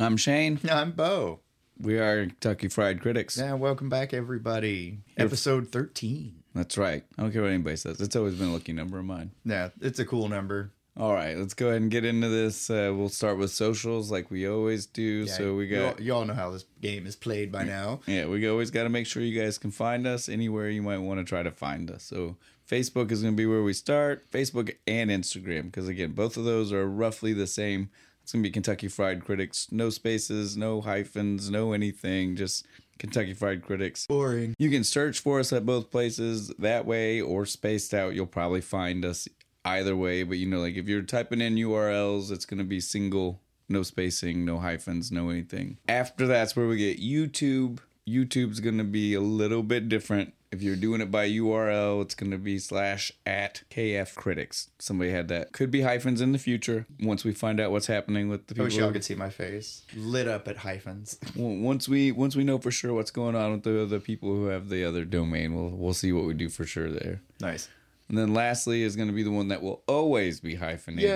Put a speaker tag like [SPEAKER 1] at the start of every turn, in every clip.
[SPEAKER 1] I'm Shane.
[SPEAKER 2] I'm Bo.
[SPEAKER 1] We are Kentucky Fried Critics.
[SPEAKER 2] Yeah, welcome back, everybody. Episode 13.
[SPEAKER 1] That's right. I don't care what anybody says. It's always been a lucky number of mine.
[SPEAKER 2] Yeah, it's a cool number.
[SPEAKER 1] All right, let's go ahead and get into this. Uh, we'll start with socials like we always do.
[SPEAKER 2] Yeah,
[SPEAKER 1] so we
[SPEAKER 2] you
[SPEAKER 1] got
[SPEAKER 2] all- You all know how this game is played by now.
[SPEAKER 1] Yeah, we always got to make sure you guys can find us anywhere you might want to try to find us. So Facebook is going to be where we start. Facebook and Instagram, because again, both of those are roughly the same. It's going to be Kentucky Fried Critics, no spaces, no hyphens, no anything, just Kentucky Fried Critics.
[SPEAKER 2] Boring.
[SPEAKER 1] You can search for us at both places that way or spaced out. You'll probably find us either way. But you know, like if you're typing in URLs, it's going to be single, no spacing, no hyphens, no anything. After that's where we get YouTube. YouTube's going to be a little bit different. If you're doing it by URL, it's going to be slash at KF Critics. Somebody had that. Could be hyphens in the future once we find out what's happening with the
[SPEAKER 2] I
[SPEAKER 1] people.
[SPEAKER 2] wish y'all could see my face. Lit up at hyphens.
[SPEAKER 1] Well, once we once we know for sure what's going on with the other people who have the other domain, we'll we'll see what we do for sure there.
[SPEAKER 2] nice.
[SPEAKER 1] And then lastly is going to be the one that will always be hyphenated,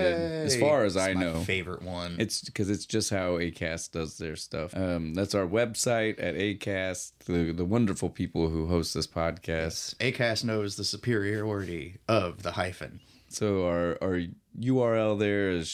[SPEAKER 1] as far as
[SPEAKER 2] It's
[SPEAKER 1] I
[SPEAKER 2] my
[SPEAKER 1] know.
[SPEAKER 2] favorite one.
[SPEAKER 1] It's because it's just how Acast does their stuff. Um, that's our website at Acast. The the wonderful people who host this podcast.
[SPEAKER 2] ACAS knows the superiority of the hyphen.
[SPEAKER 1] So our our URL there is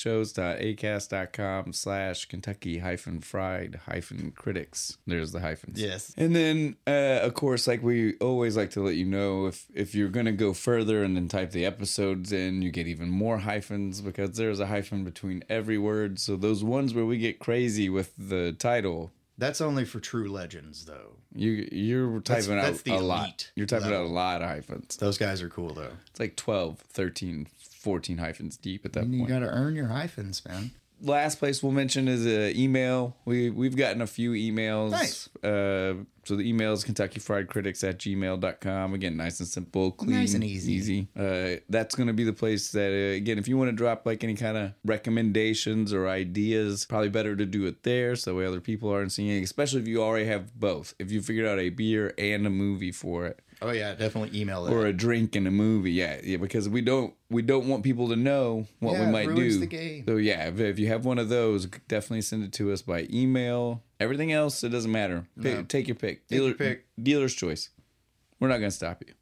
[SPEAKER 1] shows.acast.com slash Kentucky hyphen fried hyphen critics. There's the hyphens.
[SPEAKER 2] Yes.
[SPEAKER 1] And then, uh, of course, like we always like to let you know, if if you're gonna go further and then type the episodes in, you get even more hyphens because there's a hyphen between every word. So those ones where we get crazy with the title,
[SPEAKER 2] That's only for true legends, though.
[SPEAKER 1] you you're
[SPEAKER 2] That's-
[SPEAKER 1] typing
[SPEAKER 2] that's
[SPEAKER 1] out
[SPEAKER 2] the
[SPEAKER 1] a lot.
[SPEAKER 2] elite
[SPEAKER 1] You're typing out
[SPEAKER 2] level.
[SPEAKER 1] a lot of hyphens.
[SPEAKER 2] Those guys are cool, though.
[SPEAKER 1] It's like 12, 13, 14 hyphens deep at that
[SPEAKER 2] You
[SPEAKER 1] point.
[SPEAKER 2] got to earn your hyphens, man.
[SPEAKER 1] last place we'll mention is uh, email. We we've gotten a few emails.
[SPEAKER 2] Nice.
[SPEAKER 1] Uh, so the email is Kentucky Fried Critics at gmail.com. Again, nice and simple, clean,
[SPEAKER 2] Nice and easy.
[SPEAKER 1] easy. Uh, that's going to be the place that uh, again, if you want to drop like any kind of recommendations or ideas, probably better to do it there, so that way other people aren't seeing it. Especially if you already have both. If you figured out a beer and a movie for it
[SPEAKER 2] Oh, yeah, definitely email it.
[SPEAKER 1] or a drink in a movie. Yeah, yeah, because we don't we don't want people to know what
[SPEAKER 2] Yeah,
[SPEAKER 1] we
[SPEAKER 2] it
[SPEAKER 1] might
[SPEAKER 2] ruins
[SPEAKER 1] do.
[SPEAKER 2] the game.
[SPEAKER 1] So yeah, if, if you have one of those, definitely send it to us by email. Everything else, it doesn't matter. Pick, Take your pick. Dealer,
[SPEAKER 2] your pick.
[SPEAKER 1] Dealer's choice. We're not gonna stop you.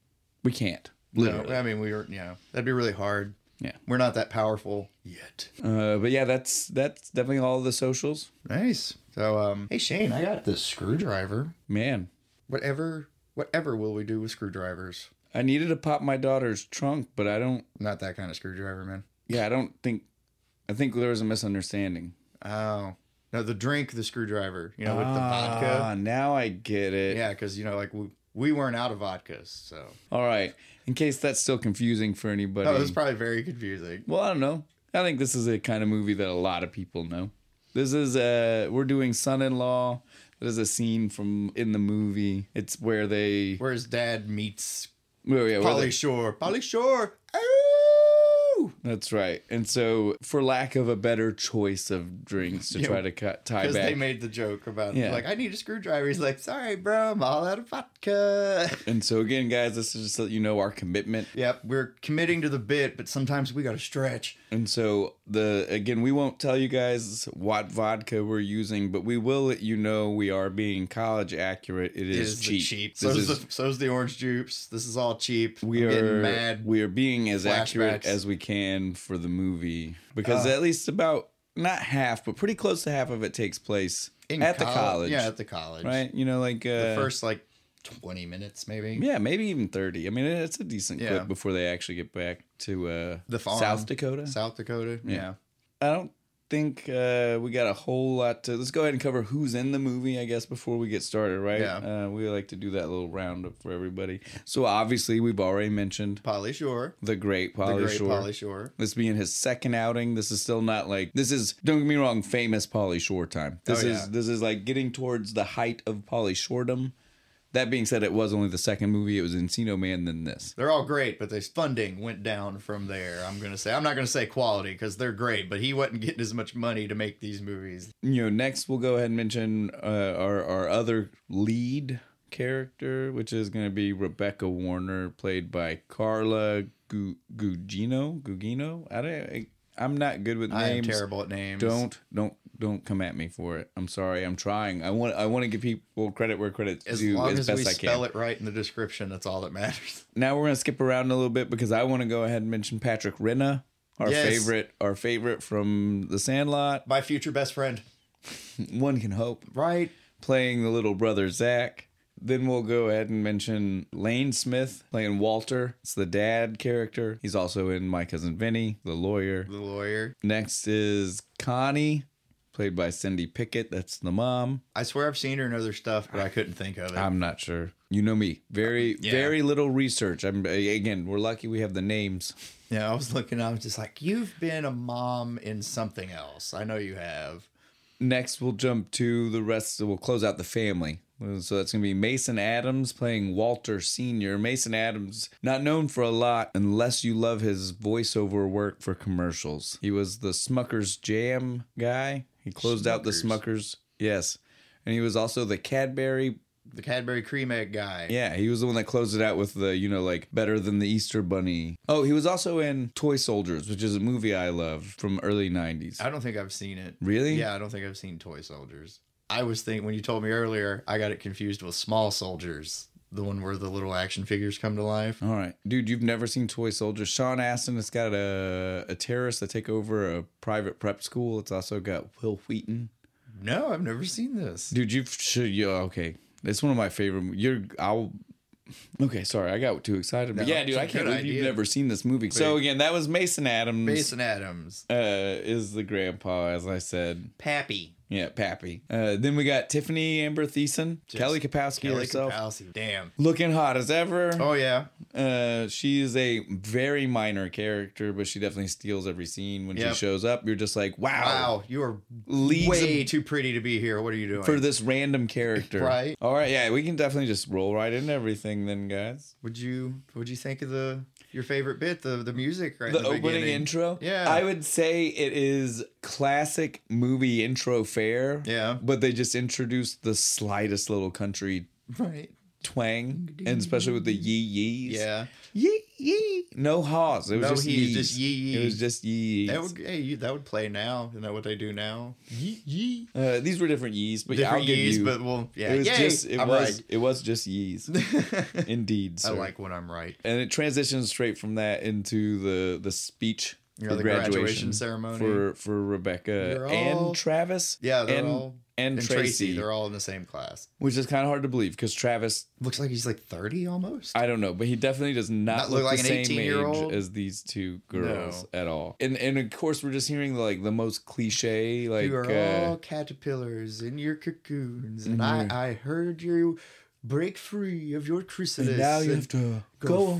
[SPEAKER 1] We can't.
[SPEAKER 2] no,
[SPEAKER 1] Literally.
[SPEAKER 2] I mean, we were, you know, that'd be really hard.
[SPEAKER 1] Yeah.
[SPEAKER 2] We're not that powerful yet.
[SPEAKER 1] Uh, but yeah, that's that's definitely all the socials.
[SPEAKER 2] Nice. So, um, hey Shane, I got this screwdriver.
[SPEAKER 1] Man,
[SPEAKER 2] Whatever, whatever will we do with screwdrivers?
[SPEAKER 1] I needed to pop my daughter's trunk, but I don't.
[SPEAKER 2] Not that kind of screwdriver, man.
[SPEAKER 1] Yeah, I don't think. I think there was a misunderstanding.
[SPEAKER 2] Oh, no, the drink, the screwdriver. You know, with the vodka.
[SPEAKER 1] Ah, now I get it.
[SPEAKER 2] Yeah, because you know, like we we weren't out of vodkas, so
[SPEAKER 1] All right. In case that's still confusing for anybody.
[SPEAKER 2] no, it was probably very confusing.
[SPEAKER 1] well, I don't know. I think this is a kind of movie that a lot of people know. This is uh we're doing son-in-law. There's a scene from in the movie. It's where they
[SPEAKER 2] Where's Dad meets
[SPEAKER 1] where, yeah, where
[SPEAKER 2] Polly
[SPEAKER 1] they-
[SPEAKER 2] Shore? Polly Shore. Oh,
[SPEAKER 1] that's right. And so for lack of a better choice of drinks to
[SPEAKER 2] Yeah,
[SPEAKER 1] try to cut tie
[SPEAKER 2] because
[SPEAKER 1] back.
[SPEAKER 2] they made the joke about
[SPEAKER 1] Yeah.
[SPEAKER 2] like I need a screwdriver. He's like, sorry, bro, I'm all out of vodka.
[SPEAKER 1] and so again, guys, this is just to let you know our commitment
[SPEAKER 2] Yep, we're committing to the bit, but sometimes we gotta stretch.
[SPEAKER 1] And so the again, we won't tell you guys what vodka we're using, but we will let you know we are being college accurate. It is,
[SPEAKER 2] the
[SPEAKER 1] cheap.
[SPEAKER 2] So
[SPEAKER 1] This
[SPEAKER 2] is,
[SPEAKER 1] is-
[SPEAKER 2] the, so's the orange juice. This is all cheap.
[SPEAKER 1] we
[SPEAKER 2] I'm
[SPEAKER 1] are
[SPEAKER 2] getting mad.
[SPEAKER 1] we are being as accurate
[SPEAKER 2] Flashbacks.
[SPEAKER 1] as we can for the movie because
[SPEAKER 2] Uh.
[SPEAKER 1] at least about not half, but pretty close to half of it takes place
[SPEAKER 2] In
[SPEAKER 1] at the
[SPEAKER 2] col-
[SPEAKER 1] college,
[SPEAKER 2] Yeah, at the college.
[SPEAKER 1] right? You know, like uh,
[SPEAKER 2] The first like twenty minutes, maybe.
[SPEAKER 1] yeah, maybe even thirty. I mean, it's a decent
[SPEAKER 2] Yeah.
[SPEAKER 1] clip before they actually get back to uh,
[SPEAKER 2] The farm.
[SPEAKER 1] South Dakota.
[SPEAKER 2] South Dakota. Yeah.
[SPEAKER 1] I don't think uh, we got a whole lot to. Let's go ahead and cover who's in the movie, I guess, before we get started, right?
[SPEAKER 2] Yeah.
[SPEAKER 1] Uh, we like to do that little roundup for everybody. So obviously, we've already mentioned
[SPEAKER 2] Polly Shore.
[SPEAKER 1] the great
[SPEAKER 2] The
[SPEAKER 1] Polly
[SPEAKER 2] great
[SPEAKER 1] Shore.
[SPEAKER 2] Polly Shore.
[SPEAKER 1] this being his second outing, this is still not like this is. Don't get me wrong, famous Polly Shore time. This
[SPEAKER 2] Oh,
[SPEAKER 1] is
[SPEAKER 2] yeah.
[SPEAKER 1] this is like getting towards the height of Polly Shoredom. That being said, it was only the second movie. It was Encino Man, then this.
[SPEAKER 2] They're all great, but his funding went down from there. I'm gonna say I'm not gonna say quality because they're great, but he wasn't getting as much money to make these movies.
[SPEAKER 1] you know, next we'll go ahead and mention uh, our our other lead character, which is going to be Rebecca Warner, played by Carla Gu- Gugino. Gugino. I don't. I, I'm not good with names.
[SPEAKER 2] I am terrible at names.
[SPEAKER 1] Don't don't don't come at me for it. I'm sorry. I'm trying. I want I want to give people credit where credit's
[SPEAKER 2] As
[SPEAKER 1] due
[SPEAKER 2] long
[SPEAKER 1] as,
[SPEAKER 2] as
[SPEAKER 1] best
[SPEAKER 2] we
[SPEAKER 1] I
[SPEAKER 2] spell
[SPEAKER 1] can.
[SPEAKER 2] it right in the description, that's all that matters.
[SPEAKER 1] Now we're gonna skip around a little bit because I want to go ahead and mention Patrick Renna, our
[SPEAKER 2] Yes.
[SPEAKER 1] favorite, our favorite from The Sandlot.
[SPEAKER 2] My future best friend.
[SPEAKER 1] One can hope
[SPEAKER 2] Right.
[SPEAKER 1] playing the little brother Zach. Then we'll go ahead and mention Lane Smith playing Walter. It's the dad character. He's also in My Cousin Vinny, the lawyer.
[SPEAKER 2] The lawyer.
[SPEAKER 1] Next is Connie, played by Cindy Pickett. That's the mom.
[SPEAKER 2] I swear I've seen her in other stuff, but I couldn't think of it.
[SPEAKER 1] I'm not sure. You know me. Very,
[SPEAKER 2] Yeah.
[SPEAKER 1] very little research. I'm again. We're lucky we have the names.
[SPEAKER 2] yeah, I was looking, I was just like, you've been a mom in something else. I know you have.
[SPEAKER 1] Next, we'll jump to the rest. We'll close out the family. So that's going to be Mason Adams playing Walter Sr. Mason Adams, not known for a lot unless you love his voiceover work for commercials. He was the Smuckers Jam guy. He closed out the
[SPEAKER 2] Smuckers.
[SPEAKER 1] Smuckers. Yes. And he was also the Cadbury.
[SPEAKER 2] The Cadbury Cream Egg guy.
[SPEAKER 1] Yeah, he was the one that closed it out with the, you know, like better than the Easter Bunny. Oh, he was also in Toy Soldiers, which is a movie I love from early 90s.
[SPEAKER 2] I don't think I've seen it.
[SPEAKER 1] Really?
[SPEAKER 2] Yeah, I don't think I've seen Toy Soldiers. I was thinking when you told me earlier, I got it confused with Small Soldiers, the one where the little action figures come to life.
[SPEAKER 1] All right, dude, you've never seen Toy Soldier. Sean Astin has got a, a terrorist that take over a private prep school. It's also got Will Wheaton.
[SPEAKER 2] No, I've never seen this.
[SPEAKER 1] Dude, you've should you okay. It's one of my favorite. You're I'll. Okay, sorry, I got too excited. But
[SPEAKER 2] No,
[SPEAKER 1] yeah, dude,
[SPEAKER 2] it's a
[SPEAKER 1] I can't
[SPEAKER 2] good
[SPEAKER 1] believe you've
[SPEAKER 2] idea.
[SPEAKER 1] never seen this movie. So again, that was Mason Adams.
[SPEAKER 2] Mason Adams,
[SPEAKER 1] uh, is the grandpa, as I said.
[SPEAKER 2] Pappy,
[SPEAKER 1] Yeah, Pappy. Uh, then we got Tiffany Amber Thiessen, Kelly Kapowski
[SPEAKER 2] Kelly
[SPEAKER 1] herself,
[SPEAKER 2] Kapowski. Damn.
[SPEAKER 1] looking hot as ever.
[SPEAKER 2] Oh yeah,
[SPEAKER 1] Uh, she is a very minor character, but she definitely steals every scene when
[SPEAKER 2] Yep.
[SPEAKER 1] she shows up. You're just like, wow,
[SPEAKER 2] Wow, you are
[SPEAKER 1] leaves
[SPEAKER 2] way
[SPEAKER 1] a-
[SPEAKER 2] too pretty to be here. What are you doing?
[SPEAKER 1] for this random character,
[SPEAKER 2] Right.
[SPEAKER 1] All right, yeah, we can definitely just roll right into everything then, guys.
[SPEAKER 2] would you would you think of the your favorite bit the the music right
[SPEAKER 1] The
[SPEAKER 2] in
[SPEAKER 1] opening
[SPEAKER 2] beginning?
[SPEAKER 1] intro,
[SPEAKER 2] Yeah.
[SPEAKER 1] I would say it is classic movie intro fare,
[SPEAKER 2] Yeah.
[SPEAKER 1] but they just introduced the slightest little country
[SPEAKER 2] right?
[SPEAKER 1] twang, and especially with the yee yees,
[SPEAKER 2] Yeah,
[SPEAKER 1] yee yee, no haws, it was
[SPEAKER 2] No
[SPEAKER 1] just
[SPEAKER 2] hees,
[SPEAKER 1] yees,
[SPEAKER 2] just yee
[SPEAKER 1] it was
[SPEAKER 2] yees.
[SPEAKER 1] just yee yees.
[SPEAKER 2] that would hey you, that would play now. Isn't that what they do now? Yee yee.
[SPEAKER 1] Uh, these were different yees, but yeah,
[SPEAKER 2] Different
[SPEAKER 1] I'll give
[SPEAKER 2] yees,
[SPEAKER 1] you.
[SPEAKER 2] but well, yeah,
[SPEAKER 1] it was
[SPEAKER 2] Yay,
[SPEAKER 1] just it
[SPEAKER 2] I'm
[SPEAKER 1] was
[SPEAKER 2] right.
[SPEAKER 1] it was just yees, indeed.
[SPEAKER 2] I
[SPEAKER 1] sir.
[SPEAKER 2] like when I'm right.
[SPEAKER 1] and it transitions straight from that into the the speech,
[SPEAKER 2] You
[SPEAKER 1] for
[SPEAKER 2] know, the graduation ceremony.
[SPEAKER 1] for for Rebecca
[SPEAKER 2] They're all-
[SPEAKER 1] and Travis.
[SPEAKER 2] Yeah, they're
[SPEAKER 1] and
[SPEAKER 2] all
[SPEAKER 1] and Tracy,
[SPEAKER 2] They're all in the same class.
[SPEAKER 1] which is kind of hard to believe because Travis,
[SPEAKER 2] Looks like he's like thirty almost.
[SPEAKER 1] I don't know, but he definitely does not,
[SPEAKER 2] Not
[SPEAKER 1] look,
[SPEAKER 2] look like
[SPEAKER 1] the
[SPEAKER 2] an
[SPEAKER 1] same
[SPEAKER 2] 18-year-old?
[SPEAKER 1] age as these two girls at all. And and of course we're just hearing like the most cliche like.
[SPEAKER 2] you are
[SPEAKER 1] uh,
[SPEAKER 2] all caterpillars in your cocoons, and I, I heard you break free of your chrysalis.
[SPEAKER 1] and now you have to
[SPEAKER 2] go,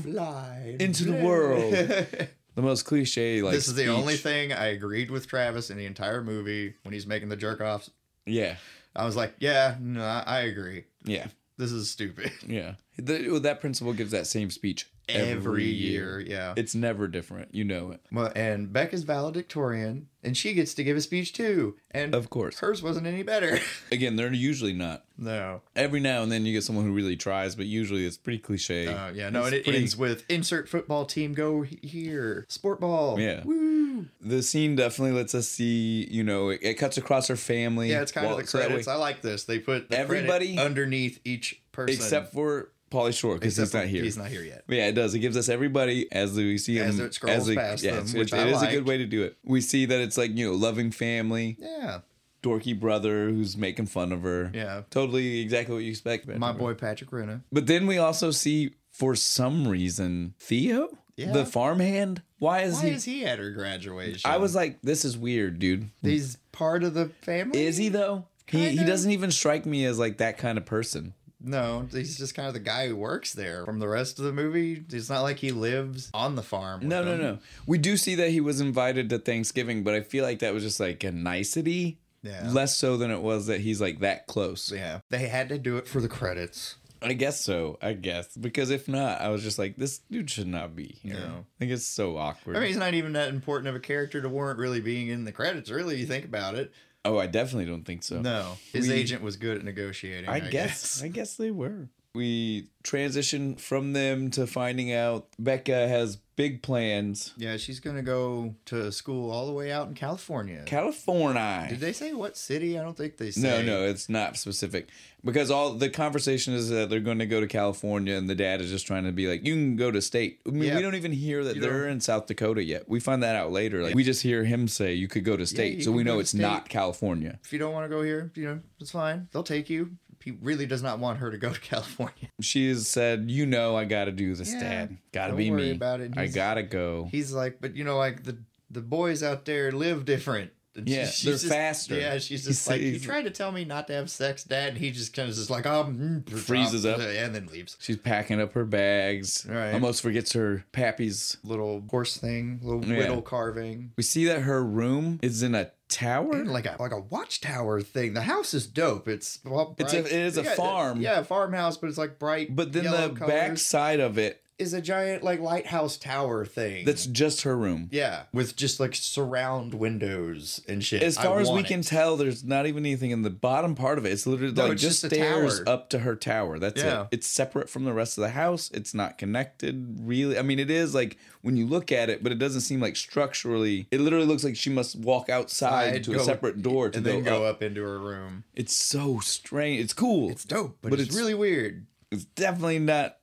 [SPEAKER 1] go
[SPEAKER 2] fly
[SPEAKER 1] into the
[SPEAKER 2] Yeah.
[SPEAKER 1] world.
[SPEAKER 2] this
[SPEAKER 1] The most cliche, like
[SPEAKER 2] is the only
[SPEAKER 1] speech.
[SPEAKER 2] thing I agreed with Travis in the entire movie when he's making the jerk offs.
[SPEAKER 1] Yeah,
[SPEAKER 2] I was like, yeah, no, I I agree.
[SPEAKER 1] yeah,
[SPEAKER 2] This is stupid.
[SPEAKER 1] yeah. The, well, that principal gives that same speech
[SPEAKER 2] Every, year, yeah.
[SPEAKER 1] It's never different. You know it,
[SPEAKER 2] Well, and Becca's valedictorian, and she gets to give a speech too. And
[SPEAKER 1] of course.
[SPEAKER 2] hers wasn't any better.
[SPEAKER 1] Again, they're usually not.
[SPEAKER 2] no.
[SPEAKER 1] Every now and then you get someone who really tries, but usually it's pretty cliche.
[SPEAKER 2] Uh, yeah, no,
[SPEAKER 1] It's
[SPEAKER 2] and it
[SPEAKER 1] pretty-
[SPEAKER 2] ends with insert football team go he- here. Sport ball.
[SPEAKER 1] Yeah.
[SPEAKER 2] Woo.
[SPEAKER 1] the scene definitely lets us see. You know, it, it cuts across her family.
[SPEAKER 2] Yeah, it's kind
[SPEAKER 1] Well,
[SPEAKER 2] of the
[SPEAKER 1] so that way-
[SPEAKER 2] credits. I like this. They put the credit
[SPEAKER 1] Everybody-
[SPEAKER 2] underneath each person.
[SPEAKER 1] except for Polly Shore because
[SPEAKER 2] Except
[SPEAKER 1] he's not
[SPEAKER 2] for-
[SPEAKER 1] here.
[SPEAKER 2] He's not here yet.
[SPEAKER 1] But yeah, it does. It gives us everybody as we see
[SPEAKER 2] As
[SPEAKER 1] them
[SPEAKER 2] it scrolls
[SPEAKER 1] we-
[SPEAKER 2] past them,
[SPEAKER 1] it's-
[SPEAKER 2] which
[SPEAKER 1] it
[SPEAKER 2] I
[SPEAKER 1] is a
[SPEAKER 2] liked.
[SPEAKER 1] good way to do it. We see that it's like you know, loving family,
[SPEAKER 2] Yeah.
[SPEAKER 1] dorky brother who's making fun of her.
[SPEAKER 2] Yeah.
[SPEAKER 1] Totally exactly what you expect.
[SPEAKER 2] My boy Patrick Renna.
[SPEAKER 1] But then we also see, for some reason, Theo,
[SPEAKER 2] Yeah.
[SPEAKER 1] the farmhand. Why is
[SPEAKER 2] Why
[SPEAKER 1] he?
[SPEAKER 2] is he at her graduation?
[SPEAKER 1] I was like, this is weird, dude.
[SPEAKER 2] He's part of the family.
[SPEAKER 1] Is he though? He, he
[SPEAKER 2] Kinda.
[SPEAKER 1] doesn't even strike me as like that kind of person.
[SPEAKER 2] No, he's just kind of the guy who works there. From the rest of the movie, it's not like he lives on the farm. with
[SPEAKER 1] No, no,
[SPEAKER 2] them.
[SPEAKER 1] no. We do see that he was invited to Thanksgiving, but I feel like that was just like a nicety.
[SPEAKER 2] Yeah.
[SPEAKER 1] Less so than it was that he's like that close.
[SPEAKER 2] Yeah, they had to do it for the credits.
[SPEAKER 1] I guess so. I guess because if not, I was just like, this dude should not be here.
[SPEAKER 2] No.
[SPEAKER 1] I think it's so awkward.
[SPEAKER 2] I mean, he's not even that important of a character to warrant really being in the credits. Really, you think about it.
[SPEAKER 1] oh, I definitely don't think so.
[SPEAKER 2] No, his
[SPEAKER 1] We-
[SPEAKER 2] agent was good at negotiating.
[SPEAKER 1] I, guess. I guess they were. we transition from them to finding out Becca has big plans.
[SPEAKER 2] Yeah, she's gonna go to school all the way out in California.
[SPEAKER 1] California.
[SPEAKER 2] Did they say what city? I don't think they said.
[SPEAKER 1] No, no, it's not specific because all the conversation is that they're going to go to California, and the dad is just trying to be like, "You can go to state." I mean,
[SPEAKER 2] Yeah.
[SPEAKER 1] we don't even hear that
[SPEAKER 2] You
[SPEAKER 1] they're
[SPEAKER 2] don't-
[SPEAKER 1] in South Dakota yet. We find that out later. Like, we just hear him say, "You could go to state,"
[SPEAKER 2] you
[SPEAKER 1] so we
[SPEAKER 2] can go
[SPEAKER 1] know
[SPEAKER 2] to
[SPEAKER 1] it's
[SPEAKER 2] state.
[SPEAKER 1] not California.
[SPEAKER 2] If you don't want to go here, you know, it's fine. They'll take you. He really does not want her to go to California.
[SPEAKER 1] She has said, "You know, I got to do this,
[SPEAKER 2] Yeah.
[SPEAKER 1] Dad. Got to
[SPEAKER 2] Don't
[SPEAKER 1] be
[SPEAKER 2] worry
[SPEAKER 1] me.
[SPEAKER 2] about it.
[SPEAKER 1] I
[SPEAKER 2] He's-
[SPEAKER 1] gotta go."
[SPEAKER 2] He's like, but you know, like the the boys out there live different. And
[SPEAKER 1] Yeah, they're
[SPEAKER 2] just-
[SPEAKER 1] faster.
[SPEAKER 2] Yeah, she's
[SPEAKER 1] He's-
[SPEAKER 2] just like, you
[SPEAKER 1] he's-
[SPEAKER 2] tried to tell me not to have sex, Dad, and he just kind of just like, oh, mm,
[SPEAKER 1] Freezes up.
[SPEAKER 2] and then leaves.
[SPEAKER 1] She's packing up her bags.
[SPEAKER 2] Right.
[SPEAKER 1] Almost forgets her pappies.
[SPEAKER 2] Little horse thing, little
[SPEAKER 1] Yeah.
[SPEAKER 2] whittle carving,
[SPEAKER 1] We see that her room is in a tower.
[SPEAKER 2] like a like a watchtower thing. The house is dope. It's well,
[SPEAKER 1] It's a-
[SPEAKER 2] bright-
[SPEAKER 1] it is a
[SPEAKER 2] yeah,
[SPEAKER 1] farm.
[SPEAKER 2] Yeah, farmhouse, but it's like bright.
[SPEAKER 1] But then
[SPEAKER 2] yellow
[SPEAKER 1] the
[SPEAKER 2] colors.
[SPEAKER 1] backside of it,
[SPEAKER 2] is a giant like lighthouse tower thing.
[SPEAKER 1] that's just her room.
[SPEAKER 2] yeah, with just like surround windows and shit.
[SPEAKER 1] As
[SPEAKER 2] I
[SPEAKER 1] far as we
[SPEAKER 2] want it.
[SPEAKER 1] can tell, there's not even anything in the bottom part of it. It's literally
[SPEAKER 2] No,
[SPEAKER 1] like
[SPEAKER 2] it's
[SPEAKER 1] just
[SPEAKER 2] just a
[SPEAKER 1] stairs
[SPEAKER 2] tower.
[SPEAKER 1] up to her tower. That's
[SPEAKER 2] Yeah.
[SPEAKER 1] it. It's separate from the rest of the house. It's not connected, really. I mean, it is like when you look at it, but it doesn't seem like structurally. It literally looks like she must walk outside
[SPEAKER 2] I'd
[SPEAKER 1] to a
[SPEAKER 2] go-
[SPEAKER 1] separate door to
[SPEAKER 2] and
[SPEAKER 1] go,
[SPEAKER 2] then go
[SPEAKER 1] up.
[SPEAKER 2] up. into her room.
[SPEAKER 1] It's so strange. uh, It's cool.
[SPEAKER 2] It's dope, but,
[SPEAKER 1] But
[SPEAKER 2] it's,
[SPEAKER 1] it's-
[SPEAKER 2] really weird.
[SPEAKER 1] it's definitely not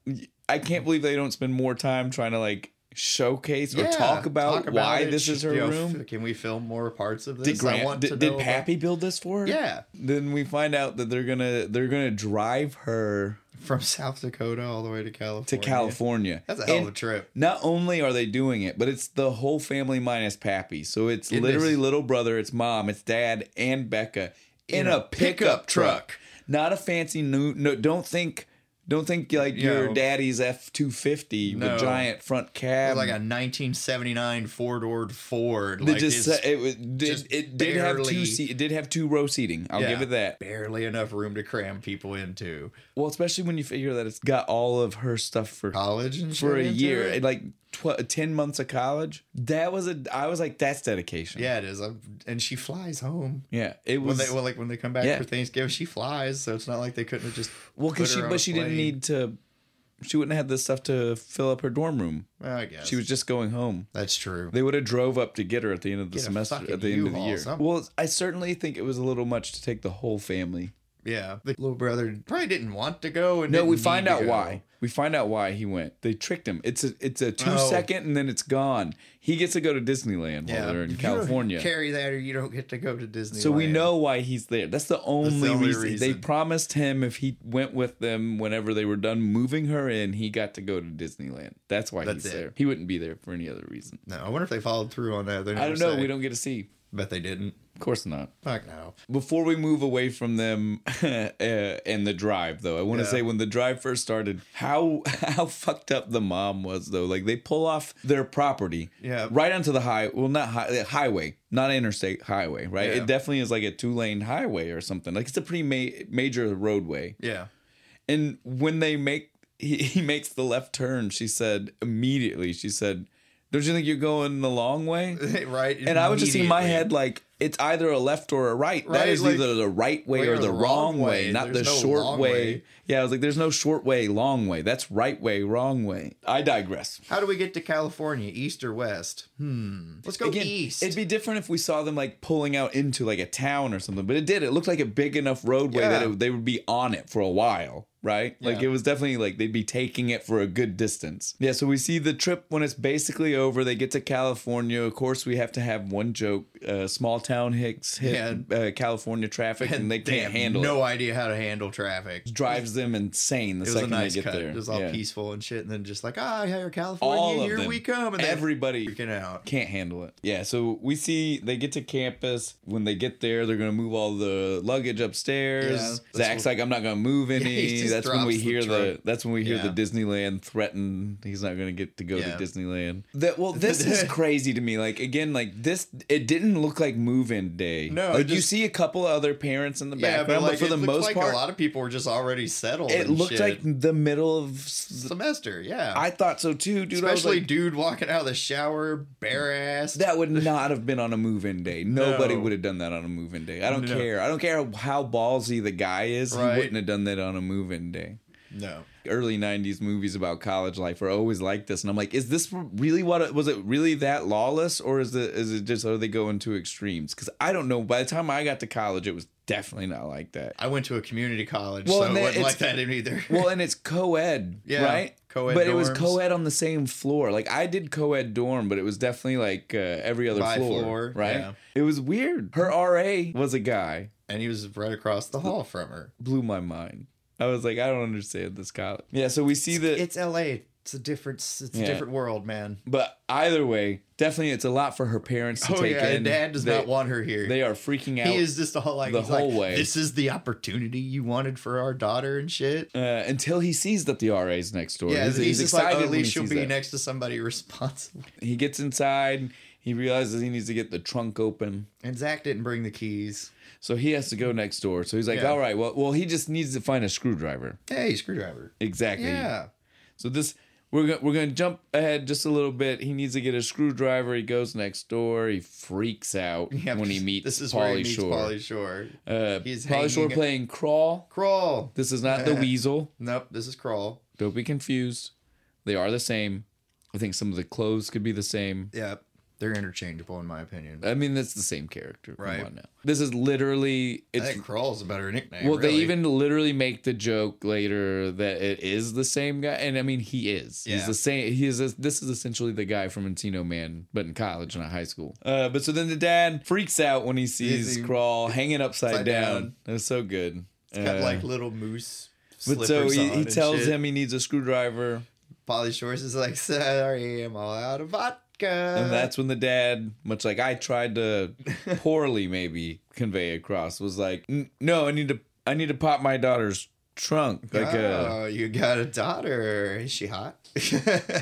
[SPEAKER 1] i can't believe they don't spend more time trying to like showcase or
[SPEAKER 2] Yeah,
[SPEAKER 1] talk about, why
[SPEAKER 2] it.
[SPEAKER 1] this is her
[SPEAKER 2] You know,
[SPEAKER 1] room
[SPEAKER 2] f- Can we film more parts of this?
[SPEAKER 1] did
[SPEAKER 2] I
[SPEAKER 1] Grant,
[SPEAKER 2] want to
[SPEAKER 1] did, did
[SPEAKER 2] know about-
[SPEAKER 1] pappy build this for her
[SPEAKER 2] Yeah,
[SPEAKER 1] then we find out that they're gonna they're gonna drive her
[SPEAKER 2] from South Dakota all the way to California.
[SPEAKER 1] to california
[SPEAKER 2] That's a hell
[SPEAKER 1] And
[SPEAKER 2] of a trip.
[SPEAKER 1] not only are they doing it but it's the whole family minus pappy so it's
[SPEAKER 2] It
[SPEAKER 1] literally
[SPEAKER 2] is.
[SPEAKER 1] little brother it's mom it's dad and becca in, a, pickup truck. not a fancy new no don't think don't think like your
[SPEAKER 2] No.
[SPEAKER 1] daddy's F250
[SPEAKER 2] No.
[SPEAKER 1] the giant front cab
[SPEAKER 2] Like a 1979 four door Ford.
[SPEAKER 1] Um, They
[SPEAKER 2] Like
[SPEAKER 1] just
[SPEAKER 2] it's
[SPEAKER 1] sa- it was- did
[SPEAKER 2] just
[SPEAKER 1] it did have two
[SPEAKER 2] barely-
[SPEAKER 1] seat it did have two row seating. I'll give
[SPEAKER 2] Yeah.
[SPEAKER 1] it that.
[SPEAKER 2] barely enough room to cram people into
[SPEAKER 1] Well, especially when you figure that it's got all of her stuff for
[SPEAKER 2] college and
[SPEAKER 1] for a
[SPEAKER 2] shit into
[SPEAKER 1] year,
[SPEAKER 2] it.
[SPEAKER 1] and like tw- ten months of college. That was a I was like that's dedication.
[SPEAKER 2] Yeah, it is. I'm, and she flies home
[SPEAKER 1] yeah. It
[SPEAKER 2] when
[SPEAKER 1] was
[SPEAKER 2] they well, like when they come back
[SPEAKER 1] Yeah.
[SPEAKER 2] for Thanksgiving. She flies, so it's not like they couldn't have just
[SPEAKER 1] well
[SPEAKER 2] put
[SPEAKER 1] because she
[SPEAKER 2] her on
[SPEAKER 1] but
[SPEAKER 2] a
[SPEAKER 1] she didn't
[SPEAKER 2] plane.
[SPEAKER 1] need to. She wouldn't have had this stuff to fill up her dorm room.
[SPEAKER 2] Well, I guess
[SPEAKER 1] She was just going home.
[SPEAKER 2] That's true.
[SPEAKER 1] They would have drove up to get her at the end of the
[SPEAKER 2] Get a
[SPEAKER 1] semester,
[SPEAKER 2] fucking
[SPEAKER 1] at the end of the
[SPEAKER 2] U-Haul,
[SPEAKER 1] year.
[SPEAKER 2] something.
[SPEAKER 1] Well, I certainly think it was a little much to take the whole family.
[SPEAKER 2] Yeah, the little brother probably didn't want to go. And
[SPEAKER 1] No,
[SPEAKER 2] didn't
[SPEAKER 1] we find
[SPEAKER 2] need to
[SPEAKER 1] out
[SPEAKER 2] go.
[SPEAKER 1] why. We find out why he went. They tricked him. It's a it's a two second
[SPEAKER 2] Oh.
[SPEAKER 1] and then it's gone. He gets to go to Disneyland while they're
[SPEAKER 2] If
[SPEAKER 1] in
[SPEAKER 2] you don't
[SPEAKER 1] California.
[SPEAKER 2] Carry that, or you don't get to go to Disney.
[SPEAKER 1] So we know why he's there. That's the only,
[SPEAKER 2] only
[SPEAKER 1] reason. They
[SPEAKER 2] reason.
[SPEAKER 1] promised him if he went with them whenever they were done moving her in, he got to go to Disneyland. That's why
[SPEAKER 2] That's
[SPEAKER 1] he's
[SPEAKER 2] it.
[SPEAKER 1] there. He wouldn't be there for any other reason.
[SPEAKER 2] No, I wonder if they followed through on that. They
[SPEAKER 1] I
[SPEAKER 2] never
[SPEAKER 1] don't know.
[SPEAKER 2] say.
[SPEAKER 1] We don't get to see.
[SPEAKER 2] Bet they didn't.
[SPEAKER 1] Of course not.
[SPEAKER 2] Fuck no.
[SPEAKER 1] Before we move away from them uh, and the drive, though, I want to
[SPEAKER 2] Yeah.
[SPEAKER 1] say when the drive first started, how how fucked up the mom was, though. Like they pull off their property,
[SPEAKER 2] Yeah.
[SPEAKER 1] right onto the high, well, not high, highway, not interstate highway, right?
[SPEAKER 2] Yeah.
[SPEAKER 1] It definitely is like a two lane highway or something. Like it's a pretty ma- major roadway.
[SPEAKER 2] Yeah.
[SPEAKER 1] And when they make he, he makes the left turn, she said immediately. She said, "Don't you think you're going the long way?"
[SPEAKER 2] right.
[SPEAKER 1] And I was just in my
[SPEAKER 2] immediately.
[SPEAKER 1] head like it's either a left or a right. that
[SPEAKER 2] Right,
[SPEAKER 1] is
[SPEAKER 2] like-
[SPEAKER 1] either the right way or the wrong way, not the
[SPEAKER 2] There's no
[SPEAKER 1] short
[SPEAKER 2] long
[SPEAKER 1] way.
[SPEAKER 2] way.
[SPEAKER 1] Yeah, I was like, there's no short way, long way. That's right way, wrong way. I digress.
[SPEAKER 2] How do we get to California, east or west? Hmm. Let's go
[SPEAKER 1] Again,
[SPEAKER 2] east.
[SPEAKER 1] it'd be different if we saw them like pulling out into like a town or something, but it did. It looked like a big enough roadway that
[SPEAKER 2] Yeah.
[SPEAKER 1] it, they would be on it for a while, right? Like
[SPEAKER 2] Yeah.
[SPEAKER 1] it was definitely like they'd be taking it for a good distance. Yeah, so we see the trip when it's basically over. They get to California. Of course, we have to have one joke. Uh, small town hicks hit
[SPEAKER 2] Yeah.
[SPEAKER 1] uh, California traffic and, they
[SPEAKER 2] They
[SPEAKER 1] can't
[SPEAKER 2] have
[SPEAKER 1] handle
[SPEAKER 2] no
[SPEAKER 1] it.
[SPEAKER 2] idea how to handle traffic. It
[SPEAKER 1] Drives them insane the
[SPEAKER 2] was a
[SPEAKER 1] second
[SPEAKER 2] nice
[SPEAKER 1] they get
[SPEAKER 2] cut.
[SPEAKER 1] there.
[SPEAKER 2] It was all
[SPEAKER 1] Yeah.
[SPEAKER 2] peaceful and shit, and then just like, ah, here, California,
[SPEAKER 1] All of
[SPEAKER 2] here
[SPEAKER 1] them.
[SPEAKER 2] we come, and then
[SPEAKER 1] Everybody
[SPEAKER 2] freaking out.
[SPEAKER 1] can't handle it. Yeah, so we see they get to campus. When they get there, they're gonna move all the luggage
[SPEAKER 2] Yeah,
[SPEAKER 1] upstairs.
[SPEAKER 2] that's
[SPEAKER 1] Zach's
[SPEAKER 2] what-
[SPEAKER 1] like, "I'm not gonna move any."
[SPEAKER 2] he just
[SPEAKER 1] that's when
[SPEAKER 2] drops
[SPEAKER 1] we
[SPEAKER 2] the
[SPEAKER 1] hear the,
[SPEAKER 2] trunk.
[SPEAKER 1] that's when we hear
[SPEAKER 2] Yeah.
[SPEAKER 1] the Disneyland threatened. He's not gonna get to go
[SPEAKER 2] Yeah.
[SPEAKER 1] to Disneyland. That well, this is crazy to me. Like again, like this, it didn't look like move-in day.
[SPEAKER 2] No,
[SPEAKER 1] like
[SPEAKER 2] it
[SPEAKER 1] you
[SPEAKER 2] just-
[SPEAKER 1] see a couple other parents in the
[SPEAKER 2] Yeah, but,
[SPEAKER 1] background, but,
[SPEAKER 2] like,
[SPEAKER 1] for
[SPEAKER 2] it
[SPEAKER 1] the
[SPEAKER 2] looked
[SPEAKER 1] most
[SPEAKER 2] like
[SPEAKER 1] part,
[SPEAKER 2] a lot of people were just already settled.
[SPEAKER 1] it
[SPEAKER 2] and
[SPEAKER 1] looked
[SPEAKER 2] shit.
[SPEAKER 1] like the middle of. s-
[SPEAKER 2] semester. Yeah,
[SPEAKER 1] I thought so too, dude. I was
[SPEAKER 2] especially
[SPEAKER 1] like,
[SPEAKER 2] dude walking out of the shower bare ass.
[SPEAKER 1] That would not have been on a move-in day. Nobody
[SPEAKER 2] No.
[SPEAKER 1] would have done that on a move-in day. I don't
[SPEAKER 2] No.
[SPEAKER 1] care. I don't care how ballsy the guy is. He
[SPEAKER 2] Right.
[SPEAKER 1] wouldn't have done that on a move-in day.
[SPEAKER 2] No.
[SPEAKER 1] early 90s movies about college life are always like this and i'm like is this really what it, was it really that lawless or is it is it just are they going to extremes because i don't know by the time i got to college it was definitely not like that
[SPEAKER 2] I went to a community college,
[SPEAKER 1] Well,
[SPEAKER 2] so it
[SPEAKER 1] and that-
[SPEAKER 2] wasn't like
[SPEAKER 1] it's-
[SPEAKER 2] that either.
[SPEAKER 1] well and it's co-ed
[SPEAKER 2] Yeah,
[SPEAKER 1] right
[SPEAKER 2] co-ed
[SPEAKER 1] but it was
[SPEAKER 2] dorms.
[SPEAKER 1] co-ed on the same floor like i did co-ed dorm but it was definitely like uh, every other
[SPEAKER 2] By
[SPEAKER 1] floor,
[SPEAKER 2] floor,
[SPEAKER 1] right
[SPEAKER 2] yeah.
[SPEAKER 1] it was weird her ra was a guy
[SPEAKER 2] and he was right across the hall from her.
[SPEAKER 1] blew my mind i was like i don't understand this college yeah so we see the
[SPEAKER 2] It's L.A. It's a different. It's a
[SPEAKER 1] Yeah.
[SPEAKER 2] different world, man.
[SPEAKER 1] But either way, definitely it's a lot for her parents to
[SPEAKER 2] Oh
[SPEAKER 1] take
[SPEAKER 2] yeah,
[SPEAKER 1] in.
[SPEAKER 2] Dad does
[SPEAKER 1] they,
[SPEAKER 2] not want her here.
[SPEAKER 1] They are freaking out.
[SPEAKER 2] he is just all like
[SPEAKER 1] the
[SPEAKER 2] he's
[SPEAKER 1] whole
[SPEAKER 2] like,
[SPEAKER 1] way.
[SPEAKER 2] This is the opportunity you wanted for our daughter and shit.
[SPEAKER 1] uh, until he sees that the RA's next door.
[SPEAKER 2] Yeah,
[SPEAKER 1] he's,
[SPEAKER 2] he's,
[SPEAKER 1] he's
[SPEAKER 2] just like,
[SPEAKER 1] excited
[SPEAKER 2] oh,
[SPEAKER 1] when
[SPEAKER 2] at least
[SPEAKER 1] he
[SPEAKER 2] you'll
[SPEAKER 1] sees
[SPEAKER 2] be
[SPEAKER 1] that.
[SPEAKER 2] next to somebody responsible.
[SPEAKER 1] He gets inside. He realizes he needs to get the trunk open,
[SPEAKER 2] And Zach didn't bring the keys.
[SPEAKER 1] so he has to go next door. So he's like,
[SPEAKER 2] Yeah.
[SPEAKER 1] "All right, well, well, he just needs to find a screwdriver."
[SPEAKER 2] Hey, screwdriver.
[SPEAKER 1] Exactly.
[SPEAKER 2] Yeah.
[SPEAKER 1] So this we're go- we're gonna jump ahead just a little bit. He needs to get a screwdriver. He goes next door. He freaks out
[SPEAKER 2] yeah.
[SPEAKER 1] when he meets
[SPEAKER 2] this is
[SPEAKER 1] Pauly
[SPEAKER 2] where he meets
[SPEAKER 1] Shore.
[SPEAKER 2] Pauly Shore.
[SPEAKER 1] uh,
[SPEAKER 2] He's
[SPEAKER 1] Pauly Shore
[SPEAKER 2] hanging-
[SPEAKER 1] playing crawl.
[SPEAKER 2] Crawl.
[SPEAKER 1] This is not the weasel.
[SPEAKER 2] Nope, this is crawl.
[SPEAKER 1] Don't be confused. They are the same. I think some of the clothes could be the same.
[SPEAKER 2] Yep. They're interchangeable in my opinion.
[SPEAKER 1] I mean, that's the same character. Come
[SPEAKER 2] Right.
[SPEAKER 1] on now. This is literally
[SPEAKER 2] I
[SPEAKER 1] it's
[SPEAKER 2] think crawl's a better nickname.
[SPEAKER 1] well, they
[SPEAKER 2] really.
[SPEAKER 1] even literally make the joke later that it is the same guy, and I mean, he is. He's
[SPEAKER 2] Yeah.
[SPEAKER 1] the same. He is. This is essentially the guy from Encino Man, but in college, not high school. Uh, but so then the dad freaks out when he sees
[SPEAKER 2] he-
[SPEAKER 1] Crawl hanging upside,
[SPEAKER 2] Upside
[SPEAKER 1] down.
[SPEAKER 2] down.
[SPEAKER 1] It was so good.
[SPEAKER 2] got
[SPEAKER 1] Uh,
[SPEAKER 2] like little moose.
[SPEAKER 1] but so
[SPEAKER 2] slippers
[SPEAKER 1] he,
[SPEAKER 2] on
[SPEAKER 1] he
[SPEAKER 2] and
[SPEAKER 1] tells
[SPEAKER 2] shit.
[SPEAKER 1] him he needs a screwdriver.
[SPEAKER 2] Polly Shores is like, sorry, I'm all out of vodka.
[SPEAKER 1] And that's when the dad, much like I tried to poorly maybe convey across, was like, "N- "No, I need to, I need to pop my daughter's trunk." Like, uh,
[SPEAKER 2] oh, you got a daughter. Is she hot?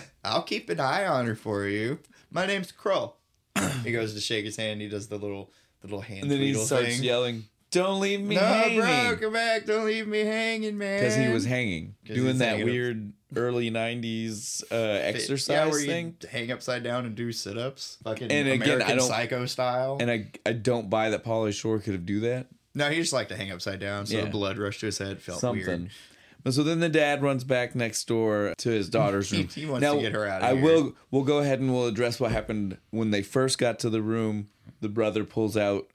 [SPEAKER 2] I'll keep an eye on her for you. My name's Krull. he goes to shake his hand. He does the little the little hand
[SPEAKER 1] and then he
[SPEAKER 2] tweedle
[SPEAKER 1] starts
[SPEAKER 2] thing.
[SPEAKER 1] yelling, "Don't leave me
[SPEAKER 2] no, bro,
[SPEAKER 1] hanging!"
[SPEAKER 2] come back. Don't leave me hanging, man.
[SPEAKER 1] Because he was hanging,
[SPEAKER 2] 'Cause
[SPEAKER 1] doing
[SPEAKER 2] he's
[SPEAKER 1] that
[SPEAKER 2] hanging up-
[SPEAKER 1] weird early '90s uh,
[SPEAKER 2] Fit-
[SPEAKER 1] exercise
[SPEAKER 2] yeah, where you
[SPEAKER 1] thing.
[SPEAKER 2] hang upside down and do sit ups. Fucking
[SPEAKER 1] And again, I
[SPEAKER 2] American
[SPEAKER 1] don't-
[SPEAKER 2] Psycho style.
[SPEAKER 1] And I, I don't buy that Polly Shore could have do that.
[SPEAKER 2] no, he just liked to hang upside down, so
[SPEAKER 1] Yeah.
[SPEAKER 2] the blood rushed to his head. Felt
[SPEAKER 1] Something.
[SPEAKER 2] weird.
[SPEAKER 1] But so then the dad runs back next door to his daughter's
[SPEAKER 2] He-
[SPEAKER 1] room.
[SPEAKER 2] he wants to get her out of
[SPEAKER 1] I
[SPEAKER 2] here.
[SPEAKER 1] will. We'll go ahead and we'll address what happened when they first got to the room. The brother pulls out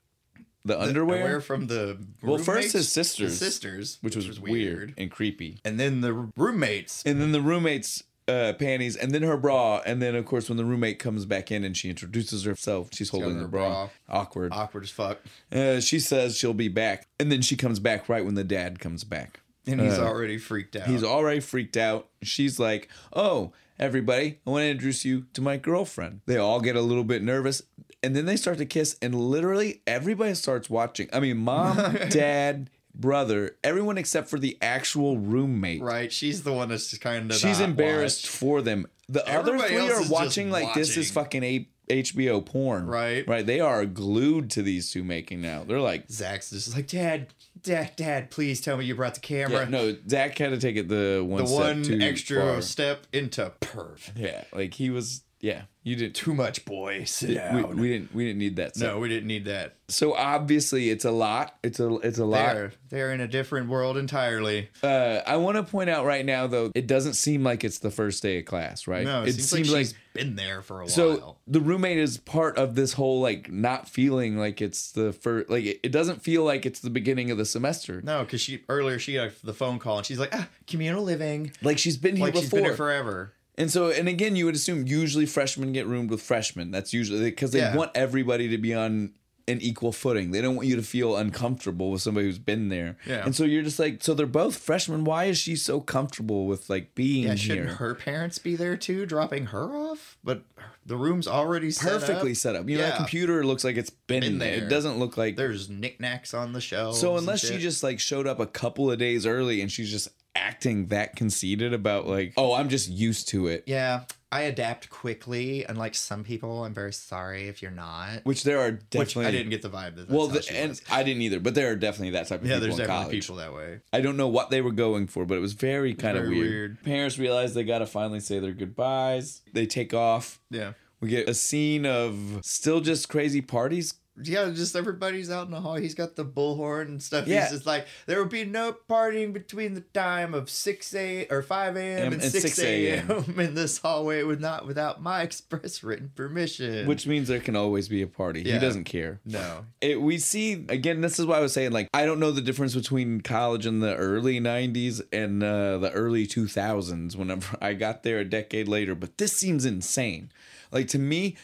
[SPEAKER 1] the, underwear,
[SPEAKER 2] Underwear from the
[SPEAKER 1] Well, first
[SPEAKER 2] roommates?
[SPEAKER 1] his sisters,
[SPEAKER 2] His sisters,
[SPEAKER 1] which was, weird, and creepy.
[SPEAKER 2] and then the roommates.
[SPEAKER 1] And then the roommate's uh, panties, and then her bra, and then of course when the roommate comes back in and she introduces herself, she's holding
[SPEAKER 2] got
[SPEAKER 1] her
[SPEAKER 2] her
[SPEAKER 1] bra.
[SPEAKER 2] bra.
[SPEAKER 1] Awkward.
[SPEAKER 2] Awkward as fuck.
[SPEAKER 1] Uh, she says she'll be back, and then she comes back right when the dad comes back.
[SPEAKER 2] And he's already freaked out.
[SPEAKER 1] Uh, He's already freaked out. She's like, "Oh, everybody, I want to introduce you to my girlfriend." They all get a little bit nervous, and then they start to kiss, and literally everybody starts watching. I mean, mom, dad, brother, everyone except for the actual roommate.
[SPEAKER 2] right. She's the one that's just kind of.
[SPEAKER 1] She's
[SPEAKER 2] not
[SPEAKER 1] embarrassed for them. The other
[SPEAKER 2] Everybody else
[SPEAKER 1] three
[SPEAKER 2] is
[SPEAKER 1] are
[SPEAKER 2] just
[SPEAKER 1] watching like this is
[SPEAKER 2] watching.
[SPEAKER 1] fucking a- HBO porn.
[SPEAKER 2] Right.
[SPEAKER 1] Right. They are glued to these two making out. They're like,
[SPEAKER 2] watched. Zach's just like, Dad, Dad, Dad, please tell me you brought the camera.
[SPEAKER 1] yeah, no, Zach had to take it the one
[SPEAKER 2] the
[SPEAKER 1] step too
[SPEAKER 2] one extra
[SPEAKER 1] far.
[SPEAKER 2] step into perv.
[SPEAKER 1] Yeah, like he was. Yeah, you did.
[SPEAKER 2] Too much, boy. Sit
[SPEAKER 1] we,
[SPEAKER 2] down.
[SPEAKER 1] we didn't we didn't need that. So,
[SPEAKER 2] no, we didn't need that.
[SPEAKER 1] so obviously it's a lot. It's a it's a lot.
[SPEAKER 2] They're they're in a different world entirely.
[SPEAKER 1] Uh, I want to point out right now though, it doesn't seem like it's the first day of class, right?
[SPEAKER 2] No, it, seems, like she's been there for a
[SPEAKER 1] so
[SPEAKER 2] while.
[SPEAKER 1] the roommate is part of this whole like not feeling like it's the first like it, it doesn't feel like it's the beginning of the semester.
[SPEAKER 2] No, because she earlier she got the phone call and she's like, ah, communal living.
[SPEAKER 1] Like she's been here
[SPEAKER 2] Like she's
[SPEAKER 1] before.
[SPEAKER 2] been here forever.
[SPEAKER 1] And so, and again, you would assume usually freshmen get roomed with freshmen. That's usually because they
[SPEAKER 2] Yeah.
[SPEAKER 1] want everybody to be on an equal footing. They don't want you to feel uncomfortable with somebody who's been there.
[SPEAKER 2] Yeah.
[SPEAKER 1] And so you're just like, so they're both freshmen. Why is she so comfortable with like being
[SPEAKER 2] Yeah,
[SPEAKER 1] here?
[SPEAKER 2] shouldn't her parents be there too, dropping her off? But the room's already set up.
[SPEAKER 1] Perfectly set up. You know, that
[SPEAKER 2] Yeah.
[SPEAKER 1] computer looks like it's been,
[SPEAKER 2] Been
[SPEAKER 1] there. It
[SPEAKER 2] there.
[SPEAKER 1] doesn't look like.
[SPEAKER 2] There's knickknacks on the shelves.
[SPEAKER 1] so
[SPEAKER 2] and
[SPEAKER 1] unless she
[SPEAKER 2] shit.
[SPEAKER 1] just like showed up a couple of days early and she's just acting that conceited about like, oh, I'm just used to it.
[SPEAKER 2] yeah, I adapt quickly. Unlike some people, I'm very sorry if you're not.
[SPEAKER 1] Which there are definitely.
[SPEAKER 2] Which I didn't get the vibe that. That's
[SPEAKER 1] Well,
[SPEAKER 2] well,
[SPEAKER 1] the, and I didn't either, but there are definitely that type of
[SPEAKER 2] yeah,
[SPEAKER 1] people
[SPEAKER 2] there's
[SPEAKER 1] in
[SPEAKER 2] definitely
[SPEAKER 1] college.
[SPEAKER 2] people that way.
[SPEAKER 1] I don't know what they were going for, but it was very kind of
[SPEAKER 2] very
[SPEAKER 1] weird.
[SPEAKER 2] weird.
[SPEAKER 1] Parents realize they got to finally say their goodbyes. They take off.
[SPEAKER 2] Yeah,
[SPEAKER 1] We get a scene of still just crazy parties
[SPEAKER 2] yeah, just everybody's out in the hall. He's got the bullhorn and stuff.
[SPEAKER 1] Yeah.
[SPEAKER 2] He's just like, there will be no partying between the time of six a or five a.m.
[SPEAKER 1] Um,
[SPEAKER 2] and
[SPEAKER 1] and
[SPEAKER 2] six,
[SPEAKER 1] 6
[SPEAKER 2] a.m.
[SPEAKER 1] a.m.
[SPEAKER 2] in this hallway with not without my express written permission.
[SPEAKER 1] Which means there can always be a party.
[SPEAKER 2] Yeah.
[SPEAKER 1] He doesn't care.
[SPEAKER 2] no,
[SPEAKER 1] It, we see again. This is why I was saying like I don't know the difference between college in the early '90s and uh, the early 2000s. Whenever I got there a decade later, but this seems insane. Like to me,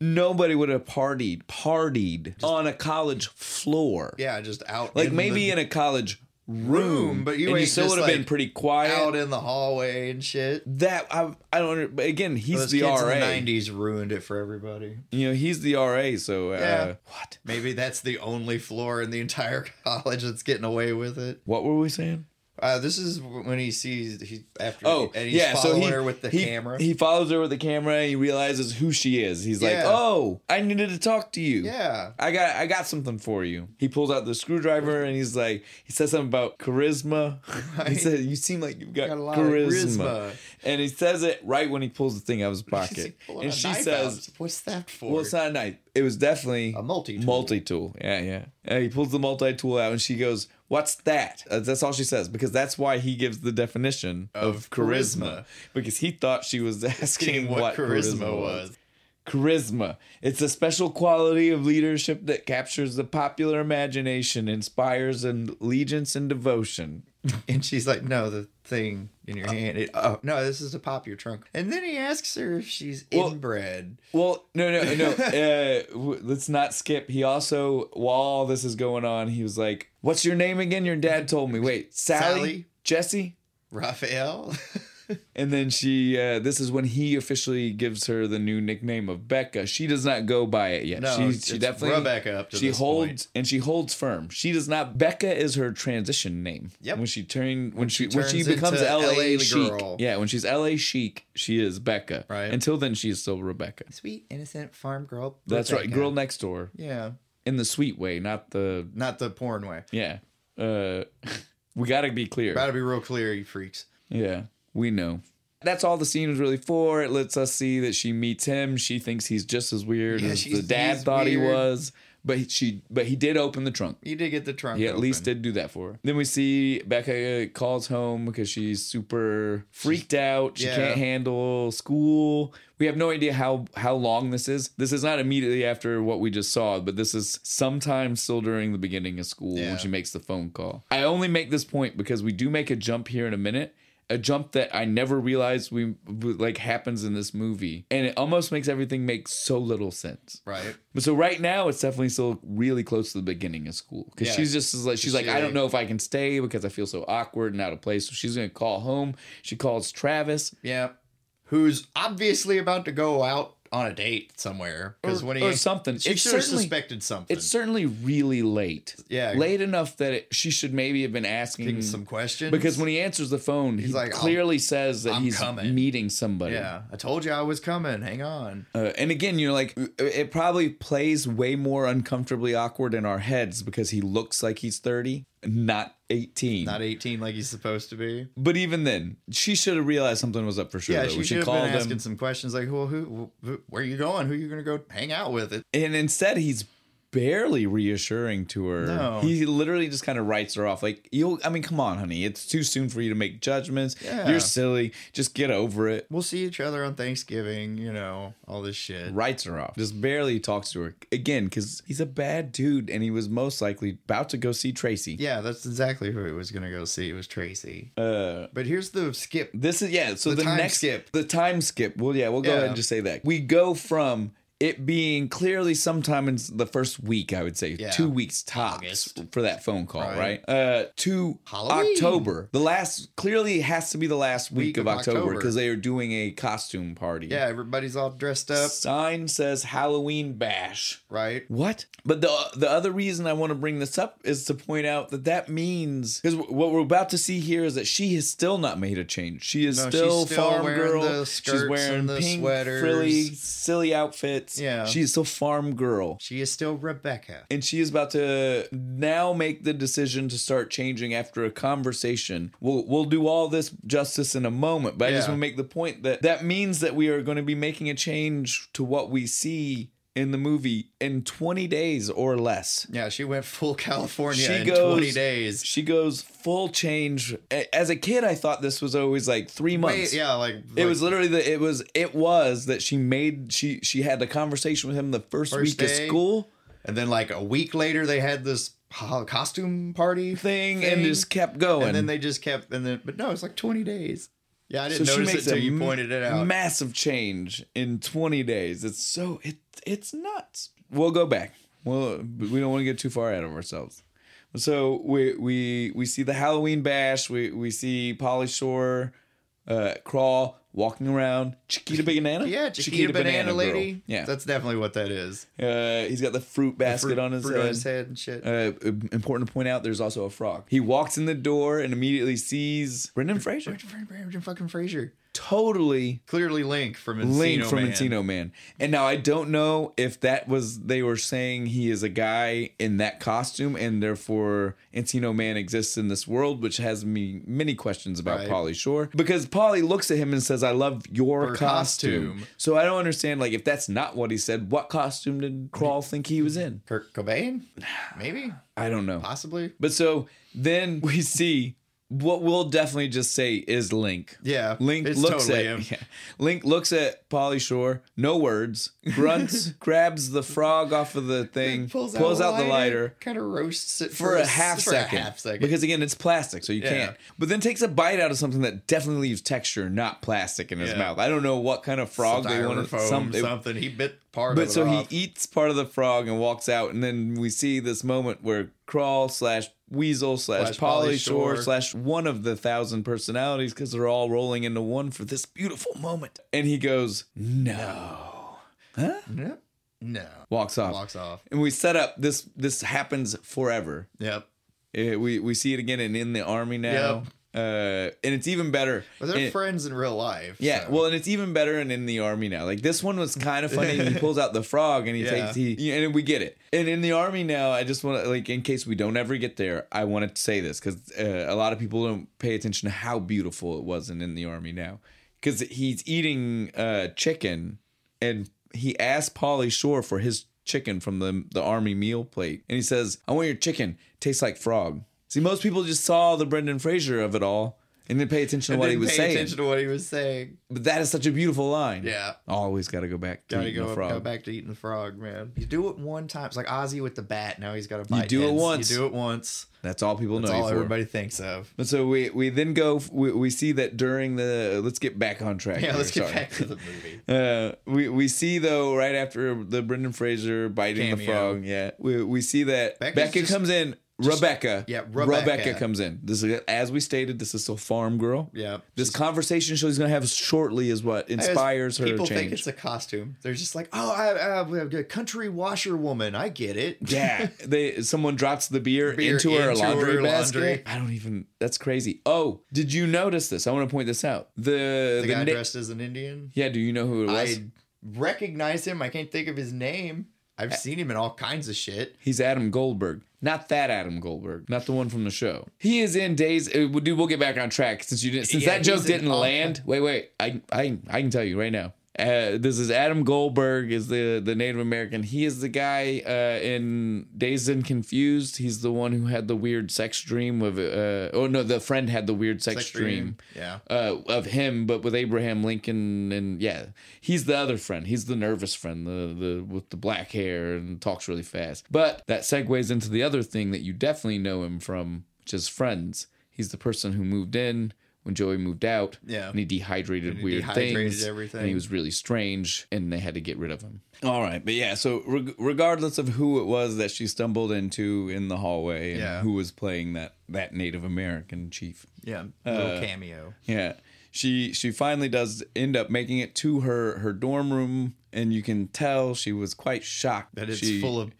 [SPEAKER 1] nobody would have partied partied on a college floor.
[SPEAKER 2] yeah, just out.
[SPEAKER 1] Like
[SPEAKER 2] in
[SPEAKER 1] maybe
[SPEAKER 2] the,
[SPEAKER 1] in a college room,
[SPEAKER 2] Room, but you
[SPEAKER 1] and you
[SPEAKER 2] ain't
[SPEAKER 1] still
[SPEAKER 2] just,
[SPEAKER 1] would have been
[SPEAKER 2] like,
[SPEAKER 1] pretty quiet.
[SPEAKER 2] out in the hallway and shit.
[SPEAKER 1] that I I don't. under- But again, he's
[SPEAKER 2] Those
[SPEAKER 1] the
[SPEAKER 2] kids
[SPEAKER 1] RA.
[SPEAKER 2] in the '90s ruined it for everybody.
[SPEAKER 1] you know, he's the RA. So uh,
[SPEAKER 2] Yeah.
[SPEAKER 1] what?
[SPEAKER 2] Maybe that's the only floor in the entire college that's getting away with it.
[SPEAKER 1] What were we saying?
[SPEAKER 2] Uh, this is when he sees he after
[SPEAKER 1] Oh,
[SPEAKER 2] and he's
[SPEAKER 1] yeah. So
[SPEAKER 2] following
[SPEAKER 1] he,
[SPEAKER 2] her with the
[SPEAKER 1] he-
[SPEAKER 2] camera.
[SPEAKER 1] He follows her with the camera. And he realizes who she is. He's like,
[SPEAKER 2] Yeah.
[SPEAKER 1] "Oh, I needed to talk to you.
[SPEAKER 2] yeah.
[SPEAKER 1] I got, I got something for you." He pulls out the screwdriver and he's like, he says something about charisma. He
[SPEAKER 2] Right.
[SPEAKER 1] says, "You seem like you've got,
[SPEAKER 2] Got a lot of
[SPEAKER 1] charisma.
[SPEAKER 2] charisma.
[SPEAKER 1] And he says it right when he pulls the thing out of his
[SPEAKER 2] He's like,
[SPEAKER 1] pocket,
[SPEAKER 2] pulling
[SPEAKER 1] and
[SPEAKER 2] a
[SPEAKER 1] she
[SPEAKER 2] knife
[SPEAKER 1] says.
[SPEAKER 2] out. "What's that for?"
[SPEAKER 1] Well, it's not a knife. It was definitely
[SPEAKER 2] a multi-tool.
[SPEAKER 1] multi tool. Yeah, yeah. And he pulls the multi tool out and she goes, What's that? Uh, that's all she says because that's why he gives the definition of,
[SPEAKER 2] Of charisma.
[SPEAKER 1] charisma. because he thought she was asking
[SPEAKER 2] Seeing
[SPEAKER 1] what, charisma, was. Charisma. It's a special quality of leadership that captures the popular imagination, inspires an allegiance and devotion.
[SPEAKER 2] and she's like, "No, the thing in
[SPEAKER 1] Uh,
[SPEAKER 2] your hand. It, oh no, this is to pop your trunk." And then he asks her if she's
[SPEAKER 1] Well-
[SPEAKER 2] inbred.
[SPEAKER 1] Well, no, no, no. uh, w- let's not skip. He also, while all this is going on, he was like, What's your name again? Your dad told me. Wait, Sally?
[SPEAKER 2] Sally.
[SPEAKER 1] Jesse?
[SPEAKER 2] Raphael.
[SPEAKER 1] And then she, uh, this is when he officially gives her the new nickname of Becca. She does not go by it yet.
[SPEAKER 2] no,
[SPEAKER 1] she,
[SPEAKER 2] it's-
[SPEAKER 1] she
[SPEAKER 2] it's
[SPEAKER 1] definitely
[SPEAKER 2] Rebecca up to
[SPEAKER 1] she
[SPEAKER 2] this
[SPEAKER 1] holds
[SPEAKER 2] point.
[SPEAKER 1] and she holds firm. She does not. Becca is her transition name.
[SPEAKER 2] Yep.
[SPEAKER 1] When she turned, when she, when she
[SPEAKER 2] turns
[SPEAKER 1] becomes
[SPEAKER 2] into
[SPEAKER 1] LA,
[SPEAKER 2] LA
[SPEAKER 1] chic.
[SPEAKER 2] girl.
[SPEAKER 1] Yeah, when she's LA chic, she is Becca.
[SPEAKER 2] Right.
[SPEAKER 1] Until then, she is still Rebecca.
[SPEAKER 2] Sweet innocent farm girl.
[SPEAKER 1] That's right.
[SPEAKER 2] Rebecca.
[SPEAKER 1] Girl next door
[SPEAKER 2] Yeah,
[SPEAKER 1] in the sweet way, not the
[SPEAKER 2] not the porn way.
[SPEAKER 1] yeah. Uh, we got to be clear.
[SPEAKER 2] Gotta be real clear, you freaks.
[SPEAKER 1] Yeah, we know. That's all the scene was really for. It lets us see that she meets him. She thinks he's just as weird
[SPEAKER 2] Yeah,
[SPEAKER 1] as
[SPEAKER 2] she's-
[SPEAKER 1] the dad
[SPEAKER 2] he's
[SPEAKER 1] thought he
[SPEAKER 2] weird.
[SPEAKER 1] was. But he- she, but he did open the trunk.
[SPEAKER 2] You did get the trunk.
[SPEAKER 1] He at least
[SPEAKER 2] open.
[SPEAKER 1] did do that for her. Then we see Becca calls home because she's super freaked out. She
[SPEAKER 2] Yeah.
[SPEAKER 1] can't handle school. We have no idea how how long this is. This is not immediately after what we just saw, but this is sometime still during the beginning of school
[SPEAKER 2] Yeah.
[SPEAKER 1] when she makes the phone call. I only make this point because we do make a jump here in a minute. A jump that I never realized we like happens in this movie, and it almost makes everything make so little sense.
[SPEAKER 2] right.
[SPEAKER 1] But so right now, it's definitely still really close to the beginning of school because
[SPEAKER 2] Yeah.
[SPEAKER 1] she's just is like she's like
[SPEAKER 2] She-
[SPEAKER 1] I don't know if I can stay because I feel so awkward and out of place. So she's gonna call home. She calls Travis.
[SPEAKER 2] Yeah, who's obviously about to go out on a date somewhere because
[SPEAKER 1] Or-
[SPEAKER 2] when he
[SPEAKER 1] or something.
[SPEAKER 2] she
[SPEAKER 1] It's
[SPEAKER 2] should have
[SPEAKER 1] certainly-
[SPEAKER 2] suspected something.
[SPEAKER 1] It's certainly really late.
[SPEAKER 2] Yeah.
[SPEAKER 1] late enough that it, she should maybe have been asking
[SPEAKER 2] Asking some questions
[SPEAKER 1] because when he answers the phone, he
[SPEAKER 2] like, "I'll-
[SPEAKER 1] clearly says that
[SPEAKER 2] I'm
[SPEAKER 1] he's
[SPEAKER 2] coming."
[SPEAKER 1] meeting somebody.
[SPEAKER 2] yeah, I told you I was coming. Hang on.
[SPEAKER 1] Uh, and again, you're like, it probably plays way more uncomfortably awkward in our heads because he looks like he's 30, not 18.
[SPEAKER 2] Not 18 like he's supposed to be.
[SPEAKER 1] But even then, she should have realized something was up for sure.
[SPEAKER 2] Yeah,
[SPEAKER 1] though.
[SPEAKER 2] she should have been
[SPEAKER 1] called
[SPEAKER 2] asking
[SPEAKER 1] him,
[SPEAKER 2] some questions like, "Well, who, who, where are you going? Who are you gonna go hang out with?" It.
[SPEAKER 1] and instead he's barely reassuring to her.
[SPEAKER 2] No.
[SPEAKER 1] He literally just kind of writes her off. Like you, I mean, come on, honey, it's too soon for you to make judgments.
[SPEAKER 2] Yeah.
[SPEAKER 1] You're silly. Just get over it.
[SPEAKER 2] We'll see each other on Thanksgiving. You know, all this shit.
[SPEAKER 1] Writes her off. Just barely talks to her again because he's a bad dude, and he was most likely about to go see Tracy.
[SPEAKER 2] Yeah, that's exactly who he was gonna go see. It was Tracy.
[SPEAKER 1] Uh,
[SPEAKER 2] But here's the skip.
[SPEAKER 1] This is yeah. So
[SPEAKER 2] The
[SPEAKER 1] the,
[SPEAKER 2] time
[SPEAKER 1] next
[SPEAKER 2] skip.
[SPEAKER 1] the time skip. Well, yeah, we'll go ahead
[SPEAKER 2] Yeah.
[SPEAKER 1] and just say that we go from it being clearly sometime in the first week, I would say
[SPEAKER 2] Yeah.
[SPEAKER 1] two weeks tops
[SPEAKER 2] August.
[SPEAKER 1] for that phone call,
[SPEAKER 2] Right.
[SPEAKER 1] right? Uh, to
[SPEAKER 2] Halloween.
[SPEAKER 1] October, the last clearly has to be the last week,
[SPEAKER 2] Week
[SPEAKER 1] of
[SPEAKER 2] of
[SPEAKER 1] October
[SPEAKER 2] October.
[SPEAKER 1] because they are doing a costume party.
[SPEAKER 2] Yeah, everybody's all dressed up,
[SPEAKER 1] Sign says Halloween bash.
[SPEAKER 2] right?
[SPEAKER 1] What? But the the other reason I want to bring this up is to point out that that means because what we're about to see here is that she has still not made a change. She is
[SPEAKER 2] No, she's
[SPEAKER 1] still,
[SPEAKER 2] still
[SPEAKER 1] farm
[SPEAKER 2] wearing
[SPEAKER 1] girl.
[SPEAKER 2] the skirts
[SPEAKER 1] she's wearing
[SPEAKER 2] and the
[SPEAKER 1] pink
[SPEAKER 2] sweaters.
[SPEAKER 1] frilly silly outfits.
[SPEAKER 2] Yeah.
[SPEAKER 1] she's still farm girl.
[SPEAKER 2] She is still Rebecca.
[SPEAKER 1] And she is about to now make the decision to start changing after a conversation. We'll we'll do all this justice in a moment, but I just
[SPEAKER 2] Yeah.
[SPEAKER 1] want to make the point that that means that we are going to be making a change to what we see in the movie in 20 days or less.
[SPEAKER 2] Yeah, she went full California
[SPEAKER 1] She
[SPEAKER 2] in
[SPEAKER 1] goes-
[SPEAKER 2] 20 days.
[SPEAKER 1] She goes full change. A- As a kid, I thought this was always like three months.
[SPEAKER 2] Wait, yeah, like,
[SPEAKER 1] It
[SPEAKER 2] like
[SPEAKER 1] was literally the it was it was that she made she she had a conversation with him the first,
[SPEAKER 2] First
[SPEAKER 1] week of
[SPEAKER 2] day.
[SPEAKER 1] school
[SPEAKER 2] and then like a week later they had this ho- costume party
[SPEAKER 1] thing,
[SPEAKER 2] thing, Thing.
[SPEAKER 1] and just kept going.
[SPEAKER 2] and then they just kept and then but no, it's like 20 days. Yeah, I
[SPEAKER 1] so
[SPEAKER 2] didn't
[SPEAKER 1] she
[SPEAKER 2] notice it
[SPEAKER 1] makes
[SPEAKER 2] until
[SPEAKER 1] a
[SPEAKER 2] you
[SPEAKER 1] m-
[SPEAKER 2] pointed it out.
[SPEAKER 1] massive change in 20 days. It's so it it's nuts. We'll go back. Well, we don't want to get too far out of ourselves. So we we we see the Halloween bash. We we see Polly Shore, uh, crawl walking around. Chiquita Banana.
[SPEAKER 2] yeah, Chiquita, banana,
[SPEAKER 1] Girl.
[SPEAKER 2] lady.
[SPEAKER 1] Yeah.
[SPEAKER 2] that's definitely what that is.
[SPEAKER 1] Uh, he's got the fruit basket
[SPEAKER 2] Fruit-
[SPEAKER 1] on his
[SPEAKER 2] fruit
[SPEAKER 1] head.
[SPEAKER 2] head and shit.
[SPEAKER 1] Uh, important to point out, there's also a frog. He walks in the door and immediately sees Brendan Fraser.
[SPEAKER 2] Brendan fucking Fraser.
[SPEAKER 1] Totally
[SPEAKER 2] Clearly Link from Encino
[SPEAKER 1] Link from
[SPEAKER 2] Man.
[SPEAKER 1] Encino Man. And now I don't know if that was they were saying he is a guy in that costume, and therefore Encino Man exists in this world, which has me many questions about
[SPEAKER 2] Right.
[SPEAKER 1] Polly Shore because Polly looks at him and says, "I love your
[SPEAKER 2] Her
[SPEAKER 1] costume.
[SPEAKER 2] costume.
[SPEAKER 1] So I don't understand. Like, if that's not what he said, what costume did Crawl think he was in?
[SPEAKER 2] Kurt Cobain? Maybe?
[SPEAKER 1] I don't know.
[SPEAKER 2] Possibly?
[SPEAKER 1] But so then we see what we'll definitely just say is Link.
[SPEAKER 2] Yeah.
[SPEAKER 1] Link
[SPEAKER 2] it's
[SPEAKER 1] looks
[SPEAKER 2] totally him.
[SPEAKER 1] at yeah. Link looks at Polly Shore, no words, grunts, grabs the frog off of the thing, pulls, out, the lighter
[SPEAKER 2] kind of roasts it
[SPEAKER 1] for a half
[SPEAKER 2] for
[SPEAKER 1] second.
[SPEAKER 2] A half second.
[SPEAKER 1] Because again, it's plastic, so you
[SPEAKER 2] Yeah.
[SPEAKER 1] can't. But then takes a bite out of something that definitely leaves texture, not plastic, in his
[SPEAKER 2] Yeah.
[SPEAKER 1] mouth. I don't know what kind of frog they wanted.
[SPEAKER 2] Styrofoam,
[SPEAKER 1] Some, it-
[SPEAKER 2] something. He bit part of
[SPEAKER 1] but
[SPEAKER 2] it
[SPEAKER 1] so
[SPEAKER 2] off.
[SPEAKER 1] he eats part of the frog and walks out, and then we see this moment where Crawl slash Weasel slash
[SPEAKER 2] Slash Polly
[SPEAKER 1] Polly Shore
[SPEAKER 2] Shore.
[SPEAKER 1] slash one of the thousand personalities because they're all rolling into one for this beautiful moment. And he goes, "No," huh?
[SPEAKER 2] no, no,
[SPEAKER 1] Walks off,
[SPEAKER 2] walks off.
[SPEAKER 1] and we set up this. This happens forever.
[SPEAKER 2] Yep.
[SPEAKER 1] Eh, we we see it again and in the army now. Uh, and it's even better.
[SPEAKER 2] But they're
[SPEAKER 1] And-
[SPEAKER 2] friends in real life.
[SPEAKER 1] yeah,
[SPEAKER 2] so-
[SPEAKER 1] well, and it's even better and in the army now. Like this one was kind of funny. he pulls out the frog and he
[SPEAKER 2] Yeah.
[SPEAKER 1] takes he and we get it. And in the army now, I just want to like in case we don't ever get there, I want to say this because uh, a lot of people don't pay attention to how beautiful it was in in the army now because he's eating uh, chicken and he asked Polly Shore for his chicken from the the army meal plate and he says, "I want your chicken. Tastes like frog." See, most people just saw the Brendan Fraser of it all. And didn't pay attention to what he
[SPEAKER 2] Didn't
[SPEAKER 1] was
[SPEAKER 2] pay
[SPEAKER 1] saying.
[SPEAKER 2] attention to what he was saying.
[SPEAKER 1] But that is such a beautiful line.
[SPEAKER 2] Yeah.
[SPEAKER 1] Always got to go back to
[SPEAKER 2] Gotta
[SPEAKER 1] eating
[SPEAKER 2] go,
[SPEAKER 1] the
[SPEAKER 2] up,
[SPEAKER 1] frog.
[SPEAKER 2] go back to eating the frog, man. You do it one time. It's like Ozzy with the bat. Now he's got to bite.
[SPEAKER 1] do it
[SPEAKER 2] heads.
[SPEAKER 1] once.
[SPEAKER 2] You do it once.
[SPEAKER 1] That's all people
[SPEAKER 2] That's
[SPEAKER 1] know you
[SPEAKER 2] all
[SPEAKER 1] for.
[SPEAKER 2] everybody thinks of.
[SPEAKER 1] But so we, we then go, we, we see that during the, let's get back on track.
[SPEAKER 2] Yeah,
[SPEAKER 1] here,
[SPEAKER 2] let's get
[SPEAKER 1] sorry.
[SPEAKER 2] back to the movie.
[SPEAKER 1] Uh, we, we see though right after the Brendan Fraser biting the
[SPEAKER 2] Cameo.
[SPEAKER 1] frog, yeah, we, we see that
[SPEAKER 2] Becca's
[SPEAKER 1] Becca
[SPEAKER 2] just-
[SPEAKER 1] comes in. Rebecca,
[SPEAKER 2] yeah,
[SPEAKER 1] Rebecca
[SPEAKER 2] Rebecca.
[SPEAKER 1] comes in. This is as we stated. This is still farm girl.
[SPEAKER 2] Yeah.
[SPEAKER 1] This conversation she's gonna have shortly is what
[SPEAKER 2] As
[SPEAKER 1] inspires her to
[SPEAKER 2] People think
[SPEAKER 1] change.
[SPEAKER 2] it's a costume. They're just like, oh, I, I, I'm a country washer woman. I get it.
[SPEAKER 1] Yeah, they someone drops the beer,
[SPEAKER 2] Beer
[SPEAKER 1] into her
[SPEAKER 2] into
[SPEAKER 1] laundry
[SPEAKER 2] her
[SPEAKER 1] basket.
[SPEAKER 2] laundry.
[SPEAKER 1] I don't even. That's crazy. Oh, did you notice this? I want to point this out. The
[SPEAKER 2] the,
[SPEAKER 1] the,
[SPEAKER 2] guy
[SPEAKER 1] na-
[SPEAKER 2] dressed as an Indian.
[SPEAKER 1] yeah. Do you know who it was?
[SPEAKER 2] I recognize him. I can't think of his name. I've seen him in all kinds of shit.
[SPEAKER 1] He's Adam Goldberg. Not that Adam Goldberg. Not the one from the show. He is in days. uh, well, Dude, we'll get back on track since you didn't. Since
[SPEAKER 2] Yeah,
[SPEAKER 1] that joke
[SPEAKER 2] he's in
[SPEAKER 1] didn't
[SPEAKER 2] all-
[SPEAKER 1] land. Wait, wait. I I I can tell you right now. Uh, this is Adam Goldberg is the the Native American. He is the guy uh, in Dazed and Confused. He's the one who had the weird sex dream of uh, oh no, the friend had the weird sex, dream
[SPEAKER 2] Yeah.
[SPEAKER 1] uh, of him, but with Abraham Lincoln, and yeah, he's the other friend. He's the nervous friend, the the with the black hair and talks really fast. But that segues into the other thing that you definitely know him from, which is Friends. He's the person who moved in when Joey moved out.
[SPEAKER 2] Yeah.
[SPEAKER 1] and he dehydrated
[SPEAKER 2] he
[SPEAKER 1] weird
[SPEAKER 2] dehydrated
[SPEAKER 1] things.
[SPEAKER 2] everything.
[SPEAKER 1] and he was really strange, and they had to get rid of him. All right, but yeah. So reg- regardless of who it was that she stumbled into in the hallway, and
[SPEAKER 2] Yeah.
[SPEAKER 1] who was playing that that Native American chief.
[SPEAKER 2] Yeah.
[SPEAKER 1] Uh,
[SPEAKER 2] Little cameo.
[SPEAKER 1] Yeah. She she finally does end up making it to her her dorm room and you can tell she was quite shocked
[SPEAKER 2] That it's
[SPEAKER 1] she,
[SPEAKER 2] full of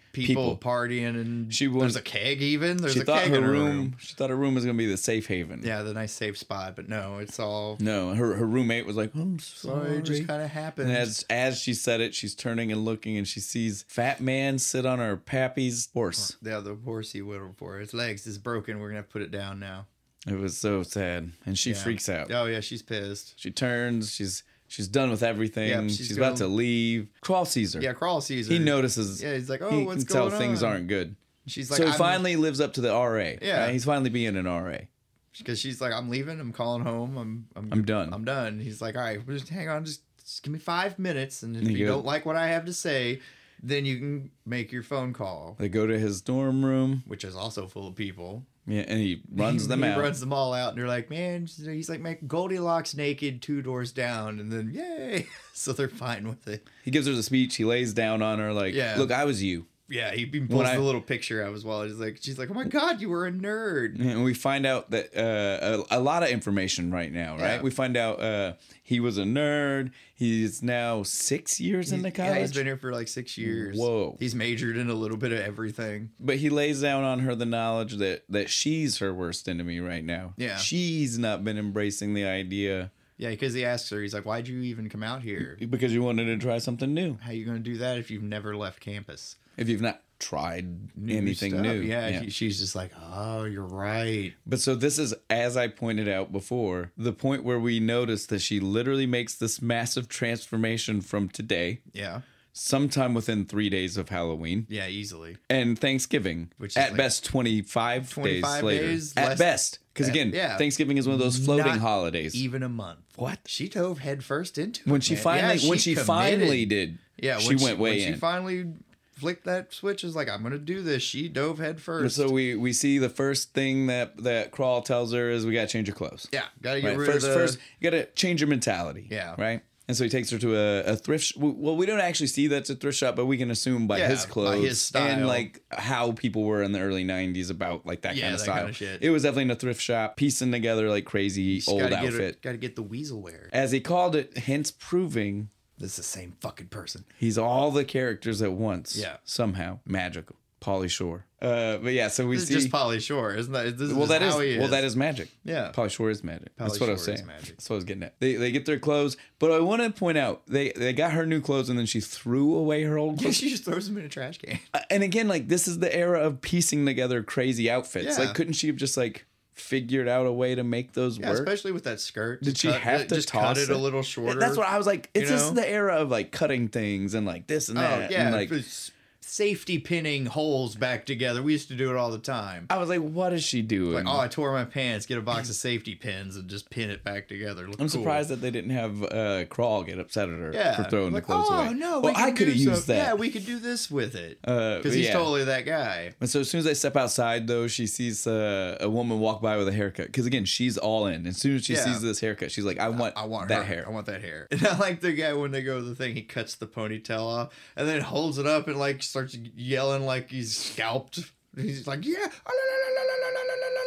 [SPEAKER 1] people.
[SPEAKER 2] people, partying and
[SPEAKER 1] She
[SPEAKER 2] there's
[SPEAKER 1] wouldn't-
[SPEAKER 2] a keg even. There's
[SPEAKER 1] She
[SPEAKER 2] a
[SPEAKER 1] thought
[SPEAKER 2] keg
[SPEAKER 1] her
[SPEAKER 2] in her
[SPEAKER 1] room,
[SPEAKER 2] room.
[SPEAKER 1] she thought her room was going to be the safe haven.
[SPEAKER 2] Yeah, the nice safe spot, but no, it's all
[SPEAKER 1] No, her her roommate was like, "I'm
[SPEAKER 2] sorry,
[SPEAKER 1] sorry."
[SPEAKER 2] it just kind of happened.
[SPEAKER 1] and as as she said it, she's turning and looking and she sees fat man sit on her pappy's horse.
[SPEAKER 2] yeah, the horse he whittled for his legs is broken. We're gonna have to put it down now.
[SPEAKER 1] It was so sad and she
[SPEAKER 2] Yeah.
[SPEAKER 1] freaks out.
[SPEAKER 2] Oh yeah, she's pissed.
[SPEAKER 1] She turns, she's She's done with everything.
[SPEAKER 2] Yep,
[SPEAKER 1] she's
[SPEAKER 2] she's
[SPEAKER 1] about
[SPEAKER 2] gone.
[SPEAKER 1] to leave. Crawl sees her.
[SPEAKER 2] Yeah, Crawl sees her.
[SPEAKER 1] he notices.
[SPEAKER 2] Yeah, he's like, oh,
[SPEAKER 1] he
[SPEAKER 2] what's
[SPEAKER 1] can tell
[SPEAKER 2] going
[SPEAKER 1] things
[SPEAKER 2] on?
[SPEAKER 1] aren't good.
[SPEAKER 2] She's like,
[SPEAKER 1] so he
[SPEAKER 2] I'm,
[SPEAKER 1] finally lives up to the RA.
[SPEAKER 2] Yeah.
[SPEAKER 1] right? he's finally being an RA.
[SPEAKER 2] because she's like, I'm leaving. I'm calling home. I'm, I'm,
[SPEAKER 1] I'm done.
[SPEAKER 2] I'm done. He's like, all right, well, just hang on. Just, just give me five minutes, and if
[SPEAKER 1] You
[SPEAKER 2] you
[SPEAKER 1] go-
[SPEAKER 2] don't like what I have to say, then you can make your phone call,
[SPEAKER 1] They go to his dorm room,
[SPEAKER 2] which is also full of people.
[SPEAKER 1] yeah, and he runs them
[SPEAKER 2] he
[SPEAKER 1] out.
[SPEAKER 2] runs them all out, and they're like, man, he's like, make Goldilocks naked, two doors down, and then yay, so they're fine with it.
[SPEAKER 1] He gives her the speech. He lays down on her like,
[SPEAKER 2] Yeah.
[SPEAKER 1] "Look, I was you."
[SPEAKER 2] Yeah, he he pulls
[SPEAKER 1] I-
[SPEAKER 2] the little picture out as well. He's like, she's like, oh my god, you were a nerd.
[SPEAKER 1] And we find out that uh, a, a lot of information right now, right?
[SPEAKER 2] Yeah.
[SPEAKER 1] We find out uh, he was a nerd. He's now six years into college,
[SPEAKER 2] Yeah, he's been here for like six years.
[SPEAKER 1] Whoa.
[SPEAKER 2] he's majored in a little bit of everything.
[SPEAKER 1] but he lays down on her the knowledge that that she's her worst enemy right now.
[SPEAKER 2] Yeah.
[SPEAKER 1] she's not been embracing the idea
[SPEAKER 2] Yeah, because he asks her, he's like, why'd you even come out here?
[SPEAKER 1] because you wanted to try something new.
[SPEAKER 2] How you going to do that if you've never left campus?
[SPEAKER 1] If you've not tried
[SPEAKER 2] New
[SPEAKER 1] anything
[SPEAKER 2] stuff.
[SPEAKER 1] new,
[SPEAKER 2] Yeah, she- she's just like, oh, you're right.
[SPEAKER 1] But so this is, as I pointed out before, the point where we notice that she literally makes this massive transformation from today,
[SPEAKER 2] Yeah,
[SPEAKER 1] sometime within three days of Halloween
[SPEAKER 2] yeah, easily.
[SPEAKER 1] and Thanksgiving,
[SPEAKER 2] Which is
[SPEAKER 1] at
[SPEAKER 2] like
[SPEAKER 1] best 25,
[SPEAKER 2] 25
[SPEAKER 1] days later.
[SPEAKER 2] days,
[SPEAKER 1] at
[SPEAKER 2] less-
[SPEAKER 1] best, because
[SPEAKER 2] at-
[SPEAKER 1] again,
[SPEAKER 2] yeah.
[SPEAKER 1] Thanksgiving is one of those floating
[SPEAKER 2] Not
[SPEAKER 1] holidays.
[SPEAKER 2] Even a month.
[SPEAKER 1] What?
[SPEAKER 2] She dove headfirst into it,
[SPEAKER 1] when she
[SPEAKER 2] man.
[SPEAKER 1] finally,
[SPEAKER 2] Yeah,
[SPEAKER 1] when she
[SPEAKER 2] committed.
[SPEAKER 1] finally did,
[SPEAKER 2] yeah,
[SPEAKER 1] she
[SPEAKER 2] when
[SPEAKER 1] went way
[SPEAKER 2] when
[SPEAKER 1] in.
[SPEAKER 2] She finally flicked that switch. Is like, I'm going to do this. She dove headfirst.
[SPEAKER 1] so we we see the first thing that that Crawl tells her is we got to change your clothes.
[SPEAKER 2] yeah, gotta get
[SPEAKER 1] Right,
[SPEAKER 2] rid
[SPEAKER 1] First,
[SPEAKER 2] of the
[SPEAKER 1] first, you gotta change your mentality.
[SPEAKER 2] Yeah.
[SPEAKER 1] Right. And so he takes her to a, a thrift. Sh- well, we don't actually see that's a thrift shop, but we can assume by
[SPEAKER 2] Yeah,
[SPEAKER 1] his
[SPEAKER 2] by
[SPEAKER 1] clothes
[SPEAKER 2] his style.
[SPEAKER 1] and like how people were in the early '90s about like that
[SPEAKER 2] Yeah,
[SPEAKER 1] kind of
[SPEAKER 2] that
[SPEAKER 1] style.
[SPEAKER 2] kinda shit.
[SPEAKER 1] It was definitely in a thrift shop, piecing together like crazy old
[SPEAKER 2] gotta
[SPEAKER 1] outfit.
[SPEAKER 2] Get, gotta get the weasel wear.
[SPEAKER 1] As he called it, hence proving
[SPEAKER 2] This is the same fucking person.
[SPEAKER 1] he's all the characters at once.
[SPEAKER 2] Yeah.
[SPEAKER 1] Somehow magical. Polly Shore. Uh, but yeah, so we
[SPEAKER 2] This
[SPEAKER 1] see.
[SPEAKER 2] is just Polly Shore, isn't that? This is
[SPEAKER 1] well, that
[SPEAKER 2] just
[SPEAKER 1] is,
[SPEAKER 2] how he
[SPEAKER 1] well, that is magic.
[SPEAKER 2] Yeah.
[SPEAKER 1] Polly Shore is magic. That's what
[SPEAKER 2] Polly
[SPEAKER 1] I was
[SPEAKER 2] Shore is
[SPEAKER 1] saying.
[SPEAKER 2] magic.
[SPEAKER 1] That's what I was getting at. They, they get their clothes, but I want to point out they they got her new clothes and then she threw away her old clothes.
[SPEAKER 2] she just throws him in a trash can.
[SPEAKER 1] Uh, and again, like this is the era of piecing together crazy outfits.
[SPEAKER 2] Yeah.
[SPEAKER 1] Like, couldn't she have just like figured out a way to make those
[SPEAKER 2] Yeah,
[SPEAKER 1] work?
[SPEAKER 2] especially with that skirt.
[SPEAKER 1] Did she have to
[SPEAKER 2] just
[SPEAKER 1] toss
[SPEAKER 2] cut
[SPEAKER 1] it?
[SPEAKER 2] it, a little shorter?
[SPEAKER 1] That's what I was like. It's
[SPEAKER 2] You
[SPEAKER 1] just
[SPEAKER 2] know?
[SPEAKER 1] the era of like cutting things and like this and
[SPEAKER 2] Oh
[SPEAKER 1] that.
[SPEAKER 2] yeah,
[SPEAKER 1] and, like
[SPEAKER 2] for s- safety pinning holes back together. We used to do it all the time.
[SPEAKER 1] I was like, what is she doing?
[SPEAKER 2] Like, oh, I tore my pants. Get a box of safety pins and just pin it back together. Look
[SPEAKER 1] I'm
[SPEAKER 2] cool.
[SPEAKER 1] surprised that they didn't have uh, Crawl get upset at her
[SPEAKER 2] Yeah,
[SPEAKER 1] for throwing
[SPEAKER 2] like,
[SPEAKER 1] the clothes
[SPEAKER 2] oh,
[SPEAKER 1] away.
[SPEAKER 2] no, we
[SPEAKER 1] well, I
[SPEAKER 2] can
[SPEAKER 1] could have
[SPEAKER 2] do
[SPEAKER 1] used
[SPEAKER 2] some-
[SPEAKER 1] that.
[SPEAKER 2] Yeah, we could do this with it
[SPEAKER 1] Uh,
[SPEAKER 2] because he's
[SPEAKER 1] yeah.
[SPEAKER 2] totally that guy.
[SPEAKER 1] And so as soon as they step outside, though, she sees uh, a woman walk by with a haircut. Because again, she's all in. As soon as she
[SPEAKER 2] Yeah.
[SPEAKER 1] sees this haircut, she's like, "I want,
[SPEAKER 2] I want
[SPEAKER 1] that
[SPEAKER 2] her.
[SPEAKER 1] hair."
[SPEAKER 2] I want that hair. And I like the guy when they go to the thing, he cuts the ponytail off and then holds it up and like starts yelling like he's scalped. He's like, yeah, ah, la, la, la, la, la, la, la, la,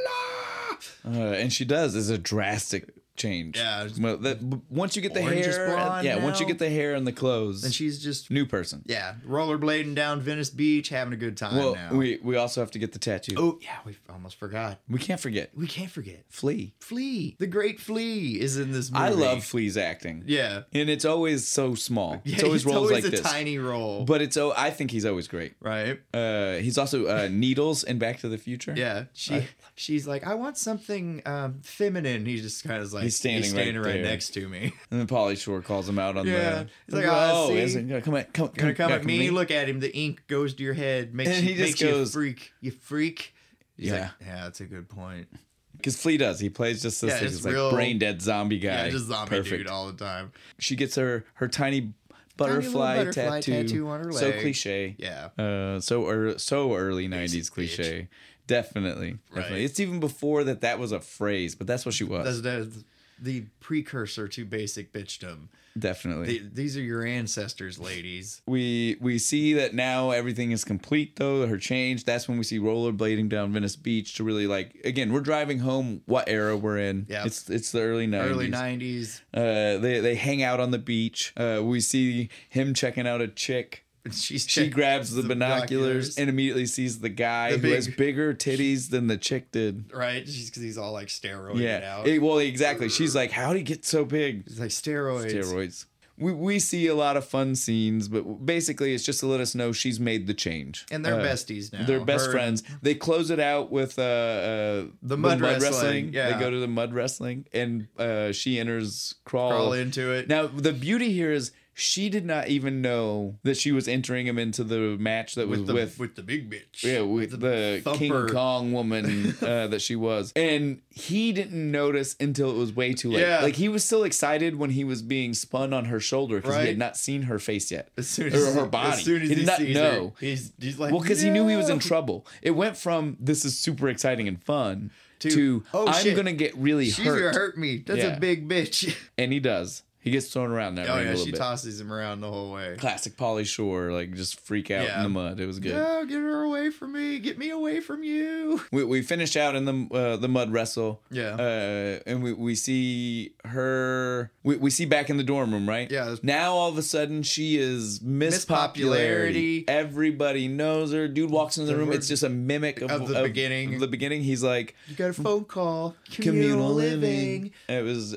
[SPEAKER 2] la, la."
[SPEAKER 1] Uh, and she does. It's a drastic change.
[SPEAKER 2] Yeah, it's-
[SPEAKER 1] Well, that, b- once you get the
[SPEAKER 2] Orange is
[SPEAKER 1] hair,
[SPEAKER 2] blonde
[SPEAKER 1] yeah. Once you
[SPEAKER 2] now.
[SPEAKER 1] get the hair and the clothes,
[SPEAKER 2] And she's just
[SPEAKER 1] new person.
[SPEAKER 2] yeah, rollerblading down Venice Beach, having a good time
[SPEAKER 1] Well,
[SPEAKER 2] now.
[SPEAKER 1] we we also have to get the tattoo.
[SPEAKER 2] oh yeah, we almost forgot.
[SPEAKER 1] We can't forget
[SPEAKER 2] We can't forget
[SPEAKER 1] Flea.
[SPEAKER 2] Flea. The great Flea is in this movie.
[SPEAKER 1] I love Flea's acting,
[SPEAKER 2] Yeah.
[SPEAKER 1] and it's always so small.
[SPEAKER 2] Yeah,
[SPEAKER 1] it's always
[SPEAKER 2] he's
[SPEAKER 1] roles
[SPEAKER 2] always
[SPEAKER 1] like
[SPEAKER 2] a
[SPEAKER 1] this.
[SPEAKER 2] tiny role.
[SPEAKER 1] but it's oh, I think he's always great.
[SPEAKER 2] right?
[SPEAKER 1] Uh, he's also uh, Needles in Back to the Future.
[SPEAKER 2] Yeah, she she's like, I want something um, feminine. He's just kind of like
[SPEAKER 1] He's standing right
[SPEAKER 2] right,
[SPEAKER 1] there.
[SPEAKER 2] next to me.
[SPEAKER 1] And then Polly Shore calls him out on
[SPEAKER 2] Yeah.
[SPEAKER 1] the.
[SPEAKER 2] He's like, "Ah, see?
[SPEAKER 1] isn't gonna come at come
[SPEAKER 2] You're gonna come
[SPEAKER 1] back
[SPEAKER 2] at me. Look at him. The ink goes to your head. Makes
[SPEAKER 1] And
[SPEAKER 2] you,
[SPEAKER 1] he just
[SPEAKER 2] makes you a
[SPEAKER 1] goes-
[SPEAKER 2] freak. You freak. He's
[SPEAKER 1] Yeah.
[SPEAKER 2] like, yeah, that's a good point.
[SPEAKER 1] Because Flea does. He plays just this
[SPEAKER 2] Yeah,
[SPEAKER 1] like,
[SPEAKER 2] it's
[SPEAKER 1] this, like,
[SPEAKER 2] real-
[SPEAKER 1] brain dead zombie guy.
[SPEAKER 2] Yeah, just zombie
[SPEAKER 1] Perfect.
[SPEAKER 2] dude all the time.
[SPEAKER 1] She gets her her tiny
[SPEAKER 2] little
[SPEAKER 1] butterfly,
[SPEAKER 2] butterfly
[SPEAKER 1] tattoo.
[SPEAKER 2] tattoo on her
[SPEAKER 1] So
[SPEAKER 2] leg.
[SPEAKER 1] cliche.
[SPEAKER 2] Yeah,
[SPEAKER 1] Uh, so er, so early '90s
[SPEAKER 2] bitch.
[SPEAKER 1] cliche. Definitely, definitely.
[SPEAKER 2] Right.
[SPEAKER 1] It's even before that. That was a phrase, but that's what she was.
[SPEAKER 2] that's, that's the precursor to basic bitchdom.
[SPEAKER 1] definitely.
[SPEAKER 2] They, these are your ancestors, ladies.
[SPEAKER 1] we we see that now everything is complete though her change that's when we see rollerblading down venice beach to really like again we're driving home what era we're in
[SPEAKER 2] Yeah.
[SPEAKER 1] it's it's the early 90s
[SPEAKER 2] Early '90s.
[SPEAKER 1] uh they, they hang out on the beach uh we see him checking out a chick
[SPEAKER 2] She's
[SPEAKER 1] she grabs the, binoculars, and immediately sees the guy
[SPEAKER 2] The
[SPEAKER 1] who has
[SPEAKER 2] big-
[SPEAKER 1] bigger titties than the chick did
[SPEAKER 2] right? She's because he's all like steroided
[SPEAKER 1] yeah
[SPEAKER 2] out.
[SPEAKER 1] It- well exactly she's like how'd he get so big
[SPEAKER 2] It's like steroids.
[SPEAKER 1] steroids we, we see a lot of fun scenes, but basically it's just to let us know she's made the change.
[SPEAKER 2] And they're
[SPEAKER 1] Uh,
[SPEAKER 2] besties now.
[SPEAKER 1] They're best
[SPEAKER 2] Oh, Her-
[SPEAKER 1] friends. They close it out with uh, uh,
[SPEAKER 2] The mud wrestling, yeah.
[SPEAKER 1] They go to the mud wrestling, and uh, she enters crawl.
[SPEAKER 2] Crawl into it.
[SPEAKER 1] Now the beauty here is she did not even know that she was entering him into the match that
[SPEAKER 2] with
[SPEAKER 1] was
[SPEAKER 2] the
[SPEAKER 1] with
[SPEAKER 2] with, the big bitch.
[SPEAKER 1] yeah, with the, King
[SPEAKER 2] thumper.
[SPEAKER 1] Kong woman uh, that she was, and he didn't notice until it was way too late.
[SPEAKER 2] Yeah.
[SPEAKER 1] Like he was still excited when he was being spun on her shoulder because he
[SPEAKER 2] Right.
[SPEAKER 1] had not seen her face yet.
[SPEAKER 2] As soon
[SPEAKER 1] or
[SPEAKER 2] as
[SPEAKER 1] her body.
[SPEAKER 2] As soon as
[SPEAKER 1] He
[SPEAKER 2] he,
[SPEAKER 1] did not
[SPEAKER 2] sees
[SPEAKER 1] know.
[SPEAKER 2] Her, he's he's like
[SPEAKER 1] Well, because he knew he was in
[SPEAKER 2] "No."
[SPEAKER 1] trouble. It went from this is super exciting and fun to,
[SPEAKER 2] To, "Oh,
[SPEAKER 1] I'm
[SPEAKER 2] shit.
[SPEAKER 1] gonna get really
[SPEAKER 2] She's
[SPEAKER 1] hurt.
[SPEAKER 2] gonna hurt me. That's
[SPEAKER 1] Yeah.
[SPEAKER 2] a big bitch.
[SPEAKER 1] and he does. He gets thrown around that
[SPEAKER 2] oh
[SPEAKER 1] ring a
[SPEAKER 2] yeah,
[SPEAKER 1] little
[SPEAKER 2] she
[SPEAKER 1] bit.
[SPEAKER 2] tosses him around the whole way.
[SPEAKER 1] Classic Polly Shore, like just freak out in
[SPEAKER 2] Yeah.
[SPEAKER 1] the mud. It was good.
[SPEAKER 2] No, get her away from me. Get me away from you.
[SPEAKER 1] We we finish out in the uh, the mud wrestle.
[SPEAKER 2] Yeah.
[SPEAKER 1] Uh, and we, we see her. We, we see back in the dorm room, right?
[SPEAKER 2] Yeah.
[SPEAKER 1] Now all of a sudden she is miss,
[SPEAKER 2] Miss
[SPEAKER 1] popularity.
[SPEAKER 2] Popularity.
[SPEAKER 1] Everybody knows her. Dude walks in the
[SPEAKER 2] The
[SPEAKER 1] room.
[SPEAKER 2] word-
[SPEAKER 1] It's just a mimic of,
[SPEAKER 2] of the beginning.
[SPEAKER 1] of the beginning. He's like,
[SPEAKER 2] You got a phone call.
[SPEAKER 1] communal living. It was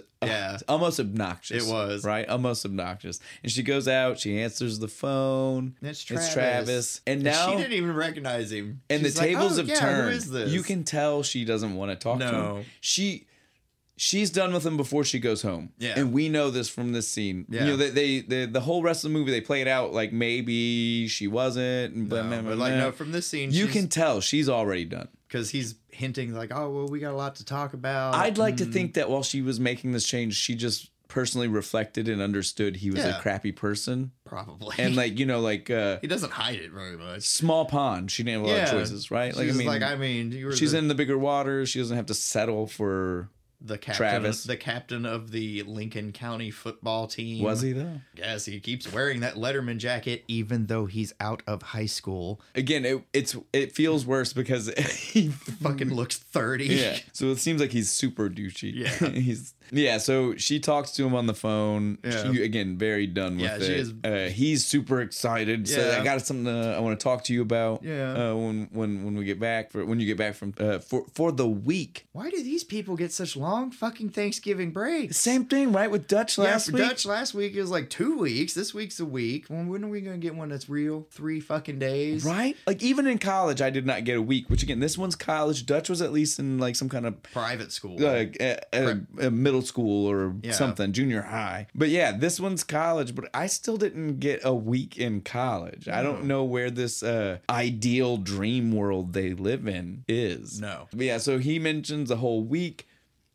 [SPEAKER 1] uh,
[SPEAKER 2] Yeah.
[SPEAKER 1] almost obnoxious.
[SPEAKER 2] It was.
[SPEAKER 1] right, almost obnoxious. And she goes out. She answers the phone.
[SPEAKER 2] That's
[SPEAKER 1] It's
[SPEAKER 2] Travis.
[SPEAKER 1] Travis. And
[SPEAKER 2] And
[SPEAKER 1] now,
[SPEAKER 2] she
[SPEAKER 1] and,
[SPEAKER 2] didn't even recognize him.
[SPEAKER 1] the
[SPEAKER 2] She's like,
[SPEAKER 1] tables
[SPEAKER 2] "Oh,
[SPEAKER 1] have
[SPEAKER 2] yeah,
[SPEAKER 1] turned.
[SPEAKER 2] Who is this?
[SPEAKER 1] You can tell she doesn't want to talk to
[SPEAKER 2] No.
[SPEAKER 1] him. She. She's done with him before she goes home.
[SPEAKER 2] Yeah.
[SPEAKER 1] And we know this from this scene.
[SPEAKER 2] Yeah.
[SPEAKER 1] You know, they, they, they the whole rest of the movie they play it out like maybe she wasn't and blah,
[SPEAKER 2] No,
[SPEAKER 1] blah, blah,
[SPEAKER 2] but like
[SPEAKER 1] blah.
[SPEAKER 2] no, from this scene,
[SPEAKER 1] You can tell she's already done.
[SPEAKER 2] because he's hinting like, oh well, we got a lot to talk about.
[SPEAKER 1] I'd like to think
[SPEAKER 2] Mm.
[SPEAKER 1] that while she was making this change, she just personally reflected and understood he was a
[SPEAKER 2] Yeah.
[SPEAKER 1] crappy person.
[SPEAKER 2] probably
[SPEAKER 1] And like, you know, like uh
[SPEAKER 2] he doesn't hide it very much.
[SPEAKER 1] small pond. She didn't have a lot of
[SPEAKER 2] Yeah.
[SPEAKER 1] choices, right?
[SPEAKER 2] Like, she's I mean, like, I mean, you were
[SPEAKER 1] she's
[SPEAKER 2] the,
[SPEAKER 1] in the bigger waters. She doesn't have to settle for
[SPEAKER 2] the captain,
[SPEAKER 1] Travis.
[SPEAKER 2] the captain of the Lincoln County football team.
[SPEAKER 1] was he though?
[SPEAKER 2] Yes, he keeps wearing that Letterman jacket, even though he's out of high school.
[SPEAKER 1] Again, it it's it feels worse because he
[SPEAKER 2] Fucking looks thirty.
[SPEAKER 1] Hmm. Yeah. So it seems like he's super douchey.
[SPEAKER 2] Yeah.
[SPEAKER 1] he's yeah. So she talks to him on the phone.
[SPEAKER 2] Yeah.
[SPEAKER 1] She again very done with
[SPEAKER 2] Yeah,
[SPEAKER 1] it.
[SPEAKER 2] she is-
[SPEAKER 1] Uh, he's super excited. So
[SPEAKER 2] Yeah.
[SPEAKER 1] I got something uh, I want to talk to you about.
[SPEAKER 2] Yeah.
[SPEAKER 1] Uh, when when when we get back for when you get back from uh, for for the week.
[SPEAKER 2] Why do these people get such long fucking Thanksgiving breaks?
[SPEAKER 1] Same thing, right? With Dutch last
[SPEAKER 2] yeah,
[SPEAKER 1] week.
[SPEAKER 2] Dutch last week is like two weeks. This week's a week. When, when are we gonna get one that's real? Three fucking days.
[SPEAKER 1] Right? Like even in college, I did not get a week. Which again, this one's college. Dutch was at least in like some kind of
[SPEAKER 2] Private school.
[SPEAKER 1] like a, a, a middle school or
[SPEAKER 2] Yeah.
[SPEAKER 1] something, junior high. But yeah, this one's college, but I still didn't get a week in college. I don't know where this uh, ideal dream world they live in is.
[SPEAKER 2] No.
[SPEAKER 1] But yeah, so he mentions a whole week.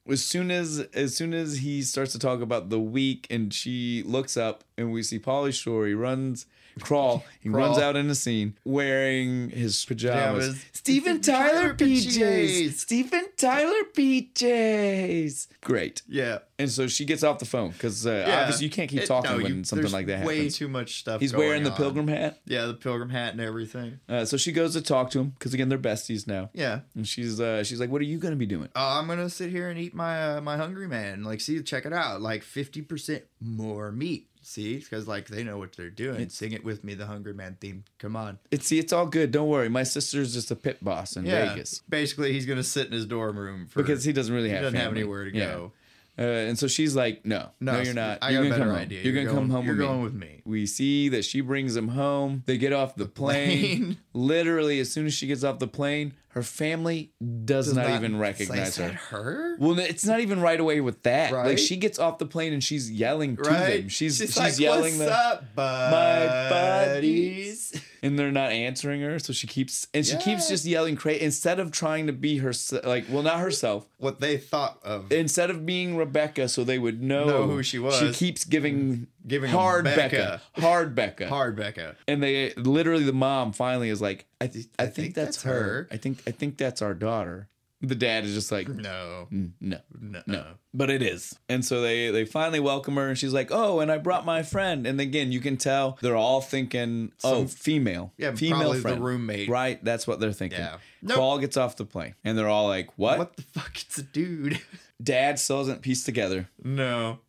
[SPEAKER 1] As soon as as soon as he starts to talk about the week and she looks up and we see Polly Shore, he runs crawl, he
[SPEAKER 2] Crawl.
[SPEAKER 1] runs out in a scene wearing his pajamas.
[SPEAKER 2] Pajamas.
[SPEAKER 1] Steven Tyler
[SPEAKER 2] Tyler
[SPEAKER 1] PJs.
[SPEAKER 2] PJs.
[SPEAKER 1] Stephen Tyler PJs. Great.
[SPEAKER 2] Yeah.
[SPEAKER 1] And so she gets off the phone because uh,
[SPEAKER 2] Yeah.
[SPEAKER 1] obviously you can't keep
[SPEAKER 2] It-
[SPEAKER 1] talking
[SPEAKER 2] no, you-
[SPEAKER 1] when something
[SPEAKER 2] there's
[SPEAKER 1] like that
[SPEAKER 2] Way
[SPEAKER 1] happens.
[SPEAKER 2] too much stuff.
[SPEAKER 1] He's
[SPEAKER 2] going
[SPEAKER 1] wearing the
[SPEAKER 2] on.
[SPEAKER 1] pilgrim hat.
[SPEAKER 2] Yeah, the pilgrim hat and everything.
[SPEAKER 1] Uh, so she goes to talk to him because again they're besties now.
[SPEAKER 2] Yeah.
[SPEAKER 1] And she's uh, she's like, "What are you gonna be doing?"
[SPEAKER 2] Oh, I'm gonna sit here and eat my uh, my hungry man. Like, see, check it out. Like, fifty percent more meat. See, because like they know what they're doing. Sing it with me, the hungry man theme. Come on.
[SPEAKER 1] It's see, it's all good. Don't worry. My sister's just a pit boss in
[SPEAKER 2] Yeah.
[SPEAKER 1] Vegas
[SPEAKER 2] Basically, he's gonna sit in his dorm room for
[SPEAKER 1] because he doesn't really have
[SPEAKER 2] doesn't have
[SPEAKER 1] family.
[SPEAKER 2] anywhere to
[SPEAKER 1] Yeah.
[SPEAKER 2] go.
[SPEAKER 1] Uh, and so she's like, "No, no, you're not.
[SPEAKER 2] I
[SPEAKER 1] you're
[SPEAKER 2] got
[SPEAKER 1] gonna
[SPEAKER 2] a better
[SPEAKER 1] come home.
[SPEAKER 2] idea.
[SPEAKER 1] You're, gonna
[SPEAKER 2] going-
[SPEAKER 1] come home.
[SPEAKER 2] You're
[SPEAKER 1] with me."
[SPEAKER 2] going with me.
[SPEAKER 1] We see that she brings him home. They get off the plane.
[SPEAKER 2] plane.
[SPEAKER 1] Literally, as soon as she gets off the plane, her family does, not, even recognize
[SPEAKER 2] Is that
[SPEAKER 1] her.
[SPEAKER 2] her?
[SPEAKER 1] Well, it's not even right away with that. Like
[SPEAKER 2] Right?
[SPEAKER 1] she gets off the plane and she's yelling to them. She's she's,
[SPEAKER 2] like,
[SPEAKER 1] yelling
[SPEAKER 2] What's
[SPEAKER 1] the,
[SPEAKER 2] up,
[SPEAKER 1] my
[SPEAKER 2] buddies?
[SPEAKER 1] buddies, and they're not answering her. So she keeps and she keeps
[SPEAKER 2] Yeah.
[SPEAKER 1] just yelling crazy instead of trying to be her like well not herself
[SPEAKER 2] What they thought of
[SPEAKER 1] instead of being Rebecca, so they would know,
[SPEAKER 2] Know who she was.
[SPEAKER 1] She keeps giving
[SPEAKER 2] Giving 'em
[SPEAKER 1] hard Becca,
[SPEAKER 2] Becca.
[SPEAKER 1] hard Becca,
[SPEAKER 2] hard Becca.
[SPEAKER 1] and they literally the mom finally is like, I, th- I, think, that's, her.
[SPEAKER 2] her.
[SPEAKER 1] I think I think that's our daughter. The dad is just like,
[SPEAKER 2] No,
[SPEAKER 1] "Mm, no.
[SPEAKER 2] no,
[SPEAKER 1] No, but it is, and so they they finally welcome her, and she's like, "Oh, and I brought my friend." And again, you can tell they're all thinking, "Oh,
[SPEAKER 2] Some-
[SPEAKER 1] female,
[SPEAKER 2] Yeah,
[SPEAKER 1] female
[SPEAKER 2] probably
[SPEAKER 1] friend,
[SPEAKER 2] the roommate.
[SPEAKER 1] right?" That's what they're thinking.
[SPEAKER 2] Yeah. Nope.
[SPEAKER 1] Paul gets off the plane, and they're all like, "What?"
[SPEAKER 2] What the fuck? It's a dude.
[SPEAKER 1] Dad still hasn't pieced together.
[SPEAKER 2] no.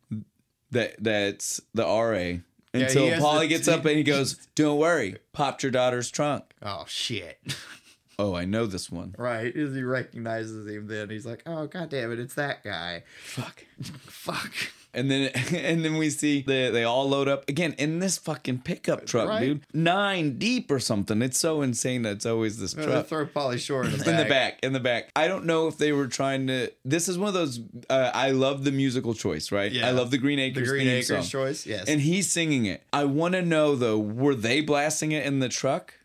[SPEAKER 1] that that's the RA
[SPEAKER 2] he
[SPEAKER 1] until
[SPEAKER 2] has
[SPEAKER 1] Polly
[SPEAKER 2] the-
[SPEAKER 1] gets up and he goes, "Don't worry, popped your daughter's trunk."
[SPEAKER 2] Oh shit.
[SPEAKER 1] oh, I know this one.
[SPEAKER 2] Right. He recognizes him then. He's like, oh, god damn it, it's that guy.
[SPEAKER 1] Fuck.
[SPEAKER 2] Fuck.
[SPEAKER 1] And then and then we see they they all load up again in this fucking pickup truck,
[SPEAKER 2] Right.
[SPEAKER 1] dude. Nine deep or something. It's so insane that it's always this
[SPEAKER 2] They're gonna
[SPEAKER 1] truck.
[SPEAKER 2] throw Polly Shore in the back.
[SPEAKER 1] In the back, in the back. I don't know if they were trying to. This is one of those. Uh, I love the musical choice, right?
[SPEAKER 2] Yeah.
[SPEAKER 1] I love the Green
[SPEAKER 2] The
[SPEAKER 1] Acres.
[SPEAKER 2] Green
[SPEAKER 1] theme
[SPEAKER 2] Acres
[SPEAKER 1] song.
[SPEAKER 2] choice. Yes.
[SPEAKER 1] And he's singing it. I want to know though, were they blasting it in the truck?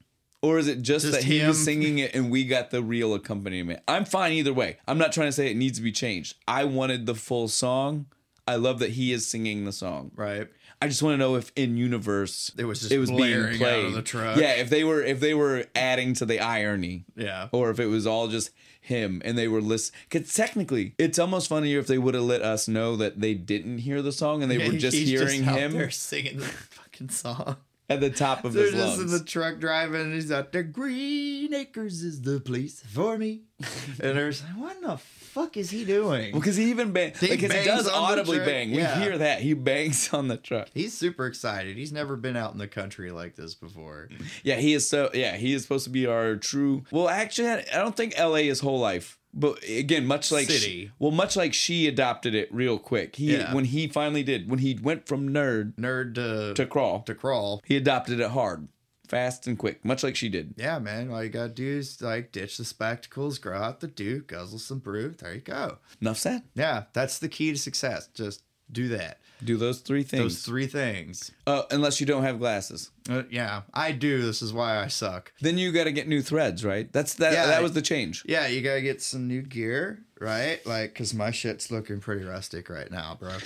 [SPEAKER 1] Or is it just,
[SPEAKER 2] Just
[SPEAKER 1] that he was
[SPEAKER 2] him?
[SPEAKER 1] singing it and we got the real accompaniment? I'm fine either way. I'm not trying to say it needs to be changed. I wanted the full song. I love that he is singing the song.
[SPEAKER 2] right.
[SPEAKER 1] I just want to know if in universe
[SPEAKER 2] It was just blaring out of the truck.
[SPEAKER 1] Yeah, if they were if they were adding to the irony
[SPEAKER 2] Yeah.
[SPEAKER 1] or if it was all just him and they were list because technically it's almost funnier if they would have let us know that they didn't hear the song and they were
[SPEAKER 2] Yeah,
[SPEAKER 1] just
[SPEAKER 2] he's
[SPEAKER 1] hearing
[SPEAKER 2] out
[SPEAKER 1] him
[SPEAKER 2] there singing the fucking song.
[SPEAKER 1] at the top of
[SPEAKER 2] They're
[SPEAKER 1] his
[SPEAKER 2] just in
[SPEAKER 1] lungs.
[SPEAKER 2] the truck driving, and he's out there. Green Acres is the place for me. and they're just like, what the fuck is he doing?
[SPEAKER 1] because he even bang
[SPEAKER 2] He
[SPEAKER 1] because he
[SPEAKER 2] bangs
[SPEAKER 1] does
[SPEAKER 2] on the
[SPEAKER 1] audibly
[SPEAKER 2] truck,
[SPEAKER 1] bang. We
[SPEAKER 2] yeah.
[SPEAKER 1] hear that he bangs on the truck.
[SPEAKER 2] He's super excited. He's never been out in the country like this before.
[SPEAKER 1] Yeah, he is so. Yeah, he is supposed to be our true. Well, actually, I don't think L.A. is whole life. But again, much like she-
[SPEAKER 2] City.
[SPEAKER 1] well, much like she adopted it real quick. He
[SPEAKER 2] Yeah.
[SPEAKER 1] when he finally did when he went from nerd
[SPEAKER 2] Nerd
[SPEAKER 1] to
[SPEAKER 2] to to,
[SPEAKER 1] crawl,
[SPEAKER 2] crawl.
[SPEAKER 1] he adopted it hard, fast and quick, much like she did.
[SPEAKER 2] Yeah, man. All you gotta do is like ditch the spectacles, grow out the dew, guzzle some brew. There you go.
[SPEAKER 1] Enough said.
[SPEAKER 2] Yeah, that's the key to success. Just do that.
[SPEAKER 1] Do those three things.
[SPEAKER 2] Those three things.
[SPEAKER 1] uh, unless you don't have glasses,
[SPEAKER 2] Uh, yeah, I do. This is why I suck.
[SPEAKER 1] then you got to get new threads, right? That's that.
[SPEAKER 2] Yeah,
[SPEAKER 1] that
[SPEAKER 2] I-
[SPEAKER 1] was the change.
[SPEAKER 2] Yeah, you gotta get some new gear, right? Like, cause my shit's looking pretty rustic right now, bro.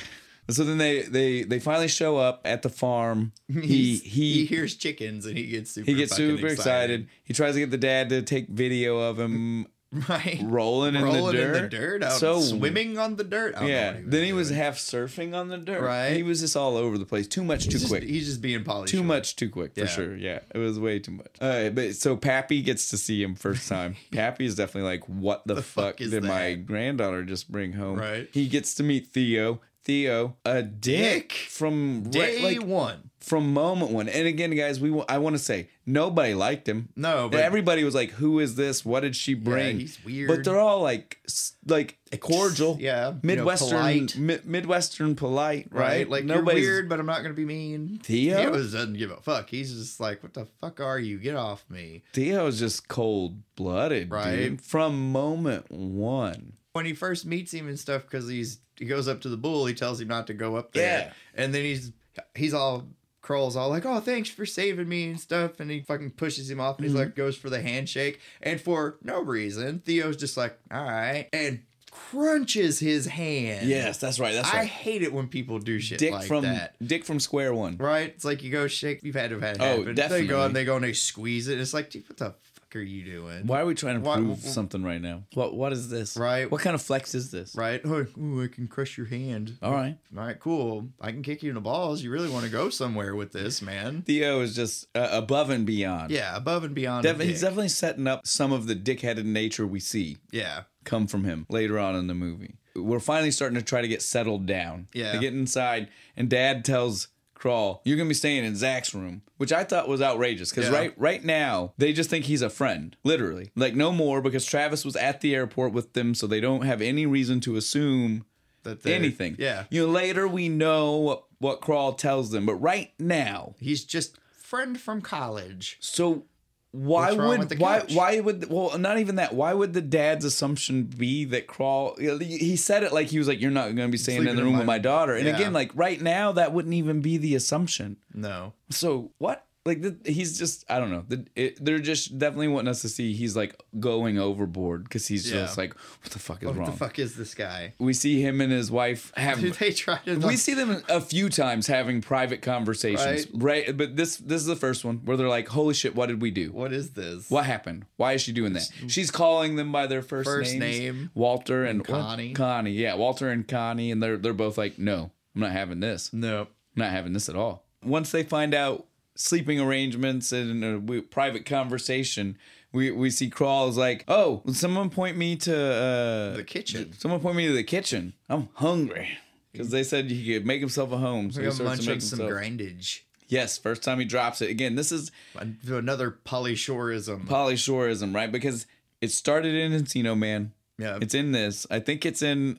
[SPEAKER 1] So then they they they finally show up at the farm. He
[SPEAKER 2] He's- he
[SPEAKER 1] he he,
[SPEAKER 2] hears chickens and he gets super
[SPEAKER 1] gets
[SPEAKER 2] fucking
[SPEAKER 1] super excited. He tries to get the dad to take video of him
[SPEAKER 2] right?
[SPEAKER 1] rolling,
[SPEAKER 2] Rolling
[SPEAKER 1] in the dirt.
[SPEAKER 2] in the dirt, out
[SPEAKER 1] so
[SPEAKER 2] swimming on the dirt. I don't know
[SPEAKER 1] Yeah.
[SPEAKER 2] what
[SPEAKER 1] Then he was
[SPEAKER 2] doing.
[SPEAKER 1] half surfing on the dirt.
[SPEAKER 2] Right.
[SPEAKER 1] He was just all over the place. Too much, too
[SPEAKER 2] he's just,
[SPEAKER 1] quick.
[SPEAKER 2] He's just being polished.
[SPEAKER 1] too much, too quick for
[SPEAKER 2] Yeah.
[SPEAKER 1] sure. Yeah, it was way too much. All right, but so Pappy gets to see him first time. Pappy is definitely like, "What the, fuck,
[SPEAKER 2] fuck is
[SPEAKER 1] did my
[SPEAKER 2] that?"
[SPEAKER 1] granddaughter just bring home?"
[SPEAKER 2] Right.
[SPEAKER 1] He gets to meet Theo. Theo, a dick,
[SPEAKER 2] Dick.
[SPEAKER 1] from
[SPEAKER 2] Day
[SPEAKER 1] right, like
[SPEAKER 2] one.
[SPEAKER 1] from moment one. And again, guys, we wa- I want to say nobody liked him.
[SPEAKER 2] No, but
[SPEAKER 1] Everybody was like, "Who is this? What did she bring?"
[SPEAKER 2] he's weird.
[SPEAKER 1] But they're all like, s- like cordial,
[SPEAKER 2] yeah, you know,
[SPEAKER 1] Midwestern,
[SPEAKER 2] polite.
[SPEAKER 1] mi- Midwestern polite, right?
[SPEAKER 2] right? Like
[SPEAKER 1] Nobody's-
[SPEAKER 2] you're weird, but I'm not gonna be mean.
[SPEAKER 1] Theo?
[SPEAKER 2] Theo just doesn't give a fuck. He's just like, what the fuck are you? Get off me.
[SPEAKER 1] Theo is just cold blooded,
[SPEAKER 2] Right.
[SPEAKER 1] dude. From moment one,
[SPEAKER 2] When he first meets him and stuff, because he's he goes up to the bull, he tells him not to go up there. Yeah. And then he's he's all Kroll's all like, oh, thanks for saving me and stuff. And he fucking pushes him off and
[SPEAKER 1] Mm-hmm.
[SPEAKER 2] he's like, goes for the handshake. And for no reason, Theo's just like, all right. And crunches his hand.
[SPEAKER 1] yes, that's right. That's
[SPEAKER 2] I
[SPEAKER 1] right.
[SPEAKER 2] hate it when people do shit
[SPEAKER 1] Dick
[SPEAKER 2] like
[SPEAKER 1] from
[SPEAKER 2] that.
[SPEAKER 1] Dick from Square One.
[SPEAKER 2] Right? It's like you go shake. You've had to have had it
[SPEAKER 1] Oh,
[SPEAKER 2] happen. They go
[SPEAKER 1] definitely.
[SPEAKER 2] and they go and they squeeze it. It's like, dude, what the fuck are you doing?
[SPEAKER 1] Why are we trying to
[SPEAKER 2] Why-
[SPEAKER 1] prove something right now? What What is this?
[SPEAKER 2] Right.
[SPEAKER 1] What kind of flex is this?
[SPEAKER 2] Right? Oh, ooh, I can crush your hand.
[SPEAKER 1] All right.
[SPEAKER 2] All right, cool. I can kick you in the balls. You really want to go somewhere with this, man?
[SPEAKER 1] Theo is just uh, above and beyond.
[SPEAKER 2] Yeah, above and beyond.
[SPEAKER 1] Def-
[SPEAKER 2] a
[SPEAKER 1] he's
[SPEAKER 2] dick.
[SPEAKER 1] definitely setting up some of the dickheaded nature we see
[SPEAKER 2] yeah,
[SPEAKER 1] come from him later on in the movie. We're finally starting to try to get settled down.
[SPEAKER 2] Yeah.
[SPEAKER 1] They get inside, and Dad tells Crawl, "You're gonna be staying in Zach's room," which I thought was outrageous because
[SPEAKER 2] Yeah.
[SPEAKER 1] right right now they just think he's a friend, literally. Like no more because Travis was at the airport with them, so they don't have any reason to assume
[SPEAKER 2] that they-
[SPEAKER 1] anything.
[SPEAKER 2] Yeah,
[SPEAKER 1] You know, later we know what, what Crawl tells them, but right now,
[SPEAKER 2] he's just friend from college.
[SPEAKER 1] so. Why
[SPEAKER 2] What's wrong with
[SPEAKER 1] would
[SPEAKER 2] the
[SPEAKER 1] why
[SPEAKER 2] couch?
[SPEAKER 1] why would well not even that why would the dad's assumption be that crawl he said it like he was like you're not going to be staying in
[SPEAKER 2] Sleeping
[SPEAKER 1] the
[SPEAKER 2] in
[SPEAKER 1] room
[SPEAKER 2] my-
[SPEAKER 1] with my daughter and
[SPEAKER 2] Yeah.
[SPEAKER 1] again like right now that wouldn't even be the assumption
[SPEAKER 2] No,
[SPEAKER 1] so what like th- he's just i don't know the, it, they're just definitely wanting us to see he's like going overboard because he's
[SPEAKER 2] Yeah.
[SPEAKER 1] just like what the fuck is
[SPEAKER 2] what
[SPEAKER 1] wrong
[SPEAKER 2] the fuck is this guy?
[SPEAKER 1] we see him and his wife have
[SPEAKER 2] Dude, they try to.
[SPEAKER 1] we see them a few times having private conversations right? but this this is the first one where they're like holy shit what did we do
[SPEAKER 2] what is this?
[SPEAKER 1] what happened? Why is she doing that? She's calling them by their first,
[SPEAKER 2] First
[SPEAKER 1] names,
[SPEAKER 2] name.
[SPEAKER 1] Walter and, what?
[SPEAKER 2] Connie.
[SPEAKER 1] Connie, yeah, Walter and Connie, and they're they're both like, no, I'm not having this. I'm
[SPEAKER 2] No.
[SPEAKER 1] not having this at all. Once they find out sleeping arrangements and a we, private conversation, we we see Crawl is like, oh, will someone point me to uh,
[SPEAKER 2] The kitchen.
[SPEAKER 1] Someone point me to the kitchen. I'm hungry because they said he could make himself a home. So
[SPEAKER 2] We
[SPEAKER 1] he
[SPEAKER 2] got
[SPEAKER 1] starts to
[SPEAKER 2] munching
[SPEAKER 1] make
[SPEAKER 2] some
[SPEAKER 1] himself.
[SPEAKER 2] grindage.
[SPEAKER 1] Yes, first time he drops it. Again, this is
[SPEAKER 2] An- Another polyshoreism.
[SPEAKER 1] polyshoreism, right? Because it started in Encino Man.
[SPEAKER 2] yeah.
[SPEAKER 1] It's in this. I think it's in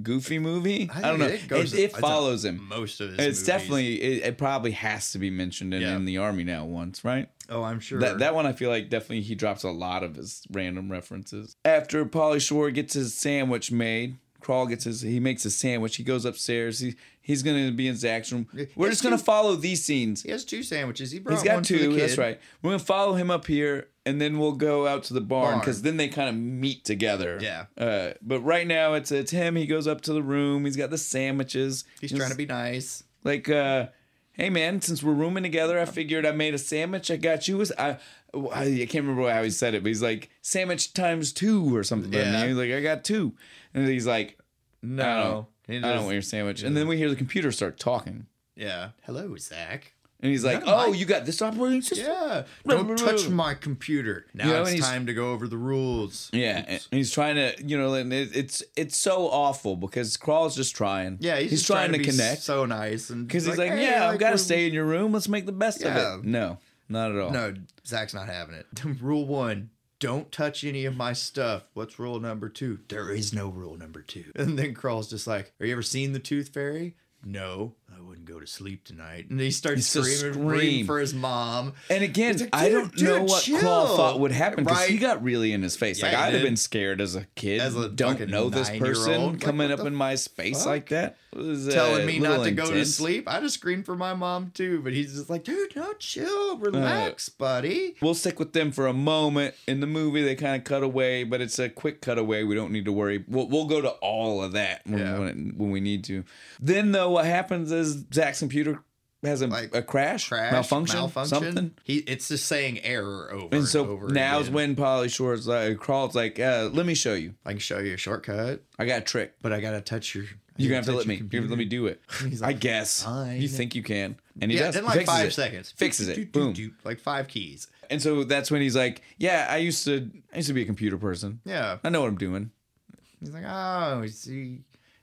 [SPEAKER 1] Goofy movie.
[SPEAKER 2] I
[SPEAKER 1] I,
[SPEAKER 2] think
[SPEAKER 1] don't know.
[SPEAKER 2] it
[SPEAKER 1] It,
[SPEAKER 2] goes-
[SPEAKER 1] it
[SPEAKER 2] it's a-
[SPEAKER 1] follows him.
[SPEAKER 2] most of his
[SPEAKER 1] It's
[SPEAKER 2] movies.
[SPEAKER 1] definitely it, it probably has to be mentioned in,
[SPEAKER 2] Yeah.
[SPEAKER 1] in the army now once, right?
[SPEAKER 2] Oh, I'm sure.
[SPEAKER 1] That that one I feel like definitely he drops a lot of his random references. After Polly Shore gets his sandwich made, Crawl gets his he makes his sandwich, he goes upstairs, he he's gonna be in Zach's room. We're
[SPEAKER 2] Yes,
[SPEAKER 1] just gonna
[SPEAKER 2] he-
[SPEAKER 1] follow these scenes.
[SPEAKER 2] he has two sandwiches. He brought
[SPEAKER 1] He's got
[SPEAKER 2] one for
[SPEAKER 1] two,
[SPEAKER 2] the kid.
[SPEAKER 1] that's right. We're gonna follow him up here and then we'll go out to the barn
[SPEAKER 2] Barn.
[SPEAKER 1] because then they kind of meet together.
[SPEAKER 2] Yeah.
[SPEAKER 1] Uh, but right now it's it's him, he goes up to the room, he's got the sandwiches.
[SPEAKER 2] He's trying to be nice.
[SPEAKER 1] Like, uh, hey man, since we're rooming together, I figured I made a sandwich. I got you. a- I, I can't remember how he said it, but he's like sandwich times two or something.
[SPEAKER 2] Yeah.
[SPEAKER 1] And he's like, I got two, and he's like,
[SPEAKER 2] No,
[SPEAKER 1] I don't want your sandwich. And then we hear the computer start talking,
[SPEAKER 2] Yeah. Hello, Zach.
[SPEAKER 1] and he's like,
[SPEAKER 2] Not
[SPEAKER 1] Oh,
[SPEAKER 2] my-
[SPEAKER 1] you got this operating system.
[SPEAKER 2] Yeah.
[SPEAKER 1] blah, blah,
[SPEAKER 2] Don't touch
[SPEAKER 1] blah.
[SPEAKER 2] my computer. Now
[SPEAKER 1] know, and
[SPEAKER 2] it's
[SPEAKER 1] he's-
[SPEAKER 2] time to go over the rules.
[SPEAKER 1] Yeah, and
[SPEAKER 2] Oops.
[SPEAKER 1] and he's trying to, you know, and it, it's it's so awful because Crawl's just trying.
[SPEAKER 2] Yeah. He's, just
[SPEAKER 1] trying, to
[SPEAKER 2] be
[SPEAKER 1] connect
[SPEAKER 2] So nice, and
[SPEAKER 1] because he's like,
[SPEAKER 2] "Hey,
[SPEAKER 1] yeah, I've got to
[SPEAKER 2] we're-
[SPEAKER 1] stay in your room. Let's make the best
[SPEAKER 2] Yeah.
[SPEAKER 1] of it. No, not at all.
[SPEAKER 2] No, Zach's not having it. Rule one. Don't touch any of my stuff. What's rule number two? There is no rule number two. And then Crawl's just like, Have you ever seen the Tooth Fairy? No, I wouldn't go to sleep tonight. And he starts
[SPEAKER 1] He's so
[SPEAKER 2] screaming,
[SPEAKER 1] scream.
[SPEAKER 2] screaming for his mom.
[SPEAKER 1] And again,
[SPEAKER 2] It's like,
[SPEAKER 1] I
[SPEAKER 2] dude,
[SPEAKER 1] don't know
[SPEAKER 2] dude,
[SPEAKER 1] what
[SPEAKER 2] chill.
[SPEAKER 1] Claw thought would happen because he
[SPEAKER 2] Right.
[SPEAKER 1] got really in his face.
[SPEAKER 2] Yeah,
[SPEAKER 1] like
[SPEAKER 2] he
[SPEAKER 1] I'd have
[SPEAKER 2] did.
[SPEAKER 1] been scared as a kid.
[SPEAKER 2] As a
[SPEAKER 1] don't
[SPEAKER 2] fucking
[SPEAKER 1] know this person
[SPEAKER 2] nine-year-old, like,
[SPEAKER 1] coming
[SPEAKER 2] what
[SPEAKER 1] up
[SPEAKER 2] the
[SPEAKER 1] in my space
[SPEAKER 2] fuck?
[SPEAKER 1] like that. Was, uh,
[SPEAKER 2] Telling me
[SPEAKER 1] a little
[SPEAKER 2] not to go to
[SPEAKER 1] intense.
[SPEAKER 2] sleep. I'd have screamed for my mom too, but he's just like, dude, no, chill, relax,
[SPEAKER 1] Uh,
[SPEAKER 2] buddy.
[SPEAKER 1] We'll stick with them for a moment. In the movie, they kind of cut away, but it's a quick cutaway. We don't need to worry. We'll, we'll go to all of that when,
[SPEAKER 2] Yeah.
[SPEAKER 1] when, when we need to. Then, though, what happens is Zach's computer has a,
[SPEAKER 2] Like,
[SPEAKER 1] a crash,
[SPEAKER 2] Crash,
[SPEAKER 1] malfunction,
[SPEAKER 2] malfunction,
[SPEAKER 1] something.
[SPEAKER 2] He, it's just saying error over and,
[SPEAKER 1] And so
[SPEAKER 2] over.
[SPEAKER 1] now's
[SPEAKER 2] again.
[SPEAKER 1] when Polly Shore's like, crawls like, uh, let me show you.
[SPEAKER 2] I can show you a shortcut,
[SPEAKER 1] I got a trick.
[SPEAKER 2] but I gotta touch your.
[SPEAKER 1] You're gonna have to let me. You're gonna let me do it.
[SPEAKER 2] He's
[SPEAKER 1] I
[SPEAKER 2] like,
[SPEAKER 1] guess.
[SPEAKER 2] "Fine."
[SPEAKER 1] You think you can. And he
[SPEAKER 2] yeah,
[SPEAKER 1] does.
[SPEAKER 2] in
[SPEAKER 1] He
[SPEAKER 2] like
[SPEAKER 1] fixes
[SPEAKER 2] five
[SPEAKER 1] it.
[SPEAKER 2] seconds.
[SPEAKER 1] Fixes it.
[SPEAKER 2] Doot, doot,
[SPEAKER 1] Boom.
[SPEAKER 2] doot, Like five keys.
[SPEAKER 1] And so that's when he's like, Yeah, I used to I used to be a computer person.
[SPEAKER 2] Yeah.
[SPEAKER 1] I know what I'm doing.
[SPEAKER 2] He's like, oh, see,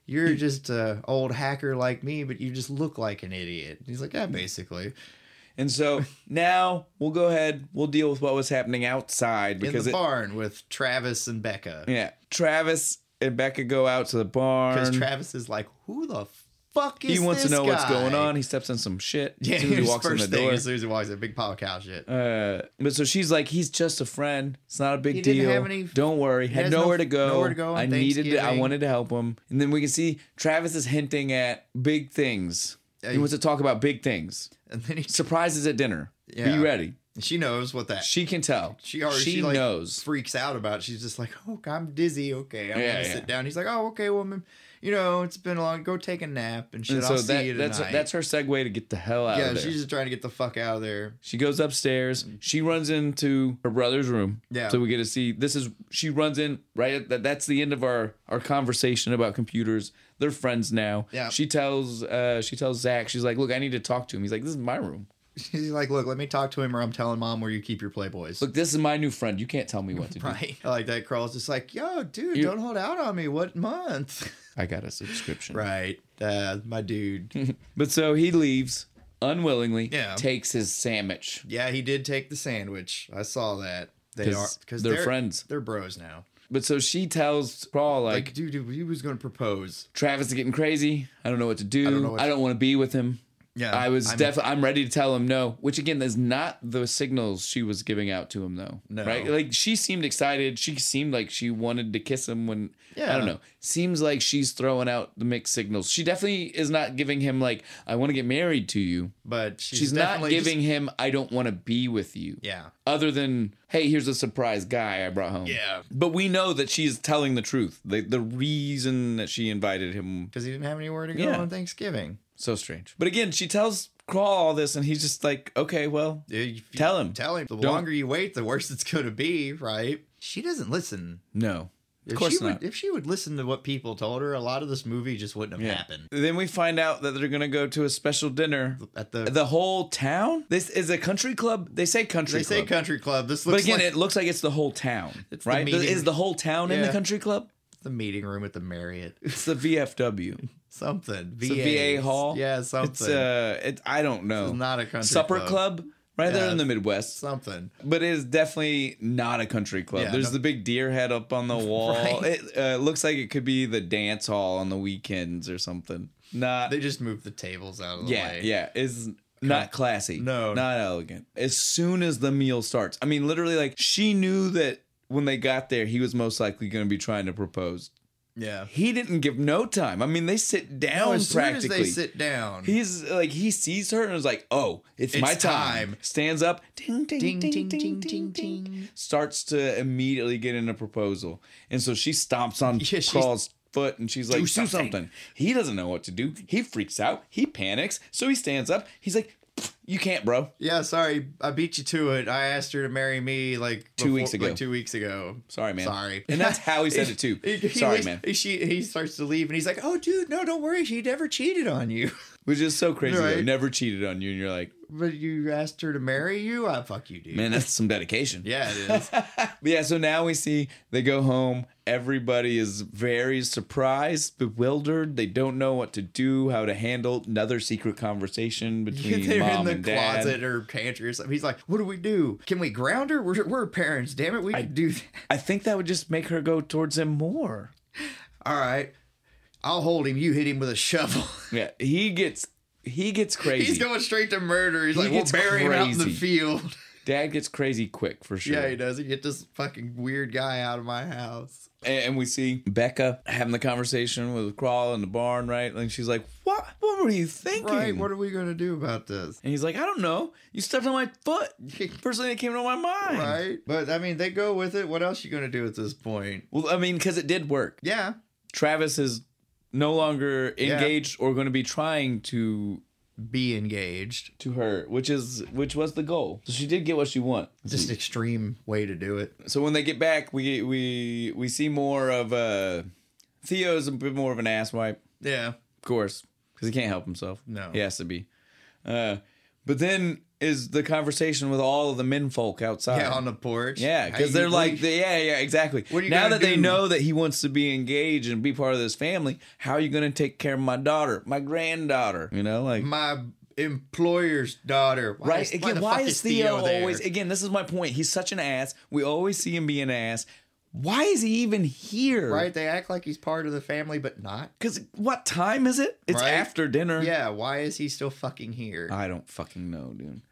[SPEAKER 2] you're just a old hacker like me, but you just look like an idiot. He's like, yeah, basically.
[SPEAKER 1] And so now we'll go ahead, we'll deal with what was happening outside
[SPEAKER 2] in
[SPEAKER 1] because
[SPEAKER 2] the
[SPEAKER 1] it,
[SPEAKER 2] barn with Travis and Becca.
[SPEAKER 1] Yeah. Travis and Becca go out to the
[SPEAKER 2] Because
[SPEAKER 1] barn.
[SPEAKER 2] Travis is like, who the fuck is
[SPEAKER 1] he wants to
[SPEAKER 2] this
[SPEAKER 1] know what's
[SPEAKER 2] guy?"
[SPEAKER 1] going on. He steps in some shit.
[SPEAKER 2] Yeah,
[SPEAKER 1] as soon as he
[SPEAKER 2] his
[SPEAKER 1] walks in
[SPEAKER 2] first
[SPEAKER 1] the
[SPEAKER 2] thing
[SPEAKER 1] door.
[SPEAKER 2] as soon as he walks in, big pile of cow shit.
[SPEAKER 1] Uh, but so she's like, he's just a friend. It's not a big
[SPEAKER 2] He didn't
[SPEAKER 1] deal.
[SPEAKER 2] have any-
[SPEAKER 1] Don't worry. Had
[SPEAKER 2] has no-
[SPEAKER 1] nowhere to go.
[SPEAKER 2] nowhere to go on
[SPEAKER 1] I needed. To, I
[SPEAKER 2] Thanksgiving.
[SPEAKER 1] wanted to help him. And then we can see Travis is hinting at big things.
[SPEAKER 2] Yeah,
[SPEAKER 1] he
[SPEAKER 2] he-
[SPEAKER 1] wants to talk about big things.
[SPEAKER 2] and then he,
[SPEAKER 1] Surprises at dinner.
[SPEAKER 2] Yeah.
[SPEAKER 1] Be ready.
[SPEAKER 2] she knows what that.
[SPEAKER 1] She can tell.
[SPEAKER 2] She already
[SPEAKER 1] She
[SPEAKER 2] she, like,
[SPEAKER 1] knows.
[SPEAKER 2] freaks out about. It. She's just like, "Oh, I'm dizzy. Okay, I'm
[SPEAKER 1] Yeah,
[SPEAKER 2] gonna
[SPEAKER 1] yeah.
[SPEAKER 2] sit down." He's like, "Oh, okay, well, ma'am, you know, it's been a long. Go take a nap and shit.
[SPEAKER 1] And so
[SPEAKER 2] I'll see you
[SPEAKER 1] that,
[SPEAKER 2] tonight."
[SPEAKER 1] that's that's her segue to get the hell out
[SPEAKER 2] yeah,
[SPEAKER 1] of there.
[SPEAKER 2] she's just trying to get the fuck out of there.
[SPEAKER 1] She goes upstairs. She runs into her brother's room.
[SPEAKER 2] Yeah.
[SPEAKER 1] So we get to see this is she runs in right at that. That's the end of our our conversation about computers. They're friends now.
[SPEAKER 2] Yeah.
[SPEAKER 1] She tells uh she tells Zach she's like, look, I need to talk to him. He's like, this is my room.
[SPEAKER 2] She's like, "Look, let me talk to him, or I'm telling mom where you keep your playboys."
[SPEAKER 1] Look, this is my new friend. You can't tell me what to do.
[SPEAKER 2] right? I like that. Carl's just like, "Yo, dude,
[SPEAKER 1] You-
[SPEAKER 2] don't hold out on me. What month?"
[SPEAKER 1] I got a subscription.
[SPEAKER 2] right, uh, my dude.
[SPEAKER 1] But so he leaves unwillingly.
[SPEAKER 2] Yeah.
[SPEAKER 1] Takes his sandwich.
[SPEAKER 2] yeah, he did take the sandwich. I saw that. They are
[SPEAKER 1] 'Cause they're friends.
[SPEAKER 2] They're bros now.
[SPEAKER 1] But so she tells Paul like,
[SPEAKER 2] Like, dude, dude, he was gonna propose.
[SPEAKER 1] Travis is getting crazy. I don't know what to do. I
[SPEAKER 2] don't
[SPEAKER 1] don't,
[SPEAKER 2] know what
[SPEAKER 1] want to be with him.
[SPEAKER 2] Yeah,
[SPEAKER 1] I was
[SPEAKER 2] I'm-
[SPEAKER 1] definitely. I'm ready to tell him no. Which again is not the signals she was giving out to him though.
[SPEAKER 2] No.
[SPEAKER 1] right? Like she seemed excited. She seemed like she wanted to kiss him when. I
[SPEAKER 2] Yeah.
[SPEAKER 1] don't know. Seems like she's throwing out the mixed signals. She definitely is not giving him like I want to get married to you.
[SPEAKER 2] But she's,
[SPEAKER 1] She's, not
[SPEAKER 2] definitely just-
[SPEAKER 1] giving him I don't want to be with you.
[SPEAKER 2] yeah.
[SPEAKER 1] Other than hey, here's a surprise guy I brought home.
[SPEAKER 2] Yeah.
[SPEAKER 1] But we know that she's telling the truth. The the reason that she invited him
[SPEAKER 2] because he didn't have anywhere to go
[SPEAKER 1] Yeah.
[SPEAKER 2] on Thanksgiving.
[SPEAKER 1] So strange. But again, she tells Crawl all this, and he's just like, okay, well,
[SPEAKER 2] Yeah, if you
[SPEAKER 1] Tell him.
[SPEAKER 2] Tell him. The
[SPEAKER 1] Don't-
[SPEAKER 2] longer you wait, the worse it's going to be, right? She doesn't listen.
[SPEAKER 1] no. Of
[SPEAKER 2] If
[SPEAKER 1] course
[SPEAKER 2] she
[SPEAKER 1] not.
[SPEAKER 2] Would, if she would listen to what people told her, a lot of this movie just wouldn't have
[SPEAKER 1] Yeah.
[SPEAKER 2] happened.
[SPEAKER 1] Then we find out that they're going to go to a special dinner.
[SPEAKER 2] At the,
[SPEAKER 1] The whole town? This is a country club? They say country
[SPEAKER 2] they say
[SPEAKER 1] club.
[SPEAKER 2] country club. This
[SPEAKER 1] but
[SPEAKER 2] looks
[SPEAKER 1] again,
[SPEAKER 2] like
[SPEAKER 1] it looks like it's the whole town,
[SPEAKER 2] It's the
[SPEAKER 1] right?
[SPEAKER 2] meeting.
[SPEAKER 1] is the whole town in the
[SPEAKER 2] Yeah.
[SPEAKER 1] country club?
[SPEAKER 2] the meeting room at the Marriott.
[SPEAKER 1] It's the VFW.
[SPEAKER 2] Something.
[SPEAKER 1] It's a VA hall.
[SPEAKER 2] Yeah, something.
[SPEAKER 1] It's uh, it, I don't
[SPEAKER 2] It's
[SPEAKER 1] know.
[SPEAKER 2] not a country
[SPEAKER 1] Supper
[SPEAKER 2] club.
[SPEAKER 1] club, right there
[SPEAKER 2] Yeah.
[SPEAKER 1] in the Midwest,
[SPEAKER 2] Something.
[SPEAKER 1] but it is definitely not a country club.
[SPEAKER 2] Yeah,
[SPEAKER 1] There's
[SPEAKER 2] no-
[SPEAKER 1] the big deer head up on the wall.
[SPEAKER 2] Right.
[SPEAKER 1] It uh, looks like it could be the dance hall on the weekends or something. Not
[SPEAKER 2] They just moved the tables out of the
[SPEAKER 1] yeah,
[SPEAKER 2] way.
[SPEAKER 1] yeah. It's not classy.
[SPEAKER 2] No.
[SPEAKER 1] Not elegant. As soon as the meal starts, I mean, literally, like, she knew that when they got there, he was most likely going to be trying to propose.
[SPEAKER 2] Yeah.
[SPEAKER 1] He didn't give no time. I mean, they sit down
[SPEAKER 2] Now, as soon as
[SPEAKER 1] practically.
[SPEAKER 2] they sit down,
[SPEAKER 1] He's like, he sees her and is like, oh, it's,
[SPEAKER 2] It's
[SPEAKER 1] my time.
[SPEAKER 2] time.
[SPEAKER 1] Stands up, ding, ding,
[SPEAKER 2] ding, ding, ding,
[SPEAKER 1] ding,
[SPEAKER 2] ding, ding.
[SPEAKER 1] starts to immediately get in a proposal. And so she stomps on
[SPEAKER 2] Yeah, she's-
[SPEAKER 1] Carl's foot and she's like, do something.
[SPEAKER 2] something."
[SPEAKER 1] He doesn't know what to do. He freaks out. He panics. So he stands up. He's like, you can't, bro.
[SPEAKER 2] Yeah, sorry, I beat you to it. I asked her to marry me like
[SPEAKER 1] Two weeks ago.
[SPEAKER 2] Like two weeks ago.
[SPEAKER 1] Sorry, man.
[SPEAKER 2] Sorry.
[SPEAKER 1] And that's how he said it, too.
[SPEAKER 2] He- he
[SPEAKER 1] Sorry,
[SPEAKER 2] leaves-
[SPEAKER 1] man.
[SPEAKER 2] She he starts to leave and he's like, "Oh, dude, no, don't worry. She never cheated on you,
[SPEAKER 1] Which is so crazy, though.
[SPEAKER 2] Right.
[SPEAKER 1] Never cheated on you. And you're like,
[SPEAKER 2] but you asked her to marry you. I fuck you, dude.
[SPEAKER 1] man, that's some dedication.
[SPEAKER 2] Yeah, it is.
[SPEAKER 1] But yeah, so now we see they go home. Everybody is very surprised, bewildered. They don't know what to do, how to handle another secret conversation between
[SPEAKER 2] They're
[SPEAKER 1] mom
[SPEAKER 2] in
[SPEAKER 1] and
[SPEAKER 2] the
[SPEAKER 1] dad.
[SPEAKER 2] closet or pantry or something. He's like, "What do we do? Can we ground her? We're, we're parents. Damn it, we can do that.
[SPEAKER 1] I think that would just make her go towards him more.
[SPEAKER 2] All right, I'll hold him. You hit him with a shovel.
[SPEAKER 1] Yeah, he gets he gets crazy.
[SPEAKER 2] he's going straight to murder. He's like, "We'll
[SPEAKER 1] gets
[SPEAKER 2] bury him out in the
[SPEAKER 1] crazy.
[SPEAKER 2] field."
[SPEAKER 1] dad gets crazy quick for sure.
[SPEAKER 2] Yeah, he does. He get this fucking weird guy out of my house.
[SPEAKER 1] And, and we see Becca having the conversation with Crawl in the barn, right? And she's like, "What? What were you thinking?"
[SPEAKER 2] Right? What are we gonna do about this?
[SPEAKER 1] and he's like, "I don't know. You stepped on my foot. First thing that came to my mind."
[SPEAKER 2] Right? But I mean, they go with it. What else you gonna do at this point?
[SPEAKER 1] Well, I mean, because it did work.
[SPEAKER 2] Yeah.
[SPEAKER 1] Travis is no longer
[SPEAKER 2] Yeah.
[SPEAKER 1] engaged or going to be trying to
[SPEAKER 2] Be engaged.
[SPEAKER 1] to her, which is which was the goal. So she did get what she wanted.
[SPEAKER 2] Just an extreme way to do it.
[SPEAKER 1] So when they get back, we we we see more of uh Theo's a bit more of an asswipe,
[SPEAKER 2] Yeah.
[SPEAKER 1] of course, because he can't help himself.
[SPEAKER 2] No.
[SPEAKER 1] he has to be. Uh, but then is the conversation with all of the men folk outside.
[SPEAKER 2] Yeah, on the porch.
[SPEAKER 1] Yeah,
[SPEAKER 2] How
[SPEAKER 1] because
[SPEAKER 2] you-
[SPEAKER 1] they're
[SPEAKER 2] what
[SPEAKER 1] like,
[SPEAKER 2] you-
[SPEAKER 1] they- yeah, yeah, exactly.
[SPEAKER 2] What are you
[SPEAKER 1] now
[SPEAKER 2] gonna
[SPEAKER 1] that they
[SPEAKER 2] do?
[SPEAKER 1] know that he wants to be engaged and be part of this family, how are you going to take care of my daughter, my granddaughter? You know, like
[SPEAKER 2] my employer's daughter. Why
[SPEAKER 1] right
[SPEAKER 2] is-
[SPEAKER 1] again.
[SPEAKER 2] the
[SPEAKER 1] Why,
[SPEAKER 2] fuck
[SPEAKER 1] is Theo,
[SPEAKER 2] there?
[SPEAKER 1] always again? This is my point. He's such an ass. We always see him be an ass. Why is he even here?
[SPEAKER 2] Right? They act like he's part of the family, but not.
[SPEAKER 1] Because what time is it? It's
[SPEAKER 2] Right?
[SPEAKER 1] after dinner.
[SPEAKER 2] Yeah. Why is he still fucking here?
[SPEAKER 1] I don't fucking know, dude.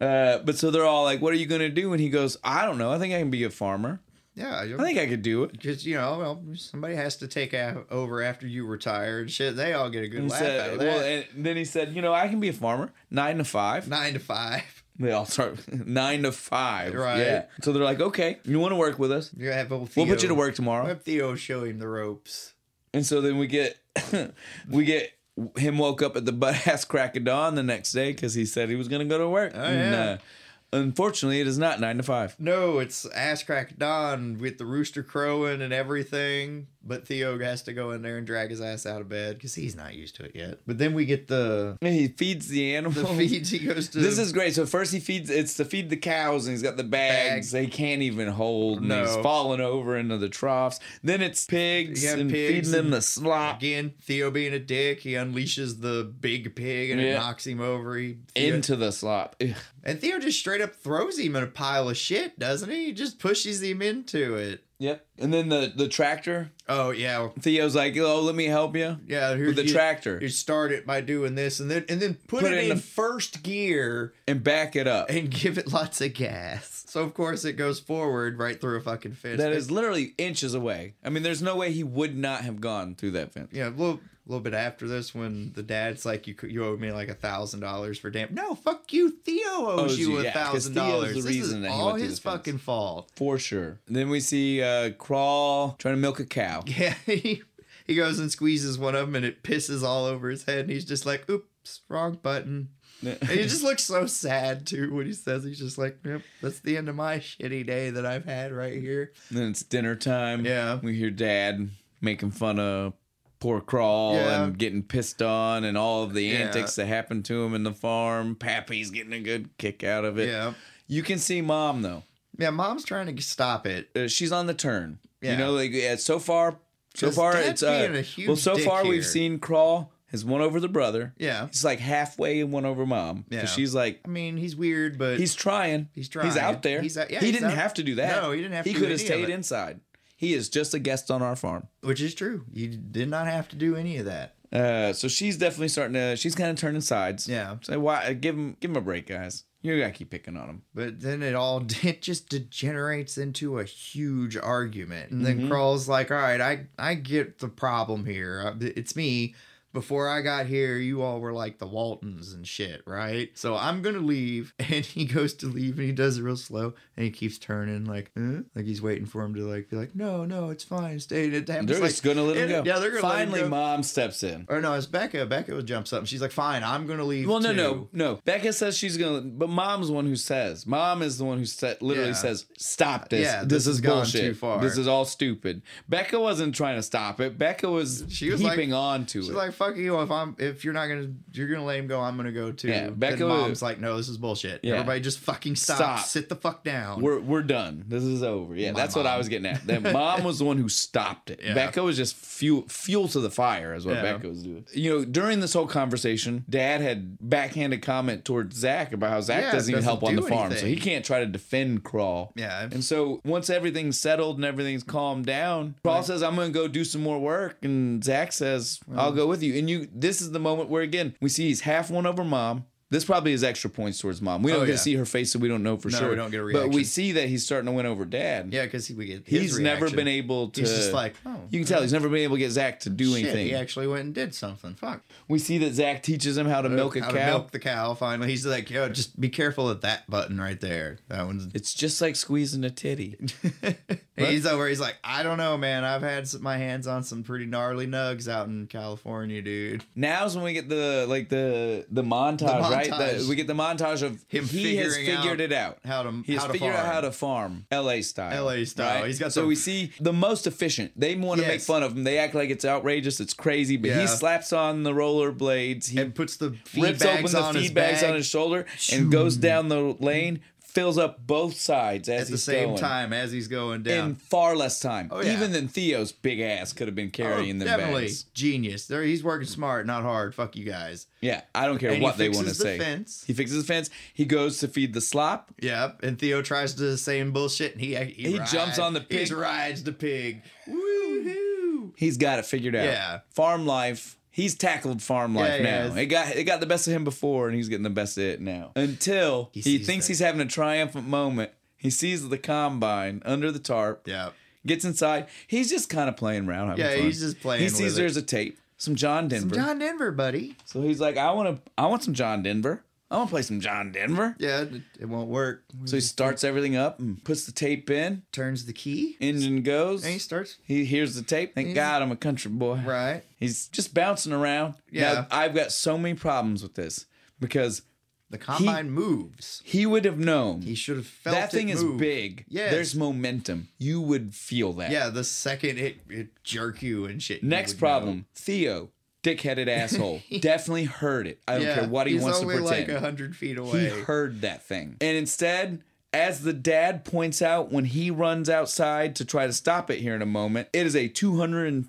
[SPEAKER 1] Uh, but so they're all like, "What are you gonna do?" And he goes, "I don't know. I think I can be a farmer.
[SPEAKER 2] yeah.
[SPEAKER 1] I think I could do it."
[SPEAKER 2] Because you know, well, somebody has to take a- over after you retire and shit. They all get a good
[SPEAKER 1] And
[SPEAKER 2] laugh
[SPEAKER 1] said-
[SPEAKER 2] out of that.
[SPEAKER 1] well, and then he said, "You know, I can be a farmer, nine to five.
[SPEAKER 2] Nine to five.
[SPEAKER 1] They all start nine to five,
[SPEAKER 2] Right.
[SPEAKER 1] Yeah. So they're like, "Okay, you want to work with us?
[SPEAKER 2] You gotta have old Theo.
[SPEAKER 1] We'll put you to work tomorrow."
[SPEAKER 2] Have Theo show him the ropes.
[SPEAKER 1] And so then we get we get him woke up at the butt ass crack of dawn the next day because he said he was gonna go to work. Oh, and,
[SPEAKER 2] yeah.
[SPEAKER 1] unfortunately, it is not nine to five.
[SPEAKER 2] No, it's ass crack dawn with the rooster crowing and everything. But Theo has to go in there and drag his ass out of bed because he's not used to it yet. But then we get the
[SPEAKER 1] And he feeds the
[SPEAKER 2] the
[SPEAKER 1] animals.
[SPEAKER 2] feeds. He goes to
[SPEAKER 1] Oh. This is great. So first he feeds it's to feed the cows and he's got the bags
[SPEAKER 2] Bags.
[SPEAKER 1] they can't even hold and he's
[SPEAKER 2] No.
[SPEAKER 1] falling over into the troughs. Then it's pigs
[SPEAKER 2] Yeah,
[SPEAKER 1] and
[SPEAKER 2] pigs
[SPEAKER 1] feeding them
[SPEAKER 2] and-
[SPEAKER 1] the slop
[SPEAKER 2] again Theo being a dick. He unleashes the big pig and it
[SPEAKER 1] Yeah.
[SPEAKER 2] knocks him over. He, Theo-
[SPEAKER 1] into the slop. Ugh.
[SPEAKER 2] And Theo just straight up throws him in a pile of shit, doesn't he? He just pushes him into it.
[SPEAKER 1] Yep. And then the the tractor.
[SPEAKER 2] Oh yeah,
[SPEAKER 1] Theo's like, "Oh, let me help you."
[SPEAKER 2] yeah. Here,
[SPEAKER 1] With the
[SPEAKER 2] you-
[SPEAKER 1] tractor
[SPEAKER 2] You start it by doing this, and then and then put, it, in,
[SPEAKER 1] the-
[SPEAKER 2] first gear
[SPEAKER 1] and back it up.
[SPEAKER 2] and give it lots of gas. So of course it goes forward right through a fucking fence.
[SPEAKER 1] that is literally inches away. I mean, there's no way he would not have gone through that fence.
[SPEAKER 2] yeah. A little, little bit after this, when the dad's like, "You you owe me like a thousand dollars for damn." No, fuck you. Theo owes
[SPEAKER 1] Owes you,
[SPEAKER 2] you a
[SPEAKER 1] yeah, 'cause
[SPEAKER 2] thousand
[SPEAKER 1] Theo's
[SPEAKER 2] dollars.
[SPEAKER 1] the
[SPEAKER 2] This
[SPEAKER 1] reason
[SPEAKER 2] is
[SPEAKER 1] that he
[SPEAKER 2] all
[SPEAKER 1] went through
[SPEAKER 2] his
[SPEAKER 1] the fence.
[SPEAKER 2] fucking fault.
[SPEAKER 1] For sure. Then we see uh Crawl trying to milk a cow.
[SPEAKER 2] Yeah, he, he goes and squeezes one of them and it pisses all over his head. And he's just like, oops, wrong button. And he just looks so sad too when he says, he's just like, yep, that's the end of my shitty day that I've had right here.
[SPEAKER 1] Then it's dinner time.
[SPEAKER 2] Yeah.
[SPEAKER 1] We hear dad making fun of poor Crawl
[SPEAKER 2] Yeah.
[SPEAKER 1] and getting pissed on and all of the
[SPEAKER 2] Yeah.
[SPEAKER 1] antics that happened to him in the farm. Pappy's getting a good kick out of it.
[SPEAKER 2] Yeah.
[SPEAKER 1] You can see mom though.
[SPEAKER 2] Yeah, mom's trying to stop it.
[SPEAKER 1] Uh, she's on the turn. You
[SPEAKER 2] Yeah.
[SPEAKER 1] know, like yeah, so far So
[SPEAKER 2] 'Cause
[SPEAKER 1] far,
[SPEAKER 2] Dad's
[SPEAKER 1] it's uh,
[SPEAKER 2] being a huge
[SPEAKER 1] well. So
[SPEAKER 2] dick
[SPEAKER 1] far,
[SPEAKER 2] here.
[SPEAKER 1] we've seen Crawl has won over the brother.
[SPEAKER 2] Yeah.
[SPEAKER 1] He's like halfway and won over mom.
[SPEAKER 2] Yeah.
[SPEAKER 1] Yeah, she's like
[SPEAKER 2] I mean, he's weird, but
[SPEAKER 1] he's trying.
[SPEAKER 2] He's trying.
[SPEAKER 1] He's out there.
[SPEAKER 2] He's out- yeah,
[SPEAKER 1] he
[SPEAKER 2] he's
[SPEAKER 1] didn't
[SPEAKER 2] out-
[SPEAKER 1] have to do that.
[SPEAKER 2] No, he didn't have
[SPEAKER 1] He
[SPEAKER 2] to do
[SPEAKER 1] could have
[SPEAKER 2] any of
[SPEAKER 1] stayed
[SPEAKER 2] it.
[SPEAKER 1] inside. He is just a guest on our farm.
[SPEAKER 2] which is true. You did not have to do any of that.
[SPEAKER 1] Uh, so she's definitely starting to. She's kind of turning sides.
[SPEAKER 2] Yeah.
[SPEAKER 1] So why uh, give him give him a break, guys? You gotta keep picking on him.
[SPEAKER 2] But then it all it just degenerates into a huge argument, and
[SPEAKER 1] Mm-hmm.
[SPEAKER 2] then Crawl's like, "All right, I I get the problem here. I- It's me. Before I got here, you all were like the Waltons and shit, right? So I'm gonna leave." And he goes to leave, and he does it real slow, and he keeps turning like, huh? like he's waiting for him to like be like, "No, no, it's fine, stay." And it happens
[SPEAKER 1] They're
[SPEAKER 2] like,
[SPEAKER 1] just gonna let him
[SPEAKER 2] and-
[SPEAKER 1] go.
[SPEAKER 2] Yeah, they're gonna let him
[SPEAKER 1] finally.
[SPEAKER 2] go.
[SPEAKER 1] Mom steps in.
[SPEAKER 2] Or no, it's Becca. Becca jumps up and she's like, "Fine, I'm gonna leave."
[SPEAKER 1] Well, no,
[SPEAKER 2] too."
[SPEAKER 1] no, no. Becca says she's gonna, but mom's the one who says. Mom is the one who sa- literally
[SPEAKER 2] Yeah.
[SPEAKER 1] says, "Stop this.
[SPEAKER 2] Yeah,
[SPEAKER 1] this,
[SPEAKER 2] this
[SPEAKER 1] is
[SPEAKER 2] has gone
[SPEAKER 1] bullshit.
[SPEAKER 2] too far."
[SPEAKER 1] This is all stupid." Becca wasn't trying to stop it. Becca was
[SPEAKER 2] She was like-
[SPEAKER 1] heaping on to
[SPEAKER 2] She's
[SPEAKER 1] it.
[SPEAKER 2] like, "Fuck you! If I'm, if you're not gonna, you're gonna let him go. I'm gonna go too."
[SPEAKER 1] Yeah, Becca-
[SPEAKER 2] Then mom's like, "No, this is bullshit.
[SPEAKER 1] Yeah.
[SPEAKER 2] Everybody just fucking stop.
[SPEAKER 1] Stop.
[SPEAKER 2] Sit the fuck down."
[SPEAKER 1] we're we're done. This is over. Yeah,
[SPEAKER 2] My
[SPEAKER 1] that's what I
[SPEAKER 2] mom.
[SPEAKER 1] was getting at. That mom was the one who stopped it.
[SPEAKER 2] Yeah.
[SPEAKER 1] Becca was just fuel fuel to the fire is what
[SPEAKER 2] Yeah.
[SPEAKER 1] Becca was doing. You know, during this whole conversation, Dad had backhanded comment towards Zach about how Zach
[SPEAKER 2] Yeah,
[SPEAKER 1] doesn't even
[SPEAKER 2] doesn't
[SPEAKER 1] help on the
[SPEAKER 2] do
[SPEAKER 1] farm, so he
[SPEAKER 2] anything.
[SPEAKER 1] can't try to defend Crawl.
[SPEAKER 2] yeah,
[SPEAKER 1] And so once everything's settled and everything's calmed down, Paul says, I'm gonna go do some more work. And Zach says, I'll go with you. And you this is the moment where again we see he's half won over mom. This probably is extra points towards mom. We don't
[SPEAKER 2] Oh,
[SPEAKER 1] get
[SPEAKER 2] yeah.
[SPEAKER 1] to see her face, so we don't know for
[SPEAKER 2] No,
[SPEAKER 1] sure.
[SPEAKER 2] we don't get a
[SPEAKER 1] But we
[SPEAKER 2] reaction.
[SPEAKER 1] see that he's starting to win over dad.
[SPEAKER 2] yeah, because he we get his
[SPEAKER 1] He's never
[SPEAKER 2] reaction.
[SPEAKER 1] been able to
[SPEAKER 2] He's just like, "Oh,
[SPEAKER 1] you can tell he's never been able to get Zach to do
[SPEAKER 2] shit,
[SPEAKER 1] anything.
[SPEAKER 2] He actually went and did something. Fuck.
[SPEAKER 1] We see that Zach teaches him how to milk a
[SPEAKER 2] Uh, How to
[SPEAKER 1] cow.
[SPEAKER 2] milk the cow. Finally, he's like, "Yo, just be careful at that button right there. That one's."
[SPEAKER 1] It's just like squeezing a titty.
[SPEAKER 2] he's over. He's like, "I don't know, man. I've had some, my hands on some pretty gnarly nugs out in California, dude."
[SPEAKER 1] Now's when we get the like the the montage, right? The-
[SPEAKER 2] montage.
[SPEAKER 1] we get the montage of
[SPEAKER 2] Him
[SPEAKER 1] he has
[SPEAKER 2] figuring out
[SPEAKER 1] figured it out.
[SPEAKER 2] How to
[SPEAKER 1] He has
[SPEAKER 2] how to
[SPEAKER 1] figured
[SPEAKER 2] farm.
[SPEAKER 1] out how to farm LA style.
[SPEAKER 2] LA style. He's got
[SPEAKER 1] so
[SPEAKER 2] the-
[SPEAKER 1] we see the most efficient. They want to make
[SPEAKER 2] Yes.
[SPEAKER 1] fun of him. They act like it's outrageous. It's crazy, but he
[SPEAKER 2] Yeah.
[SPEAKER 1] slaps on the roller blades. He
[SPEAKER 2] and puts the feed
[SPEAKER 1] rips
[SPEAKER 2] bags
[SPEAKER 1] open the
[SPEAKER 2] on his
[SPEAKER 1] feed bags
[SPEAKER 2] bag
[SPEAKER 1] on his shoulder and goes down the lane, fills up both sides as
[SPEAKER 2] at the
[SPEAKER 1] he's
[SPEAKER 2] same
[SPEAKER 1] going.
[SPEAKER 2] time as he's going
[SPEAKER 1] In
[SPEAKER 2] down.
[SPEAKER 1] far less time,
[SPEAKER 2] Oh, yeah.
[SPEAKER 1] even than Theo's big ass could have been carrying
[SPEAKER 2] Oh,
[SPEAKER 1] them
[SPEAKER 2] definitely
[SPEAKER 1] bags.
[SPEAKER 2] genius. There, he's working smart, not hard. Fuck you guys.
[SPEAKER 1] Yeah, I don't care
[SPEAKER 2] And he
[SPEAKER 1] what they want to
[SPEAKER 2] fixes the
[SPEAKER 1] say.
[SPEAKER 2] fence.
[SPEAKER 1] He fixes the fence. He goes to feed the slop.
[SPEAKER 2] Yep. And Theo tries to do the same bullshit, and he he,
[SPEAKER 1] He jumps on the
[SPEAKER 2] He
[SPEAKER 1] pig.
[SPEAKER 2] rides the pig. Woohoo!
[SPEAKER 1] He's got it figured out.
[SPEAKER 2] Yeah.
[SPEAKER 1] Farm life. He's tackled farm life
[SPEAKER 2] Yeah, yeah,
[SPEAKER 1] now.
[SPEAKER 2] it's-
[SPEAKER 1] It got it got the best of him before, and he's getting the best of it now. Until he,
[SPEAKER 2] He sees
[SPEAKER 1] thinks
[SPEAKER 2] that.
[SPEAKER 1] he's having a triumphant moment. He sees the combine under the tarp.
[SPEAKER 2] Yep.
[SPEAKER 1] Gets inside. He's just kind of playing around. having
[SPEAKER 2] Yeah,
[SPEAKER 1] fun.
[SPEAKER 2] he's just playing
[SPEAKER 1] He
[SPEAKER 2] with
[SPEAKER 1] sees
[SPEAKER 2] it.
[SPEAKER 1] there's a tape, some John Denver.
[SPEAKER 2] John Denver, buddy.
[SPEAKER 1] so he's like, I want to, I want some John Denver. I want to play some John Denver.
[SPEAKER 2] Yeah, it, it won't work.
[SPEAKER 1] So he starts everything up and puts the tape in.
[SPEAKER 2] Turns the key,
[SPEAKER 1] Engine goes.
[SPEAKER 2] and he starts
[SPEAKER 1] He hears the tape. Thank
[SPEAKER 2] He's-
[SPEAKER 1] God I'm a country boy.
[SPEAKER 2] right.
[SPEAKER 1] He's just bouncing around.
[SPEAKER 2] Yeah.
[SPEAKER 1] Now, I've got so many problems with this because
[SPEAKER 2] The combine moves.
[SPEAKER 1] he would have known
[SPEAKER 2] He should have felt
[SPEAKER 1] that thing
[SPEAKER 2] it
[SPEAKER 1] is
[SPEAKER 2] move.
[SPEAKER 1] big.
[SPEAKER 2] Yes.
[SPEAKER 1] There's momentum. You would feel that.
[SPEAKER 2] Yeah, the second it it jerk you and shit. you
[SPEAKER 1] Next
[SPEAKER 2] would know.
[SPEAKER 1] problem Theo, dickheaded asshole, definitely heard it. I don't
[SPEAKER 2] yeah,
[SPEAKER 1] care what he
[SPEAKER 2] he's
[SPEAKER 1] wants to
[SPEAKER 2] only
[SPEAKER 1] pretend.
[SPEAKER 2] like hundred feet away.
[SPEAKER 1] he heard that thing. And instead, as the dad points out when he runs outside to try to stop it here in a moment, it is a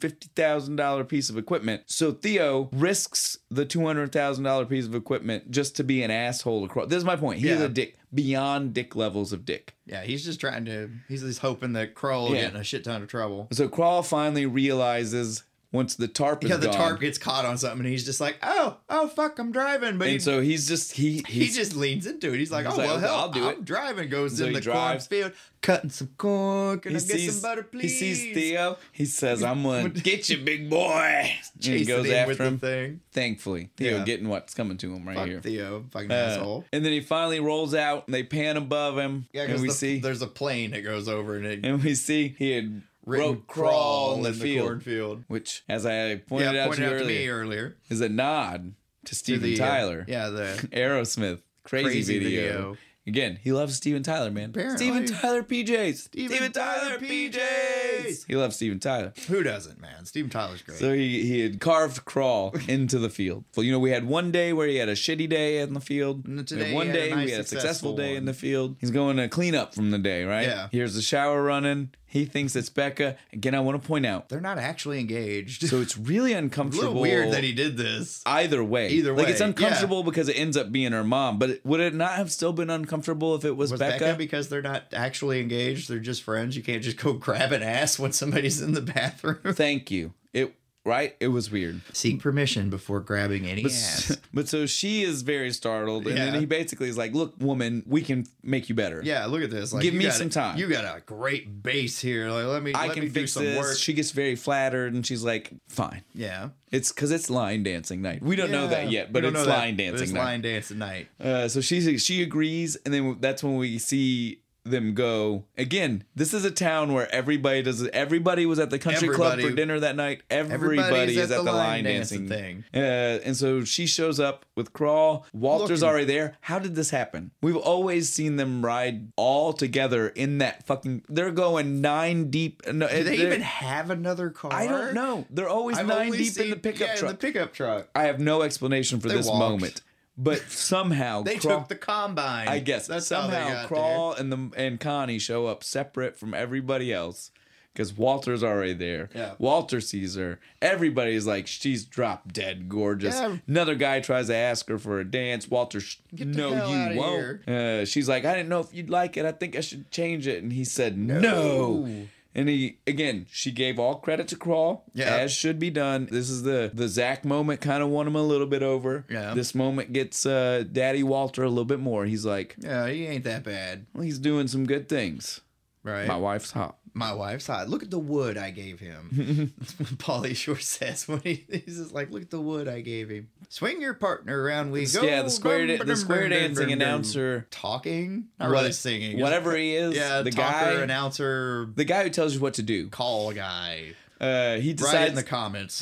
[SPEAKER 1] $250,000 piece of equipment. So Theo risks the $200,000 piece of equipment just to be an asshole across. This is my point. He's
[SPEAKER 2] Yeah.
[SPEAKER 1] a dick beyond dick levels of dick.
[SPEAKER 2] Yeah, he's just trying to. He's just hoping that Kroll will
[SPEAKER 1] Yeah.
[SPEAKER 2] get in a shit ton of trouble.
[SPEAKER 1] So Crawl finally realizes once the tarp is
[SPEAKER 2] Yeah, the
[SPEAKER 1] gone.
[SPEAKER 2] tarp gets caught on something, and he's just like, "Oh, oh, fuck, I'm driving." But he,
[SPEAKER 1] and so he's just he
[SPEAKER 2] he
[SPEAKER 1] he's
[SPEAKER 2] just leans into it. He's like,
[SPEAKER 1] He's
[SPEAKER 2] "Oh
[SPEAKER 1] like,
[SPEAKER 2] well,
[SPEAKER 1] okay,
[SPEAKER 2] hell,
[SPEAKER 1] I'll
[SPEAKER 2] I'll
[SPEAKER 1] do
[SPEAKER 2] do
[SPEAKER 1] it."
[SPEAKER 2] am driving." Goes
[SPEAKER 1] So
[SPEAKER 2] in
[SPEAKER 1] he
[SPEAKER 2] the
[SPEAKER 1] drives.
[SPEAKER 2] cornfield, cutting some corn. Can
[SPEAKER 1] he
[SPEAKER 2] I get
[SPEAKER 1] sees,
[SPEAKER 2] some butter,
[SPEAKER 1] he
[SPEAKER 2] please?
[SPEAKER 1] sees Theo. He says, "I'm gonna get you, big boy." And he
[SPEAKER 2] Chasing
[SPEAKER 1] goes
[SPEAKER 2] him
[SPEAKER 1] after
[SPEAKER 2] with
[SPEAKER 1] him.
[SPEAKER 2] the thing.
[SPEAKER 1] thankfully. Theo
[SPEAKER 2] Yeah.
[SPEAKER 1] getting what's coming to him right
[SPEAKER 2] Fuck
[SPEAKER 1] here.
[SPEAKER 2] Theo, fucking
[SPEAKER 1] Uh,
[SPEAKER 2] asshole.
[SPEAKER 1] and then he finally rolls out and they pan above him.
[SPEAKER 2] Yeah,
[SPEAKER 1] and
[SPEAKER 2] because
[SPEAKER 1] we
[SPEAKER 2] the,
[SPEAKER 1] see
[SPEAKER 2] there's a plane that goes over and it
[SPEAKER 1] and we see he had
[SPEAKER 2] written
[SPEAKER 1] wrote crawl in the,
[SPEAKER 2] in
[SPEAKER 1] field.
[SPEAKER 2] cornfield.
[SPEAKER 1] Which, as I pointed out
[SPEAKER 2] Yeah,
[SPEAKER 1] to
[SPEAKER 2] pointed
[SPEAKER 1] you
[SPEAKER 2] out to me
[SPEAKER 1] earlier,
[SPEAKER 2] earlier.
[SPEAKER 1] is a nod to
[SPEAKER 2] To
[SPEAKER 1] Steven
[SPEAKER 2] the, uh,
[SPEAKER 1] Tyler.
[SPEAKER 2] Yeah, the
[SPEAKER 1] Aerosmith. Crazy,
[SPEAKER 2] Crazy
[SPEAKER 1] video.
[SPEAKER 2] video.
[SPEAKER 1] Again, he loves Steven Tyler, man.
[SPEAKER 2] Apparently.
[SPEAKER 1] Steven Tyler PJs. Steven, Tyler
[SPEAKER 2] Tyler
[SPEAKER 1] PJs.
[SPEAKER 2] PJs.
[SPEAKER 1] He loves Steven Tyler.
[SPEAKER 2] Who doesn't, man? Steven Tyler's great.
[SPEAKER 1] So he, he had carved crawl into the field. Well, you know, we had one day where he had a shitty day in the field.
[SPEAKER 2] And
[SPEAKER 1] we
[SPEAKER 2] today
[SPEAKER 1] had
[SPEAKER 2] he
[SPEAKER 1] one
[SPEAKER 2] had a
[SPEAKER 1] day
[SPEAKER 2] nice
[SPEAKER 1] we had a successful
[SPEAKER 2] successful
[SPEAKER 1] day in
[SPEAKER 2] one.
[SPEAKER 1] the field. He's going to clean up from the day, right?
[SPEAKER 2] Yeah.
[SPEAKER 1] Here's the shower running. He thinks it's Becca. Again, I want to point out.
[SPEAKER 2] They're not actually engaged.
[SPEAKER 1] So it's really
[SPEAKER 2] a little
[SPEAKER 1] uncomfortable.
[SPEAKER 2] weird that he did this.
[SPEAKER 1] Either way,
[SPEAKER 2] Either
[SPEAKER 1] like it's
[SPEAKER 2] way, yeah.
[SPEAKER 1] uncomfortable because it ends up being her mom. But would it not have still been uncomfortable if it was,
[SPEAKER 2] Was Becca?
[SPEAKER 1] Becca?
[SPEAKER 2] because they're not actually engaged, they're just friends. You can't just go grab an ass when somebody's in the bathroom.
[SPEAKER 1] Thank you. It right. It was weird.
[SPEAKER 2] Seek permission before grabbing any
[SPEAKER 1] But,
[SPEAKER 2] ass.
[SPEAKER 1] but so she is very startled, and
[SPEAKER 2] Yeah.
[SPEAKER 1] then he basically is like, "Look, woman, we can make you better.
[SPEAKER 2] Yeah, look at this. Like,
[SPEAKER 1] Give
[SPEAKER 2] you
[SPEAKER 1] me
[SPEAKER 2] got a-
[SPEAKER 1] some time.
[SPEAKER 2] You got a great base here. Like, let me.
[SPEAKER 1] I
[SPEAKER 2] let
[SPEAKER 1] can
[SPEAKER 2] me do
[SPEAKER 1] fix
[SPEAKER 2] some
[SPEAKER 1] this."
[SPEAKER 2] work.
[SPEAKER 1] She gets very flattered, and she's like, "Fine."
[SPEAKER 2] yeah.
[SPEAKER 1] It's because it's line dancing night. We don't know that
[SPEAKER 2] Yeah.
[SPEAKER 1] yet, but
[SPEAKER 2] We
[SPEAKER 1] it's
[SPEAKER 2] don't know that,
[SPEAKER 1] line
[SPEAKER 2] but
[SPEAKER 1] dancing
[SPEAKER 2] It's
[SPEAKER 1] night.
[SPEAKER 2] line dancing night.
[SPEAKER 1] Uh, so she she agrees, and then that's when we see them go again. This is a town where everybody does. Everybody was at the country club for
[SPEAKER 2] Everybody-
[SPEAKER 1] dinner that night. Everybody,
[SPEAKER 2] Everybody's
[SPEAKER 1] is at the, line dancing,
[SPEAKER 2] thing.
[SPEAKER 1] Uh, and so she shows up with Crawl. Walter's
[SPEAKER 2] Looking-
[SPEAKER 1] already there. How did this happen? We've always seen them ride all together in that fucking. They're going nine deep. No,
[SPEAKER 2] Do they even have another car?
[SPEAKER 1] I don't know. They're always
[SPEAKER 2] I've
[SPEAKER 1] nine
[SPEAKER 2] only
[SPEAKER 1] deep in the
[SPEAKER 2] seen-
[SPEAKER 1] pickup
[SPEAKER 2] yeah,
[SPEAKER 1] truck.
[SPEAKER 2] In the pickup truck.
[SPEAKER 1] I have no explanation for
[SPEAKER 2] They
[SPEAKER 1] this
[SPEAKER 2] walked.
[SPEAKER 1] moment, but somehow
[SPEAKER 2] They
[SPEAKER 1] Crawl-
[SPEAKER 2] took the combine.
[SPEAKER 1] I guess
[SPEAKER 2] that's
[SPEAKER 1] somehow
[SPEAKER 2] how they got
[SPEAKER 1] Crawl and the and Connie show up separate from everybody else because Walter's already there.
[SPEAKER 2] Yeah.
[SPEAKER 1] Walter sees her. Everybody's like, she's drop dead gorgeous.
[SPEAKER 2] Yeah.
[SPEAKER 1] Another guy tries to ask her for a dance. Walter, sh-
[SPEAKER 2] the
[SPEAKER 1] no,
[SPEAKER 2] hell outta
[SPEAKER 1] you won't. Uh, she's like, I didn't know if you'd like it. I think I should change it. And he said, no.
[SPEAKER 2] No.
[SPEAKER 1] And he again, she gave all credit to Crawl,
[SPEAKER 2] Yeah.
[SPEAKER 1] as should be done. This is the the Zach moment kind of won him a little bit over.
[SPEAKER 2] Yeah.
[SPEAKER 1] This moment gets uh, Daddy Walter a little bit more. He's like,
[SPEAKER 2] there. Yeah, he ain't that bad,
[SPEAKER 1] well, he's doing some good things.
[SPEAKER 2] right?
[SPEAKER 1] My
[SPEAKER 2] My,
[SPEAKER 1] wife's hot.
[SPEAKER 2] wife's hot. Look at the wood I gave him. That's what Paulie Shore says when he, he's just like, "Look at the wood I gave him." Swing your partner around. We go.
[SPEAKER 1] yeah, the square
[SPEAKER 2] Brum,
[SPEAKER 1] da- the
[SPEAKER 2] brum,
[SPEAKER 1] square
[SPEAKER 2] brum, brum,
[SPEAKER 1] dancing
[SPEAKER 2] brum, brum.
[SPEAKER 1] announcer,
[SPEAKER 2] talking, not
[SPEAKER 1] What-
[SPEAKER 2] really singing. It's-
[SPEAKER 1] whatever he is,
[SPEAKER 2] Yeah,
[SPEAKER 1] the
[SPEAKER 2] talker,
[SPEAKER 1] guy,
[SPEAKER 2] announcer,
[SPEAKER 1] the guy who tells you what to do.
[SPEAKER 2] call guy.
[SPEAKER 1] Uh, he
[SPEAKER 2] Write
[SPEAKER 1] decides.
[SPEAKER 2] in the comments.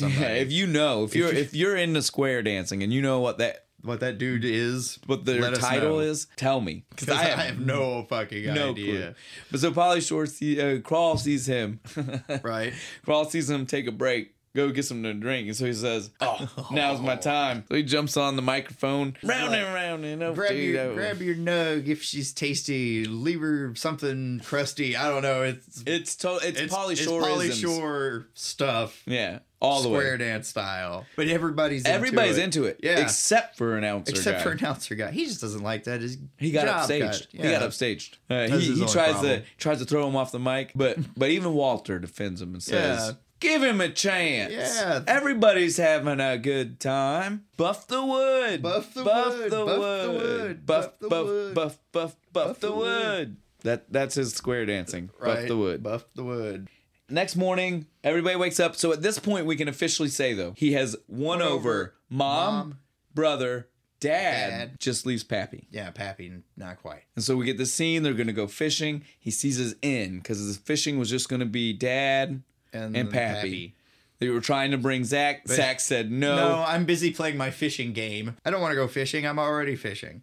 [SPEAKER 1] yeah,
[SPEAKER 2] Somebody.
[SPEAKER 1] if you know, if you're
[SPEAKER 2] you-
[SPEAKER 1] if you're into square dancing and you know what that
[SPEAKER 2] what that dude is.
[SPEAKER 1] what their
[SPEAKER 2] Let us
[SPEAKER 1] title
[SPEAKER 2] know.
[SPEAKER 1] is, tell me because I have
[SPEAKER 2] no fucking
[SPEAKER 1] no
[SPEAKER 2] idea.
[SPEAKER 1] clue. But so Polly Short, see, uh, Crawl sees him.
[SPEAKER 2] Right?
[SPEAKER 1] Crawl sees him take a break, go get something to drink, and so he says, "Oh, now's my time." So he jumps on the microphone, round and round and oh,
[SPEAKER 2] Grab
[SPEAKER 1] dude,
[SPEAKER 2] your
[SPEAKER 1] oh.
[SPEAKER 2] grab your nug if she's tasty. Leave her something crusty. I don't know. It's
[SPEAKER 1] It's to- it's,
[SPEAKER 2] it's
[SPEAKER 1] Polly
[SPEAKER 2] it's
[SPEAKER 1] Shore.
[SPEAKER 2] Pauly Shore stuff.
[SPEAKER 1] Yeah, all the
[SPEAKER 2] square
[SPEAKER 1] way.
[SPEAKER 2] dance style. But everybody's into
[SPEAKER 1] Everybody's
[SPEAKER 2] it.
[SPEAKER 1] into it,
[SPEAKER 2] Yeah.
[SPEAKER 1] except for announcer
[SPEAKER 2] Except
[SPEAKER 1] guy.
[SPEAKER 2] for announcer guy, he just doesn't like that. His
[SPEAKER 1] he got
[SPEAKER 2] job
[SPEAKER 1] upstaged.
[SPEAKER 2] got-
[SPEAKER 1] He
[SPEAKER 2] yeah.
[SPEAKER 1] got upstaged. Uh,
[SPEAKER 2] That's
[SPEAKER 1] he
[SPEAKER 2] his
[SPEAKER 1] he
[SPEAKER 2] only
[SPEAKER 1] tries
[SPEAKER 2] problem.
[SPEAKER 1] to tries to throw him off the mic, but but even Walter defends him and says.
[SPEAKER 2] Yeah.
[SPEAKER 1] Give him a chance.
[SPEAKER 2] Yeah.
[SPEAKER 1] Everybody's having a good time. Buff the wood.
[SPEAKER 2] Buff
[SPEAKER 1] The
[SPEAKER 2] the wood, buff the
[SPEAKER 1] wood.
[SPEAKER 2] wood,
[SPEAKER 1] Buff,
[SPEAKER 2] buff the
[SPEAKER 1] buff,
[SPEAKER 2] wood.
[SPEAKER 1] buff, buff, buff,
[SPEAKER 2] Buff
[SPEAKER 1] the,
[SPEAKER 2] the
[SPEAKER 1] wood.
[SPEAKER 2] wood.
[SPEAKER 1] That that's his square dancing.
[SPEAKER 2] Right.
[SPEAKER 1] Buff the wood.
[SPEAKER 2] Buff the wood.
[SPEAKER 1] Next morning, everybody wakes up. So at this point, we can officially say though he has won
[SPEAKER 2] Won
[SPEAKER 1] over,
[SPEAKER 2] over
[SPEAKER 1] mom,
[SPEAKER 2] mom,
[SPEAKER 1] brother, dad,
[SPEAKER 2] dad.
[SPEAKER 1] Just leaves Pappy,
[SPEAKER 2] Yeah, Pappy, not quite.
[SPEAKER 1] and so we get this scene. They're gonna go fishing. He sees his end because his fishing was just gonna be dad.
[SPEAKER 2] And,
[SPEAKER 1] And Pappy. They were trying to bring Zach. Zach said no.
[SPEAKER 2] No, I'm busy playing my fishing game. I don't want to go fishing. I'm already fishing.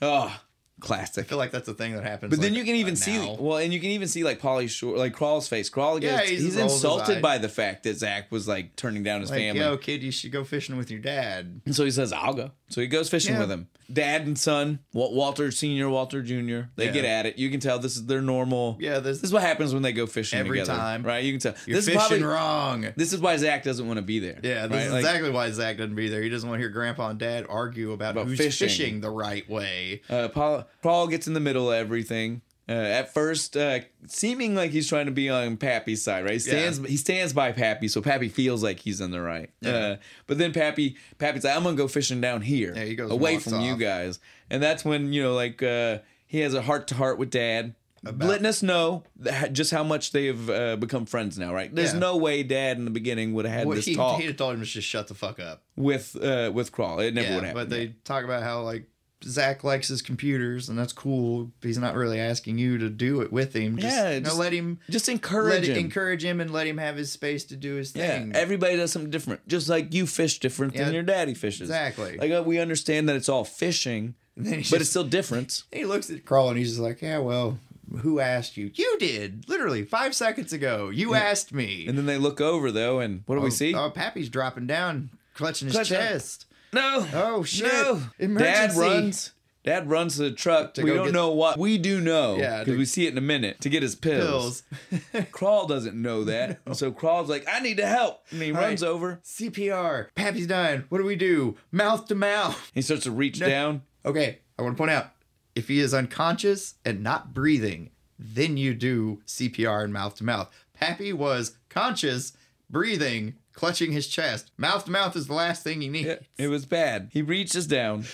[SPEAKER 1] Oh,
[SPEAKER 2] I
[SPEAKER 1] classic.
[SPEAKER 2] feel like that's a thing that happens.
[SPEAKER 1] But then
[SPEAKER 2] like,
[SPEAKER 1] you can even
[SPEAKER 2] uh,
[SPEAKER 1] see,
[SPEAKER 2] now.
[SPEAKER 1] well, and you can even see like Polly Shore, like Crawl's face. Crawl
[SPEAKER 2] Yeah,
[SPEAKER 1] gets, he's,
[SPEAKER 2] he's rolls his
[SPEAKER 1] insulted
[SPEAKER 2] eye.
[SPEAKER 1] by the fact that Zach was like turning down his
[SPEAKER 2] like,
[SPEAKER 1] family.
[SPEAKER 2] yo, kid, you should go fishing with your dad.
[SPEAKER 1] And so he says, I'll go. So he goes fishing
[SPEAKER 2] Yeah.
[SPEAKER 1] with him. Dad and son, Wa- Walter Sr., Walter Jr., they
[SPEAKER 2] Yeah.
[SPEAKER 1] get at it. You can tell this is their normal.
[SPEAKER 2] Yeah, this,
[SPEAKER 1] This is what happens when they go fishing
[SPEAKER 2] Every
[SPEAKER 1] together,
[SPEAKER 2] time.
[SPEAKER 1] Right? You can tell.
[SPEAKER 2] you're
[SPEAKER 1] this, is
[SPEAKER 2] fishing
[SPEAKER 1] probably,
[SPEAKER 2] wrong.
[SPEAKER 1] this is why Zach doesn't want to be there.
[SPEAKER 2] Yeah, this
[SPEAKER 1] right?
[SPEAKER 2] is
[SPEAKER 1] Like,
[SPEAKER 2] exactly why Zach doesn't be there. He doesn't want to hear Grandpa and Dad argue about,
[SPEAKER 1] About
[SPEAKER 2] who's
[SPEAKER 1] fishing.
[SPEAKER 2] fishing. the right way.
[SPEAKER 1] Uh, Paul, Paul gets in the middle of everything. Uh, at first, uh, seeming like he's trying to be on Pappy's side, right? He stands, he stands by Pappy, so Pappy feels like he's in the right. Uh, but then Pappy, Pappy's like, "I'm gonna go fishing down here,
[SPEAKER 2] Yeah, he goes and
[SPEAKER 1] away
[SPEAKER 2] walks
[SPEAKER 1] from you
[SPEAKER 2] off.
[SPEAKER 1] guys." And that's when you know, like, uh, he has a heart to heart with Dad, letting us know that, just how much they have uh, become friends now, right? There's
[SPEAKER 2] Yeah.
[SPEAKER 1] no way Dad in the beginning would have had
[SPEAKER 2] What
[SPEAKER 1] this
[SPEAKER 2] he, he
[SPEAKER 1] talk
[SPEAKER 2] had told him was just shut the fuck up.
[SPEAKER 1] with uh, with Crawl. It never
[SPEAKER 2] Yeah,
[SPEAKER 1] would have.
[SPEAKER 2] but they talk about how like Zach likes his computers and that's cool. He's not really asking you to do it with him. Just,
[SPEAKER 1] Yeah,
[SPEAKER 2] you know,
[SPEAKER 1] just
[SPEAKER 2] let him
[SPEAKER 1] just
[SPEAKER 2] let
[SPEAKER 1] encourage
[SPEAKER 2] it,
[SPEAKER 1] him.
[SPEAKER 2] encourage him and let him have his space to do his
[SPEAKER 1] Yeah,
[SPEAKER 2] thing.
[SPEAKER 1] everybody does something different. Just like you fish different than
[SPEAKER 2] Yeah,
[SPEAKER 1] your daddy fishes.
[SPEAKER 2] exactly.
[SPEAKER 1] Like uh, we understand that it's all fishing,
[SPEAKER 2] And then he
[SPEAKER 1] but
[SPEAKER 2] just-
[SPEAKER 1] it's still different.
[SPEAKER 2] he looks at Carl and he's just like, "Yeah, well, who asked you? You did. Literally five seconds ago. You asked me."
[SPEAKER 1] And then they look over though, and what do we see?
[SPEAKER 2] Oh, Pappy's dropping down, clutching his
[SPEAKER 1] Clutching.
[SPEAKER 2] chest.
[SPEAKER 1] no.
[SPEAKER 2] Oh shit!
[SPEAKER 1] No. Dad
[SPEAKER 2] Emergency.
[SPEAKER 1] runs. Dad runs to the truck.
[SPEAKER 2] To
[SPEAKER 1] we
[SPEAKER 2] go
[SPEAKER 1] don't
[SPEAKER 2] get-
[SPEAKER 1] know what. We do know
[SPEAKER 2] Yeah,
[SPEAKER 1] because
[SPEAKER 2] to-
[SPEAKER 1] we see it in a minute to get his pills.
[SPEAKER 2] Pills.
[SPEAKER 1] Crawl doesn't know that, and so Crawl's like, "I need to help," and he
[SPEAKER 2] All
[SPEAKER 1] runs
[SPEAKER 2] right.
[SPEAKER 1] over.
[SPEAKER 2] CPR. Pappy's dying. What do we do? Mouth to mouth.
[SPEAKER 1] He starts to reach
[SPEAKER 2] No.
[SPEAKER 1] down.
[SPEAKER 2] Okay, I want to point out if he is unconscious and not breathing, then you do CPR and mouth to mouth. Pappy was conscious, breathing, clutching his chest. Mouth to mouth is the last thing you need.
[SPEAKER 1] It, it was bad. He reaches down.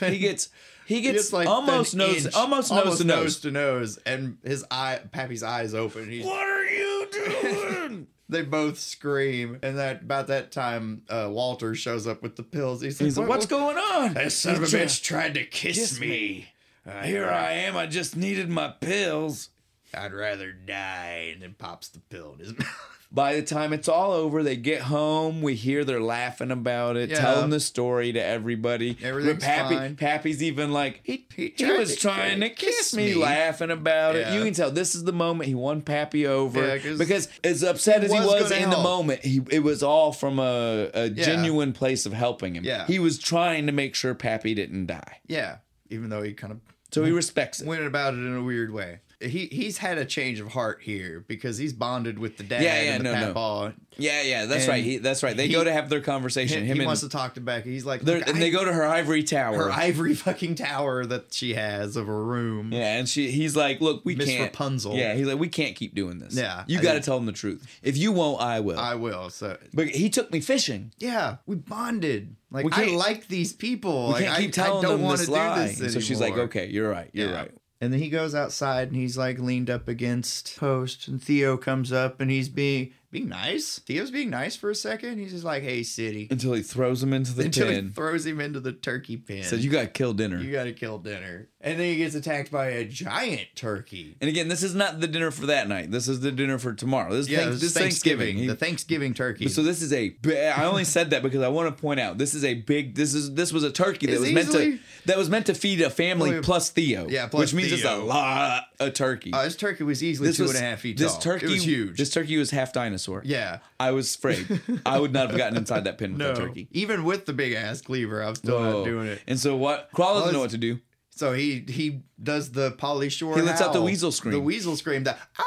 [SPEAKER 1] He gets. He
[SPEAKER 2] He
[SPEAKER 1] gets
[SPEAKER 2] gets, like
[SPEAKER 1] almost
[SPEAKER 2] an
[SPEAKER 1] nose,
[SPEAKER 2] inch,
[SPEAKER 1] almost nose to nose.
[SPEAKER 2] to nose, and his eye, Pappy's eyes open. He's,
[SPEAKER 1] What are you doing?
[SPEAKER 2] they both scream, and that about that time, uh, Walter shows up with the pills. He's like,
[SPEAKER 1] He's like,
[SPEAKER 2] "What-
[SPEAKER 1] "What's going on?"
[SPEAKER 2] That son of a
[SPEAKER 1] He's trying-
[SPEAKER 2] bitch tried to kiss,
[SPEAKER 1] kiss
[SPEAKER 2] me.
[SPEAKER 1] me. Here I am. I just needed my pills.
[SPEAKER 2] I'd rather die. And then pops the pill in his mouth.
[SPEAKER 1] By the time it's all over, they get home. We hear they're laughing about it.
[SPEAKER 2] Yeah.
[SPEAKER 1] Tell them the story to everybody.
[SPEAKER 2] Everything's
[SPEAKER 1] Pappy,
[SPEAKER 2] fine.
[SPEAKER 1] Pappy's even like he,
[SPEAKER 2] he
[SPEAKER 1] he
[SPEAKER 2] tried
[SPEAKER 1] was
[SPEAKER 2] to
[SPEAKER 1] trying to
[SPEAKER 2] kiss
[SPEAKER 1] kiss me,
[SPEAKER 2] me.
[SPEAKER 1] laughing about it.
[SPEAKER 2] Yeah.
[SPEAKER 1] You can tell this is the moment he won Pappy over
[SPEAKER 2] Yeah, 'cause
[SPEAKER 1] because as upset as he
[SPEAKER 2] was
[SPEAKER 1] was
[SPEAKER 2] gonna
[SPEAKER 1] in the
[SPEAKER 2] help.
[SPEAKER 1] moment, he it was all from a, a genuine place of helping him.
[SPEAKER 2] Yeah.
[SPEAKER 1] he was trying to make sure Pappy didn't die,
[SPEAKER 2] Yeah, even though he kind of
[SPEAKER 1] so he respects it.
[SPEAKER 2] went about it in a weird way. He he's had a change of heart here because he's bonded with the dad
[SPEAKER 1] Yeah, yeah,
[SPEAKER 2] and the
[SPEAKER 1] no, no.
[SPEAKER 2] papaw.
[SPEAKER 1] Yeah, yeah, that's
[SPEAKER 2] And
[SPEAKER 1] right. He, that's right. They
[SPEAKER 2] he-
[SPEAKER 1] go to have their conversation.
[SPEAKER 2] He,
[SPEAKER 1] him and
[SPEAKER 2] wants to talk to Becky. He's like,
[SPEAKER 1] they're-
[SPEAKER 2] "Look,
[SPEAKER 1] and
[SPEAKER 2] I-
[SPEAKER 1] they go to her ivory tower.
[SPEAKER 2] her ivory fucking tower that she has of a room.
[SPEAKER 1] Yeah, and she he's like, look, we
[SPEAKER 2] Miss
[SPEAKER 1] can't.
[SPEAKER 2] Rapunzel.
[SPEAKER 1] Yeah, he's like, we can't keep doing this.
[SPEAKER 2] Yeah,
[SPEAKER 1] you
[SPEAKER 2] I
[SPEAKER 1] got to
[SPEAKER 2] think-
[SPEAKER 1] tell him the truth. If you won't, I will.
[SPEAKER 2] I will. So
[SPEAKER 1] but he took me fishing.
[SPEAKER 2] yeah, we bonded. Like
[SPEAKER 1] We
[SPEAKER 2] I
[SPEAKER 1] can't-
[SPEAKER 2] like these people.
[SPEAKER 1] We
[SPEAKER 2] like
[SPEAKER 1] can't keep
[SPEAKER 2] I,
[SPEAKER 1] telling
[SPEAKER 2] I don't
[SPEAKER 1] them
[SPEAKER 2] want to
[SPEAKER 1] this
[SPEAKER 2] do
[SPEAKER 1] lie.
[SPEAKER 2] this
[SPEAKER 1] And so she's like,
[SPEAKER 2] anymore.
[SPEAKER 1] okay, you're right. You're
[SPEAKER 2] Yeah.
[SPEAKER 1] right.
[SPEAKER 2] And then he goes outside and he's like leaned up against post and Theo comes up and he's being being nice. Theo's being nice for a second. He's just like, "Hey, city."
[SPEAKER 1] Until he throws him into the
[SPEAKER 2] Until he
[SPEAKER 1] pen.
[SPEAKER 2] throws him into the turkey pen.
[SPEAKER 1] Says you got to kill dinner.
[SPEAKER 2] you got to kill dinner. And then he gets attacked by a giant turkey.
[SPEAKER 1] and again, this is not the dinner for that night. This is the dinner for tomorrow. This is
[SPEAKER 2] Yeah,
[SPEAKER 1] thanks-
[SPEAKER 2] it was
[SPEAKER 1] this is
[SPEAKER 2] Thanksgiving.
[SPEAKER 1] Thanksgiving. He-
[SPEAKER 2] the Thanksgiving turkey.
[SPEAKER 1] so this is a. bi- I only said that because I want to point out this is a big. This is this was a turkey that
[SPEAKER 2] It's
[SPEAKER 1] was meant to
[SPEAKER 2] easily-
[SPEAKER 1] that was meant to feed a family
[SPEAKER 2] Only-
[SPEAKER 1] plus Theo.
[SPEAKER 2] Yeah, plus
[SPEAKER 1] which means it's a
[SPEAKER 2] Theo.
[SPEAKER 1] lot of turkey.
[SPEAKER 2] Uh, this turkey was easily two and a half feet
[SPEAKER 1] this
[SPEAKER 2] tall.
[SPEAKER 1] turkey
[SPEAKER 2] it was huge.
[SPEAKER 1] This turkey was half dinosaur.
[SPEAKER 2] yeah.
[SPEAKER 1] I was afraid. I would not have gotten inside that pen with
[SPEAKER 2] No.
[SPEAKER 1] that turkey.
[SPEAKER 2] Even with the big ass cleaver, I'm still
[SPEAKER 1] Whoa.
[SPEAKER 2] not doing it.
[SPEAKER 1] And so what? Crawl doesn't
[SPEAKER 2] Well,
[SPEAKER 1] know what to do.
[SPEAKER 2] So he he does the Polly Shore.
[SPEAKER 1] He lets out the
[SPEAKER 2] howl.
[SPEAKER 1] weasel scream.
[SPEAKER 2] The weasel scream. That "Ah!"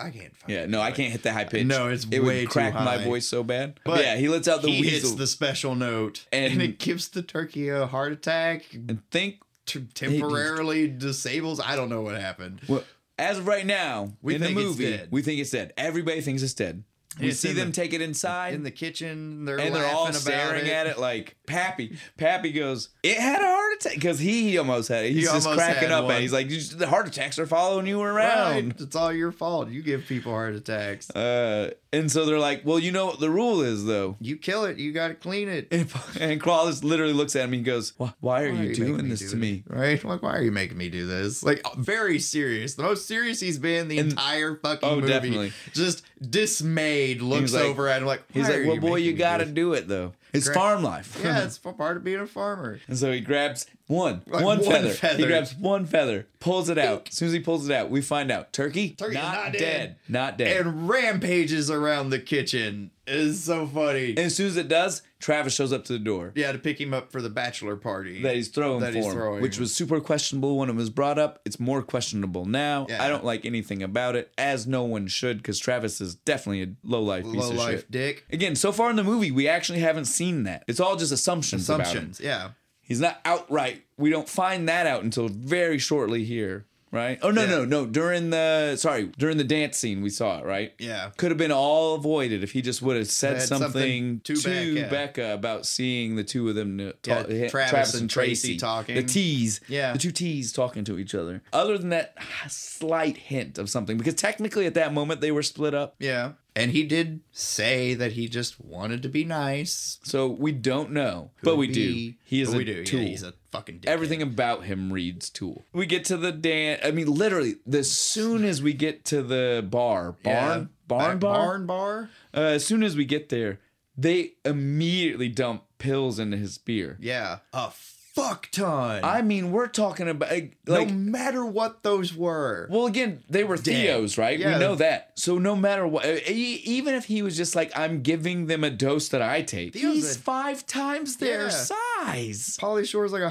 [SPEAKER 2] I can't. fucking
[SPEAKER 1] Yeah, no,
[SPEAKER 2] do
[SPEAKER 1] I
[SPEAKER 2] it.
[SPEAKER 1] can't hit that high pitch.
[SPEAKER 2] No, it's
[SPEAKER 1] it would
[SPEAKER 2] way too
[SPEAKER 1] crack my
[SPEAKER 2] high.
[SPEAKER 1] voice so bad.
[SPEAKER 2] But
[SPEAKER 1] yeah, he lets out the
[SPEAKER 2] he
[SPEAKER 1] weasel.
[SPEAKER 2] hits the special note,
[SPEAKER 1] And-
[SPEAKER 2] and, it gives the turkey a heart attack.
[SPEAKER 1] and think
[SPEAKER 2] T- temporarily disables. I don't know what happened.
[SPEAKER 1] well, as of right now
[SPEAKER 2] We
[SPEAKER 1] in the
[SPEAKER 2] think it's
[SPEAKER 1] movie,
[SPEAKER 2] dead.
[SPEAKER 1] we think it's dead. Everybody thinks it's dead. We
[SPEAKER 2] It's
[SPEAKER 1] see
[SPEAKER 2] in
[SPEAKER 1] them
[SPEAKER 2] the-
[SPEAKER 1] take it inside.
[SPEAKER 2] In the kitchen, they're
[SPEAKER 1] and they're
[SPEAKER 2] laughing
[SPEAKER 1] all
[SPEAKER 2] about
[SPEAKER 1] staring
[SPEAKER 2] it.
[SPEAKER 1] at it like Pappy. Pappy goes, "It had a heart attack because he almost had. it. He's just
[SPEAKER 2] almost
[SPEAKER 1] cracking
[SPEAKER 2] had
[SPEAKER 1] up at.
[SPEAKER 2] one.
[SPEAKER 1] it. He's like, "You just- the heart attacks are following you around."
[SPEAKER 2] Right, it's all your fault. You give people heart attacks.
[SPEAKER 1] Uh, and so they're like, well, you know what the rule is, though.
[SPEAKER 2] You kill it. You got to clean it.
[SPEAKER 1] And, and Crawl just literally looks at him and goes, why, why are
[SPEAKER 2] Why
[SPEAKER 1] you
[SPEAKER 2] making
[SPEAKER 1] doing this
[SPEAKER 2] do
[SPEAKER 1] to me?
[SPEAKER 2] Right? Like, why are you making me do this? Like, very serious. The most serious he's been the
[SPEAKER 1] And-
[SPEAKER 2] entire fucking
[SPEAKER 1] oh,
[SPEAKER 2] movie.
[SPEAKER 1] definitely.
[SPEAKER 2] Just dismayed, looks
[SPEAKER 1] like-
[SPEAKER 2] over at him like,
[SPEAKER 1] He's
[SPEAKER 2] "Why are
[SPEAKER 1] like, well, boy,
[SPEAKER 2] making
[SPEAKER 1] you
[SPEAKER 2] me
[SPEAKER 1] got to
[SPEAKER 2] do
[SPEAKER 1] do it, though. It's
[SPEAKER 2] Gra-
[SPEAKER 1] farm life.
[SPEAKER 2] this?" Yeah, it's p- part of being a farmer.
[SPEAKER 1] And so he grabs one,
[SPEAKER 2] Like
[SPEAKER 1] one,
[SPEAKER 2] one
[SPEAKER 1] feather. He
[SPEAKER 2] feather.
[SPEAKER 1] grabs one feather, pulls it out. As soon as he pulls it out, we find out turkey,
[SPEAKER 2] Turkey's
[SPEAKER 1] not,
[SPEAKER 2] not
[SPEAKER 1] dead.
[SPEAKER 2] dead.
[SPEAKER 1] not dead. And,
[SPEAKER 2] And rampages around the kitchen is so funny.
[SPEAKER 1] as soon as it does, Travis shows up to the door
[SPEAKER 2] yeah, to pick him up for the bachelor party.
[SPEAKER 1] that he's throwing
[SPEAKER 2] That
[SPEAKER 1] for
[SPEAKER 2] he's
[SPEAKER 1] him,
[SPEAKER 2] throwing.
[SPEAKER 1] which was super questionable when it was brought up. It's more questionable now.
[SPEAKER 2] Yeah.
[SPEAKER 1] I don't like anything about it, as no one should, because Travis is definitely a low life piece
[SPEAKER 2] Low
[SPEAKER 1] of
[SPEAKER 2] life
[SPEAKER 1] shit.
[SPEAKER 2] dick.
[SPEAKER 1] Again, so far in the movie, we actually haven't seen that. It's all just assumptions. About him.
[SPEAKER 2] Assumptions. Yeah.
[SPEAKER 1] He's not outright. We don't find that out until very shortly here, right? Oh no,
[SPEAKER 2] Yeah.
[SPEAKER 1] no, no. During the sorry, during the dance scene, we saw it, right?
[SPEAKER 2] Yeah.
[SPEAKER 1] Could have been all avoided if he just would have said
[SPEAKER 2] Said
[SPEAKER 1] something,
[SPEAKER 2] something
[SPEAKER 1] to,
[SPEAKER 2] to Becca.
[SPEAKER 1] Becca. about seeing the two of them, to-
[SPEAKER 2] Yeah,
[SPEAKER 1] ta- hit-
[SPEAKER 2] Travis and Tracy talking.
[SPEAKER 1] the T's,
[SPEAKER 2] Yeah.
[SPEAKER 1] the two T's talking to each other. Other than that, slight hint of something because technically at that moment they were split up,
[SPEAKER 2] Yeah. And he did say that he just wanted to be nice.
[SPEAKER 1] so we don't know,
[SPEAKER 2] Could
[SPEAKER 1] but we do.
[SPEAKER 2] be.
[SPEAKER 1] He is
[SPEAKER 2] But
[SPEAKER 1] a
[SPEAKER 2] we do.
[SPEAKER 1] tool.
[SPEAKER 2] Yeah, he's a fucking dickhead.
[SPEAKER 1] Everything about him reads Tool. We get to the dance. I mean, literally, as soon as we get to the bar, barn,
[SPEAKER 2] Yeah.
[SPEAKER 1] barn
[SPEAKER 2] Back-
[SPEAKER 1] bar.
[SPEAKER 2] barn bar.
[SPEAKER 1] Uh, as soon as we get there, they immediately dump pills into his beer.
[SPEAKER 2] Yeah, a fuck ton.
[SPEAKER 1] I mean, we're talking about like,
[SPEAKER 2] no matter what those were.
[SPEAKER 1] well, again, they were Theo's, right?
[SPEAKER 2] Yeah.
[SPEAKER 1] We know that. So no matter what, e- even if he was just like, I'm giving them a dose that I take,
[SPEAKER 2] Theo's
[SPEAKER 1] he's
[SPEAKER 2] a-
[SPEAKER 1] five times their
[SPEAKER 2] Yeah.
[SPEAKER 1] size.
[SPEAKER 3] size.
[SPEAKER 2] Polly Shore's like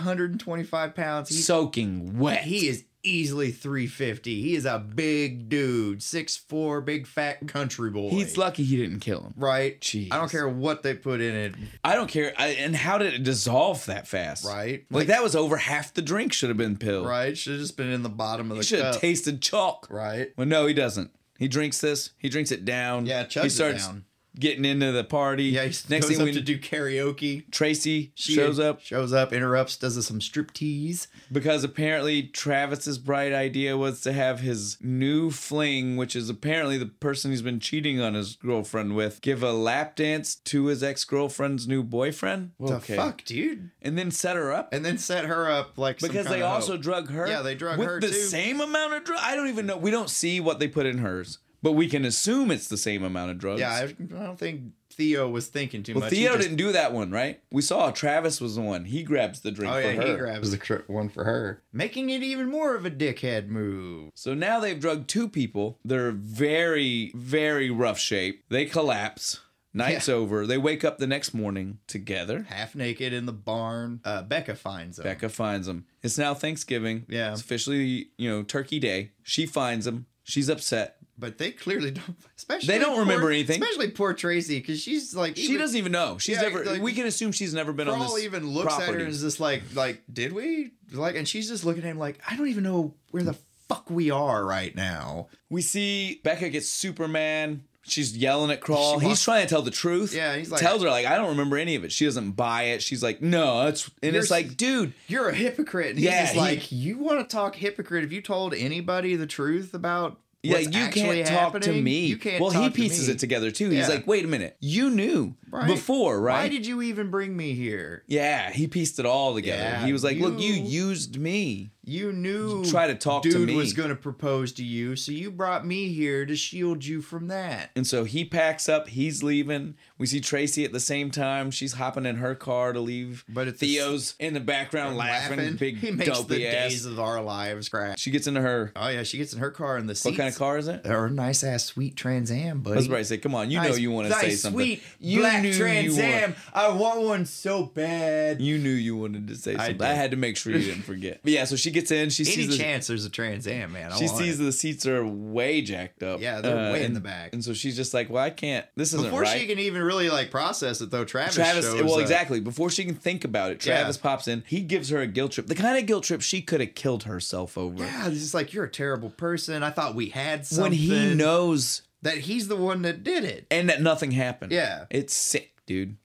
[SPEAKER 2] 125 pounds. He's,
[SPEAKER 3] Soaking wet.
[SPEAKER 2] he is easily 350. He is a big dude, 6'4, big fat country boy.
[SPEAKER 3] He's lucky he didn't kill him.
[SPEAKER 2] right?
[SPEAKER 3] Jeez.
[SPEAKER 2] I don't care what they put in it,
[SPEAKER 1] I don't care. I, and how did it dissolve that fast?
[SPEAKER 2] right?
[SPEAKER 1] Like, that was over half the drink should have been pill.
[SPEAKER 2] right? Should have just been in the bottom of
[SPEAKER 1] He
[SPEAKER 2] the
[SPEAKER 1] should have
[SPEAKER 2] cup,
[SPEAKER 1] tasted chalk.
[SPEAKER 2] right?
[SPEAKER 1] Well, no, he doesn't. He drinks this. He drinks it down.
[SPEAKER 2] Yeah, chugs
[SPEAKER 1] he
[SPEAKER 2] it
[SPEAKER 1] starts
[SPEAKER 2] down.
[SPEAKER 1] getting into the party.
[SPEAKER 2] Yeah, he
[SPEAKER 1] next
[SPEAKER 2] goes
[SPEAKER 1] thing
[SPEAKER 2] up
[SPEAKER 1] we
[SPEAKER 2] to do karaoke.
[SPEAKER 1] Tracy
[SPEAKER 2] She
[SPEAKER 1] shows up
[SPEAKER 2] shows up, interrupts, does us some strip tease.
[SPEAKER 1] because apparently Travis's bright idea was to have his new fling, which is apparently the person he's been cheating on his girlfriend with, give a lap dance to his ex girlfriend's new boyfriend.
[SPEAKER 2] The fuck, dude?
[SPEAKER 1] And then set her up.
[SPEAKER 2] And then set her up like some
[SPEAKER 1] because
[SPEAKER 2] kind
[SPEAKER 1] they
[SPEAKER 2] of
[SPEAKER 1] also
[SPEAKER 2] hoe.
[SPEAKER 1] drug her.
[SPEAKER 2] Yeah, they drug
[SPEAKER 1] with
[SPEAKER 2] her,
[SPEAKER 1] the
[SPEAKER 2] too.
[SPEAKER 1] same amount of drugs. I don't even know. We don't see what they put in hers, but we can assume it's the same amount of drugs.
[SPEAKER 2] Yeah, I, I don't think Theo was thinking too
[SPEAKER 1] Well,
[SPEAKER 2] much. He
[SPEAKER 1] Theo
[SPEAKER 2] just-
[SPEAKER 1] didn't do that one, right? We saw Travis was the one. He grabs the drink for
[SPEAKER 2] Oh yeah,
[SPEAKER 1] her.
[SPEAKER 2] he grabs the cr- one for her, making it even more of a dickhead move.
[SPEAKER 1] so now they've drugged two people. They're very, very rough shape. They collapse. Night's over. They wake up the next morning together.
[SPEAKER 2] Half naked in the barn, uh, Becca finds him.
[SPEAKER 1] Becca finds them. It's now Thanksgiving.
[SPEAKER 2] Yeah.
[SPEAKER 1] It's officially, you know, Turkey Day. She finds them. She's upset.
[SPEAKER 2] but they clearly don't. Especially
[SPEAKER 1] They don't
[SPEAKER 2] poor-
[SPEAKER 1] remember anything.
[SPEAKER 2] Especially poor Tracy, because she's like
[SPEAKER 1] She doesn't even know. She's
[SPEAKER 2] Yeah,
[SPEAKER 1] never.
[SPEAKER 2] like-
[SPEAKER 1] we can assume she's never been on
[SPEAKER 2] Carl
[SPEAKER 1] this
[SPEAKER 2] even looks at her
[SPEAKER 1] property.
[SPEAKER 2] and is just like, like, did we? Like, and she's just looking at him like, I don't even know where the fuck we are right now.
[SPEAKER 1] we see Becca gets Superman. She's yelling at Crawl.
[SPEAKER 2] She
[SPEAKER 1] He's
[SPEAKER 2] walks-
[SPEAKER 1] trying to tell the truth.
[SPEAKER 2] Yeah, he's like-
[SPEAKER 1] tells her like I don't remember any of it. She doesn't buy it. She's like, no, that's and
[SPEAKER 2] You're
[SPEAKER 1] it's like, dude,
[SPEAKER 2] You're a hypocrite. And
[SPEAKER 1] Yeah,
[SPEAKER 2] he's just
[SPEAKER 1] he-
[SPEAKER 2] like, you want to talk hypocrite? If you told anybody the truth about
[SPEAKER 1] yeah,
[SPEAKER 2] what's
[SPEAKER 1] you
[SPEAKER 2] actually
[SPEAKER 1] can't talk to
[SPEAKER 2] happening,
[SPEAKER 1] me.
[SPEAKER 2] You can't.
[SPEAKER 1] well, he
[SPEAKER 2] talk to
[SPEAKER 1] pieces
[SPEAKER 2] me.
[SPEAKER 1] it together too. He's
[SPEAKER 2] Yeah.
[SPEAKER 1] like, wait a minute, you knew
[SPEAKER 2] Right.
[SPEAKER 1] before, right?
[SPEAKER 2] Why did you even bring me here?
[SPEAKER 1] yeah, he pieced it all together.
[SPEAKER 2] Yeah,
[SPEAKER 1] he was like, look, you
[SPEAKER 2] you-
[SPEAKER 1] used me.
[SPEAKER 2] You knew
[SPEAKER 1] You try to talk to
[SPEAKER 2] dude
[SPEAKER 1] me.
[SPEAKER 2] was going to propose to you, so you brought me here to shield you from that.
[SPEAKER 1] And so he packs up, he's leaving. We see Tracy at the same time. She's hopping in her car to leave.
[SPEAKER 2] But it's-
[SPEAKER 1] Theo's in the background laughing, big
[SPEAKER 2] he makes
[SPEAKER 1] dopey
[SPEAKER 2] the
[SPEAKER 1] ass.
[SPEAKER 2] days of our lives crash.
[SPEAKER 1] she gets into her.
[SPEAKER 2] Oh yeah, she gets in her car in the seats.
[SPEAKER 1] What kind of car is it?
[SPEAKER 2] Or a nice ass sweet Trans Am, buddy.
[SPEAKER 1] That's what I say. Come on, you know
[SPEAKER 2] Nice-
[SPEAKER 1] you want to
[SPEAKER 2] nice,
[SPEAKER 1] say something.
[SPEAKER 2] Sweet
[SPEAKER 1] you
[SPEAKER 2] black
[SPEAKER 1] knew you
[SPEAKER 2] Trans
[SPEAKER 1] want-
[SPEAKER 2] Am. I want one so bad.
[SPEAKER 1] You knew you wanted to say
[SPEAKER 2] I
[SPEAKER 1] something. I,
[SPEAKER 2] did.
[SPEAKER 1] had to make sure you didn't forget. But yeah, so she gets in. She
[SPEAKER 2] Any
[SPEAKER 1] sees the,
[SPEAKER 2] chance there's a Trans Am, man? I
[SPEAKER 1] she
[SPEAKER 2] want
[SPEAKER 1] sees
[SPEAKER 2] it.
[SPEAKER 1] the seats are way jacked up. Uh,
[SPEAKER 2] Yeah, they're way in
[SPEAKER 1] and-
[SPEAKER 2] the back.
[SPEAKER 1] And so she's just like, "Well, I can't. This isn't
[SPEAKER 2] before
[SPEAKER 1] right."
[SPEAKER 2] she can even really like process it though. Travis,
[SPEAKER 1] Travis,
[SPEAKER 2] shows
[SPEAKER 1] well,
[SPEAKER 2] up.
[SPEAKER 1] exactly. Before she can think about it,
[SPEAKER 2] Yeah.
[SPEAKER 1] Travis pops in. He gives her a guilt trip, the kind of guilt trip she could have killed herself over.
[SPEAKER 2] Yeah, it's just like you're a terrible person. I thought we had something.
[SPEAKER 1] when he knows
[SPEAKER 2] that he's the one that did it.
[SPEAKER 1] and that nothing happened.
[SPEAKER 2] Yeah.
[SPEAKER 1] it's sick, dude.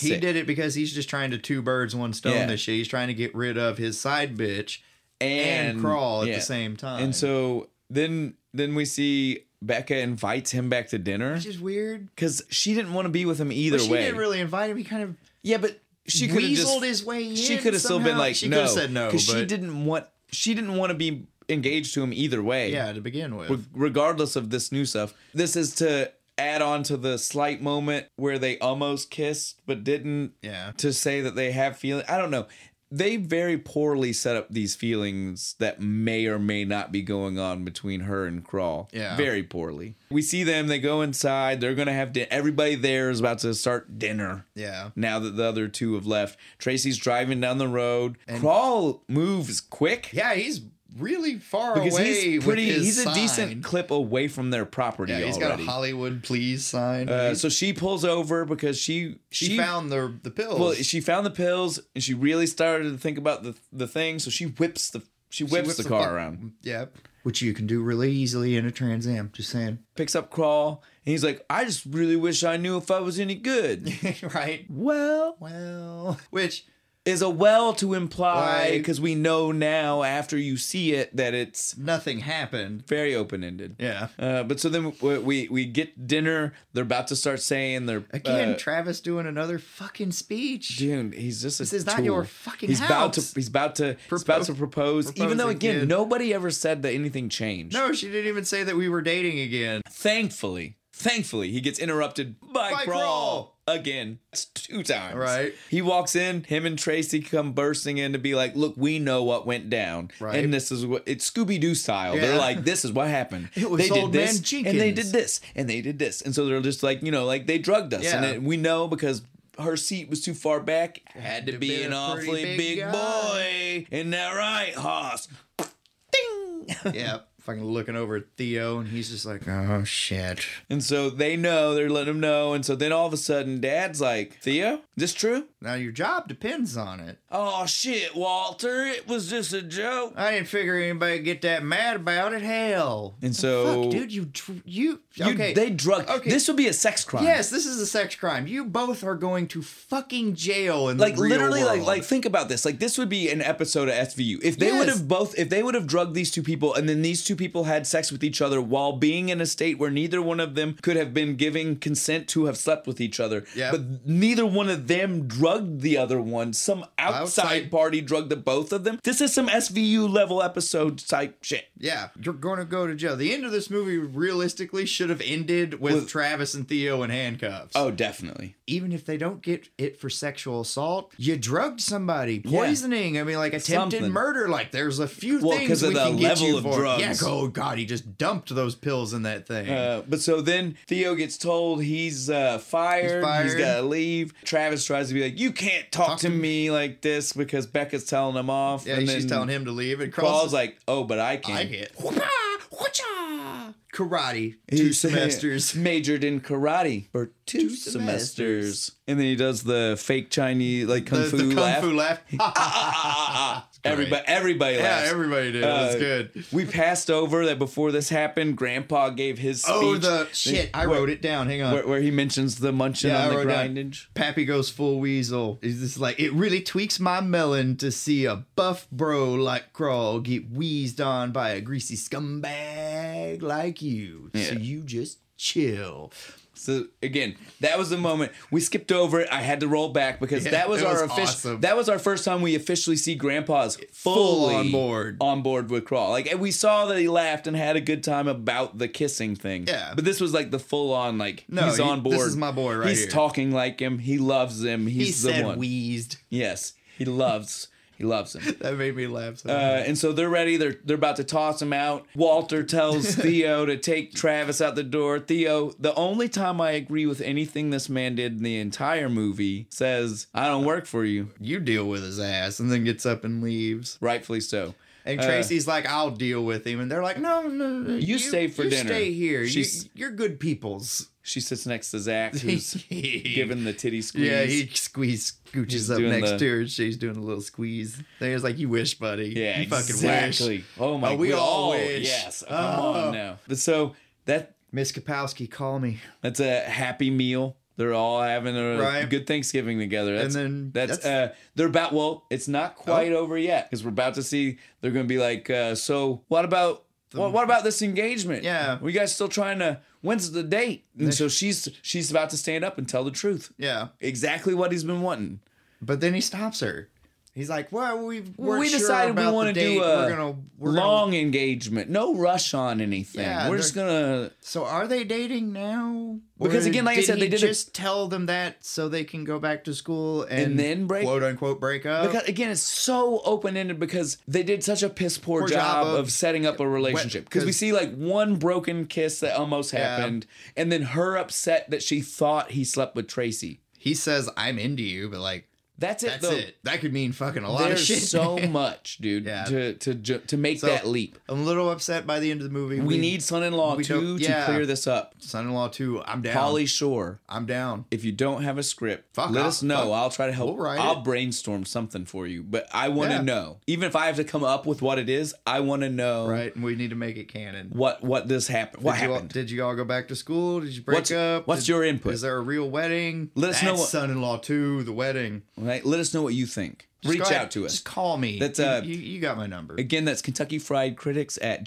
[SPEAKER 2] He
[SPEAKER 1] Sick.
[SPEAKER 2] did it because he's just trying to two birds, one stone
[SPEAKER 1] Yeah.
[SPEAKER 2] this shit. He's trying to get rid of his side bitch and, crawl at
[SPEAKER 1] yeah.
[SPEAKER 2] the same time.
[SPEAKER 1] And so then then we see Becca invites him back to dinner
[SPEAKER 2] which is weird.
[SPEAKER 1] because she didn't want to be with him either
[SPEAKER 2] But she
[SPEAKER 1] way.
[SPEAKER 2] didn't really invite him. He kind of
[SPEAKER 1] yeah, but she could have
[SPEAKER 2] weaseled
[SPEAKER 1] just
[SPEAKER 2] his way in.
[SPEAKER 1] she could have still been
[SPEAKER 2] somehow.
[SPEAKER 1] like
[SPEAKER 2] she
[SPEAKER 1] no,
[SPEAKER 2] could have said no, but
[SPEAKER 1] because she didn't want she didn't want to be engaged to him either way.
[SPEAKER 2] Yeah, to begin with,
[SPEAKER 1] Reg- regardless of this new stuff, this is to add on to the slight moment where they almost kissed but didn't.
[SPEAKER 2] yeah,
[SPEAKER 1] to say that they have feeling. I don't know. They very poorly set up these feelings that may or may not be going on between her and Crawl.
[SPEAKER 2] Yeah.
[SPEAKER 1] Very poorly. We see them, they go inside, they're going to have dinner. Everybody there is about to start dinner
[SPEAKER 2] yeah.
[SPEAKER 1] now that the other two have left. Tracy's driving down the road. Crawl moves quick
[SPEAKER 2] Yeah, he's really far
[SPEAKER 1] because
[SPEAKER 2] away.
[SPEAKER 1] he's
[SPEAKER 2] with
[SPEAKER 1] pretty,
[SPEAKER 2] his
[SPEAKER 1] he's a
[SPEAKER 2] sign.
[SPEAKER 1] decent clip away from their property
[SPEAKER 2] Yeah, he's got
[SPEAKER 1] already.
[SPEAKER 2] a Hollywood please sign.
[SPEAKER 1] uh,
[SPEAKER 2] He's-
[SPEAKER 1] so she pulls over because she
[SPEAKER 2] she, found the the pills.
[SPEAKER 1] Well, she found the pills and she really started to think about the the thing. So she whips the she whips,
[SPEAKER 2] whips
[SPEAKER 1] the
[SPEAKER 2] the
[SPEAKER 1] car
[SPEAKER 2] fuck-
[SPEAKER 1] around,
[SPEAKER 2] Yep. Which you can do really easily in a Trans Am. Just saying.
[SPEAKER 1] picks up Crawl, and he's like, "I just really wish I knew if I was any good."
[SPEAKER 2] right.
[SPEAKER 1] well,
[SPEAKER 2] Well, which
[SPEAKER 1] is a well to imply
[SPEAKER 2] Like-
[SPEAKER 1] because we know now after you see it that it's
[SPEAKER 2] nothing happened.
[SPEAKER 1] very open ended.
[SPEAKER 2] Yeah.
[SPEAKER 1] Uh, but so then we, we we get dinner. They're about to start saying they're
[SPEAKER 2] Again,
[SPEAKER 1] uh,
[SPEAKER 2] Travis doing another fucking speech.
[SPEAKER 1] Dude, he's just a
[SPEAKER 2] This is
[SPEAKER 1] tool.
[SPEAKER 2] not your fucking
[SPEAKER 1] He's about to
[SPEAKER 2] house.
[SPEAKER 1] he's about to he's about to
[SPEAKER 2] Propo-
[SPEAKER 1] propose. Even though
[SPEAKER 2] proposing
[SPEAKER 1] again,
[SPEAKER 2] kid.
[SPEAKER 1] nobody ever said that anything changed.
[SPEAKER 2] No, she didn't even say that we were dating again.
[SPEAKER 1] Thankfully, thankfully, he gets interrupted by,
[SPEAKER 2] By
[SPEAKER 1] Crawl again. That's two times.
[SPEAKER 2] Right.
[SPEAKER 1] He walks in. Him and Tracy come bursting in to be like, "Look, we know what went down,
[SPEAKER 2] Right.
[SPEAKER 1] and this is what it's Scooby Doo style." They're
[SPEAKER 2] Yeah.
[SPEAKER 1] like, "This is what happened.
[SPEAKER 2] It was
[SPEAKER 1] they did
[SPEAKER 2] old man
[SPEAKER 1] this, and they did
[SPEAKER 2] Jenkins."
[SPEAKER 1] this, and they did this." And so they're just like, you know, like they drugged us, and
[SPEAKER 2] Yeah.
[SPEAKER 1] it, we know because her seat was too far back. Had to,
[SPEAKER 2] to
[SPEAKER 1] be,
[SPEAKER 2] be
[SPEAKER 1] an
[SPEAKER 2] a pretty
[SPEAKER 1] awfully big,
[SPEAKER 2] big guy.
[SPEAKER 1] boy. Isn't that right, Hoss? Ding.
[SPEAKER 2] yeah, fucking looking over at Theo, and he's just like, oh shit.
[SPEAKER 1] and so they know they're letting him know. And so then all of a sudden, Dad's like, "Theo, is this true?"
[SPEAKER 2] Now your job depends on it.
[SPEAKER 1] Oh shit, Walter! It was just a joke.
[SPEAKER 2] I didn't figure anybody would get that mad about it. Hell,
[SPEAKER 1] And so,
[SPEAKER 2] fuck, dude, you dr- you
[SPEAKER 1] you-
[SPEAKER 2] okay?
[SPEAKER 1] they drug.
[SPEAKER 2] Okay.
[SPEAKER 1] This would be a sex crime.
[SPEAKER 2] yes, this is a sex crime. You both are going to fucking jail in
[SPEAKER 1] like
[SPEAKER 2] the real
[SPEAKER 1] literally like
[SPEAKER 2] world.
[SPEAKER 1] like think about this like this would be an episode of svu if they would
[SPEAKER 2] Yes.
[SPEAKER 1] have both if they would have drugged these two people and then these two people had sex with each other while being in a state where neither one of them could have been giving consent to have slept with each other
[SPEAKER 2] Yeah.
[SPEAKER 1] but neither one of them drugged the other one some outside,
[SPEAKER 2] Outside-
[SPEAKER 1] party drugged the both of them this is some svu level episode type shit
[SPEAKER 2] yeah, you're going to go to jail. The end of this movie realistically should have ended with,
[SPEAKER 1] With-
[SPEAKER 2] Travis and Theo in handcuffs.
[SPEAKER 1] oh definitely
[SPEAKER 2] even if they don't get it for sexual assault, you drugged somebody, poisoning. I mean, like attempted
[SPEAKER 1] Something.
[SPEAKER 2] murder. Like there's a few
[SPEAKER 1] Well, 'cause
[SPEAKER 2] things
[SPEAKER 1] of
[SPEAKER 2] we
[SPEAKER 1] the
[SPEAKER 2] can get
[SPEAKER 1] level
[SPEAKER 2] you
[SPEAKER 1] of
[SPEAKER 2] for.
[SPEAKER 1] drugs.
[SPEAKER 2] Yeah, oh god, he just dumped those pills in that thing.
[SPEAKER 1] Uh, but so then Theo gets told he's, uh, fired, he's
[SPEAKER 2] fired.
[SPEAKER 1] gotta leave. Travis tries to be like, "You can't talk, to,
[SPEAKER 2] to
[SPEAKER 1] me like this," because Becca's telling him off.
[SPEAKER 2] yeah,
[SPEAKER 1] and
[SPEAKER 2] she's
[SPEAKER 1] then
[SPEAKER 2] telling him to leave, and
[SPEAKER 1] Paul's
[SPEAKER 2] Crawl's like,
[SPEAKER 1] like, "Oh, but I can."
[SPEAKER 2] I hit karate
[SPEAKER 1] He
[SPEAKER 2] two
[SPEAKER 1] said-
[SPEAKER 2] semesters.
[SPEAKER 1] Majored in karate for two,
[SPEAKER 2] Two
[SPEAKER 1] semesters.
[SPEAKER 2] semesters.
[SPEAKER 1] and then he does the fake Chinese like kung
[SPEAKER 2] The,
[SPEAKER 1] fu
[SPEAKER 2] the kung
[SPEAKER 1] laugh.
[SPEAKER 2] fu laugh. great.
[SPEAKER 1] everybody, everybody
[SPEAKER 2] yeah,
[SPEAKER 1] laughs.
[SPEAKER 2] everybody did.
[SPEAKER 1] Uh,
[SPEAKER 2] it was good.
[SPEAKER 1] We passed over that before this happened. Grandpa gave his speech.
[SPEAKER 2] Oh, the shit! I
[SPEAKER 1] where-
[SPEAKER 2] wrote it down. Hang on.
[SPEAKER 1] where, where he mentions the munching
[SPEAKER 2] Yeah, I
[SPEAKER 1] on the
[SPEAKER 2] wrote down-
[SPEAKER 1] grindage.
[SPEAKER 2] Pappy goes full weasel. It's just like it really tweaks my melon to see a buff bro like Crawl get wheezed on by a greasy scumbag like you. So
[SPEAKER 1] Yeah.
[SPEAKER 2] you just chill.
[SPEAKER 1] So again, that was the moment we skipped over it. I had to roll back because
[SPEAKER 2] Yeah,
[SPEAKER 1] that was
[SPEAKER 2] it
[SPEAKER 1] our
[SPEAKER 2] was
[SPEAKER 1] official.
[SPEAKER 2] awesome.
[SPEAKER 1] That was our first time we officially see Grandpa's fully
[SPEAKER 2] on board.
[SPEAKER 1] on board with Crawl. Like and we saw that he laughed and had a good time about the kissing thing.
[SPEAKER 2] Yeah.
[SPEAKER 1] but this was like the full on. Like
[SPEAKER 2] No,
[SPEAKER 1] he's
[SPEAKER 2] he-
[SPEAKER 1] on board.
[SPEAKER 2] this is my boy right
[SPEAKER 1] He's
[SPEAKER 2] here.
[SPEAKER 1] talking like him. He loves him. He's
[SPEAKER 2] he
[SPEAKER 1] the
[SPEAKER 2] said
[SPEAKER 1] one.
[SPEAKER 2] wheezed.
[SPEAKER 1] yes, he loves. he loves him.
[SPEAKER 2] That made me laugh. So
[SPEAKER 1] Uh, and so they're ready. They're they're about to toss him out. Walter tells Theo to take Travis out the door. Theo, the only time I agree with anything this man did in the entire movie, says, "I don't work for you."
[SPEAKER 2] you deal with his ass, and then gets up and leaves.
[SPEAKER 1] Rightfully so.
[SPEAKER 2] And
[SPEAKER 1] Uh,
[SPEAKER 2] Tracy's like, "I'll deal with him," and they're like, "No, no, no
[SPEAKER 1] You stay for
[SPEAKER 2] you
[SPEAKER 1] dinner."
[SPEAKER 2] Stay here. You,
[SPEAKER 1] She's-
[SPEAKER 2] you're good people's."
[SPEAKER 1] She sits next to Zach, who's given the titty squeeze.
[SPEAKER 2] Yeah, he squeeze scooches
[SPEAKER 1] He's
[SPEAKER 2] up
[SPEAKER 1] doing
[SPEAKER 2] next
[SPEAKER 1] the-
[SPEAKER 2] to her. and She's doing a little squeeze. There's like, you wish, buddy.
[SPEAKER 1] yeah,
[SPEAKER 2] you
[SPEAKER 1] exactly. Oh my,
[SPEAKER 2] Oh, we all wish.
[SPEAKER 1] Yes, come
[SPEAKER 2] Oh.
[SPEAKER 1] on now. But so that
[SPEAKER 2] Miss Kapowski, call me.
[SPEAKER 1] That's a happy meal. They're all having a
[SPEAKER 2] Right.
[SPEAKER 1] good Thanksgiving together. That's,
[SPEAKER 2] then
[SPEAKER 1] that's,
[SPEAKER 2] that's- Oh.
[SPEAKER 1] uh, they're about well, it's not quite over yet because we're about to see. They're going to be like, uh, so what about what, what about this engagement?
[SPEAKER 2] Yeah.
[SPEAKER 1] we guys still trying to. When's the date? And so she's she's about to stand up and tell the truth.
[SPEAKER 2] Yeah,
[SPEAKER 1] Exactly what he's been wanting.
[SPEAKER 2] but then he stops her. He's like, "Well, we weren't
[SPEAKER 1] we
[SPEAKER 2] sure
[SPEAKER 1] decided
[SPEAKER 2] about
[SPEAKER 1] we want to
[SPEAKER 2] the date.
[SPEAKER 1] do a
[SPEAKER 2] we're gonna we're
[SPEAKER 1] long
[SPEAKER 2] Gonna...
[SPEAKER 1] engagement. No rush on anything.
[SPEAKER 2] Yeah,
[SPEAKER 1] we're just gonna.
[SPEAKER 2] So are they dating now?
[SPEAKER 1] Because
[SPEAKER 2] Or
[SPEAKER 1] again, like I said,
[SPEAKER 2] he
[SPEAKER 1] they did a-
[SPEAKER 2] just tell them that so they can go back to school and,
[SPEAKER 1] And then break-
[SPEAKER 2] quote unquote break up.
[SPEAKER 1] Because again, it's so open ended because they did such a piss poor
[SPEAKER 2] Poor
[SPEAKER 1] job,
[SPEAKER 2] job
[SPEAKER 1] of,
[SPEAKER 2] of-
[SPEAKER 1] setting up a relationship. Because we
[SPEAKER 2] 'cause-
[SPEAKER 1] see like one broken kiss that almost happened, and then her upset that she thought he slept with Tracy.
[SPEAKER 2] he says, "I'm into you," but like
[SPEAKER 1] That's it.
[SPEAKER 2] that's
[SPEAKER 1] though.
[SPEAKER 2] it. That could mean fucking a lot
[SPEAKER 1] There's
[SPEAKER 2] of shit.
[SPEAKER 1] so much, dude,
[SPEAKER 2] Yeah.
[SPEAKER 1] to to ju- to make
[SPEAKER 2] So,
[SPEAKER 1] that leap.
[SPEAKER 2] I'm a little upset by the end of the movie.
[SPEAKER 1] We need son-in-law
[SPEAKER 2] we
[SPEAKER 1] too
[SPEAKER 2] don't-
[SPEAKER 1] to
[SPEAKER 2] yeah.
[SPEAKER 1] clear this up.
[SPEAKER 2] son-in-law too. I'm down.
[SPEAKER 1] Polly Shore,
[SPEAKER 2] I'm down.
[SPEAKER 1] if you don't have a script,
[SPEAKER 2] Fuck,
[SPEAKER 1] let
[SPEAKER 2] I'll-
[SPEAKER 1] us know.
[SPEAKER 2] fuck.
[SPEAKER 1] I'll try to help.
[SPEAKER 2] We'll write
[SPEAKER 1] I'll
[SPEAKER 2] it.
[SPEAKER 1] brainstorm something for you, but I want to
[SPEAKER 2] Yeah.
[SPEAKER 1] know. Even if I have to come up with what it is, I want to know.
[SPEAKER 2] Right, and we need to make it canon.
[SPEAKER 1] what what this happened what
[SPEAKER 2] did You all,
[SPEAKER 1] happened
[SPEAKER 2] did you all go back to school? Did you break
[SPEAKER 1] What's-
[SPEAKER 2] up?
[SPEAKER 1] what's
[SPEAKER 2] Did-
[SPEAKER 1] your input?
[SPEAKER 2] Is there a real wedding?
[SPEAKER 1] Let us know
[SPEAKER 2] That's
[SPEAKER 1] what-
[SPEAKER 2] son-in-law too. The wedding.
[SPEAKER 1] right let us know what you think
[SPEAKER 2] Just
[SPEAKER 1] reach
[SPEAKER 2] go ahead.
[SPEAKER 1] out to us
[SPEAKER 2] Just call me.
[SPEAKER 1] That's,
[SPEAKER 2] You-
[SPEAKER 1] uh,
[SPEAKER 2] you, you got my number.
[SPEAKER 1] again that's kentucky fried critics at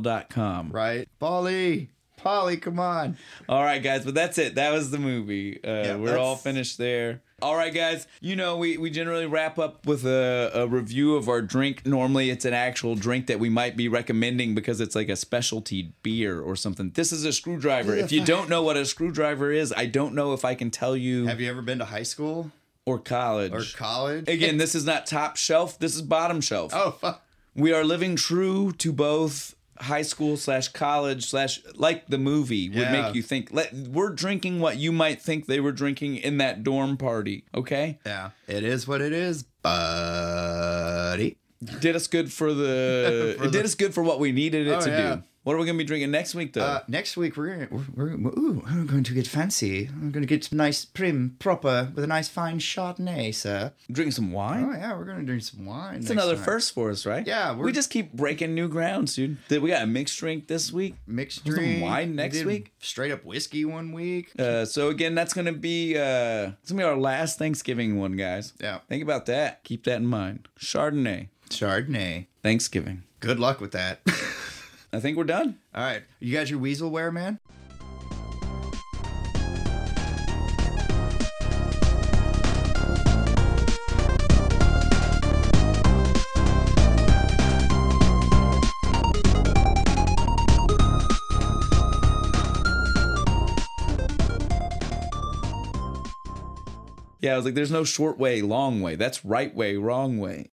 [SPEAKER 1] gmail.com
[SPEAKER 2] right, Polly. Polly, come on.
[SPEAKER 1] all right guys but that's it that was the movie uh, we're all
[SPEAKER 2] that's-
[SPEAKER 1] finished there all right guys you know we, we generally wrap up with a, a review of our drink normally it's an actual drink that we might be recommending because it's like a specialty beer or something this is a screwdriver if you don't know what a screwdriver is i don't know if i can tell you
[SPEAKER 2] Have you ever been to high school
[SPEAKER 1] or college
[SPEAKER 2] or college?
[SPEAKER 1] again this is not top shelf this is bottom shelf
[SPEAKER 2] oh fuck.
[SPEAKER 1] We are living true to both high school slash college slash like the movie would
[SPEAKER 2] Yeah.
[SPEAKER 1] make you think. Let, we're drinking what you might think they were drinking in that dorm party. Okay,
[SPEAKER 2] Yeah, it is what it is, buddy.
[SPEAKER 1] did us good for the.
[SPEAKER 2] For
[SPEAKER 1] it did
[SPEAKER 2] the-
[SPEAKER 1] us good for what we needed it
[SPEAKER 2] Oh,
[SPEAKER 1] to
[SPEAKER 2] yeah.
[SPEAKER 1] do. What are we gonna be drinking next week though?
[SPEAKER 2] Uh, next week we're gonna we're, we're ooh, I'm going to get fancy. I'm going to get nice, prim, proper with a nice fine Chardonnay, sir.
[SPEAKER 1] drinking some wine.
[SPEAKER 2] Oh yeah, we're gonna drink some wine.
[SPEAKER 1] It's another first for us, right?
[SPEAKER 2] Yeah,
[SPEAKER 1] we
[SPEAKER 2] we're-
[SPEAKER 1] just keep breaking new grounds, dude. Did- We got a mixed drink this week.
[SPEAKER 2] mixed
[SPEAKER 1] Some
[SPEAKER 2] drink.
[SPEAKER 1] wine
[SPEAKER 2] We
[SPEAKER 1] next
[SPEAKER 2] did
[SPEAKER 1] week?
[SPEAKER 2] Straight up whiskey one week.
[SPEAKER 1] Uh, so again, that's gonna be uh, it's gonna be our last Thanksgiving one, guys.
[SPEAKER 2] Yeah.
[SPEAKER 1] Think about that. Keep that in mind. Chardonnay,
[SPEAKER 2] Chardonnay.
[SPEAKER 1] Thanksgiving.
[SPEAKER 2] Good luck with that.
[SPEAKER 1] I think we're done.
[SPEAKER 2] All right, you got your weasel wear, man.
[SPEAKER 1] Yeah, I was like, there's no short way, long way. That's right way, wrong way.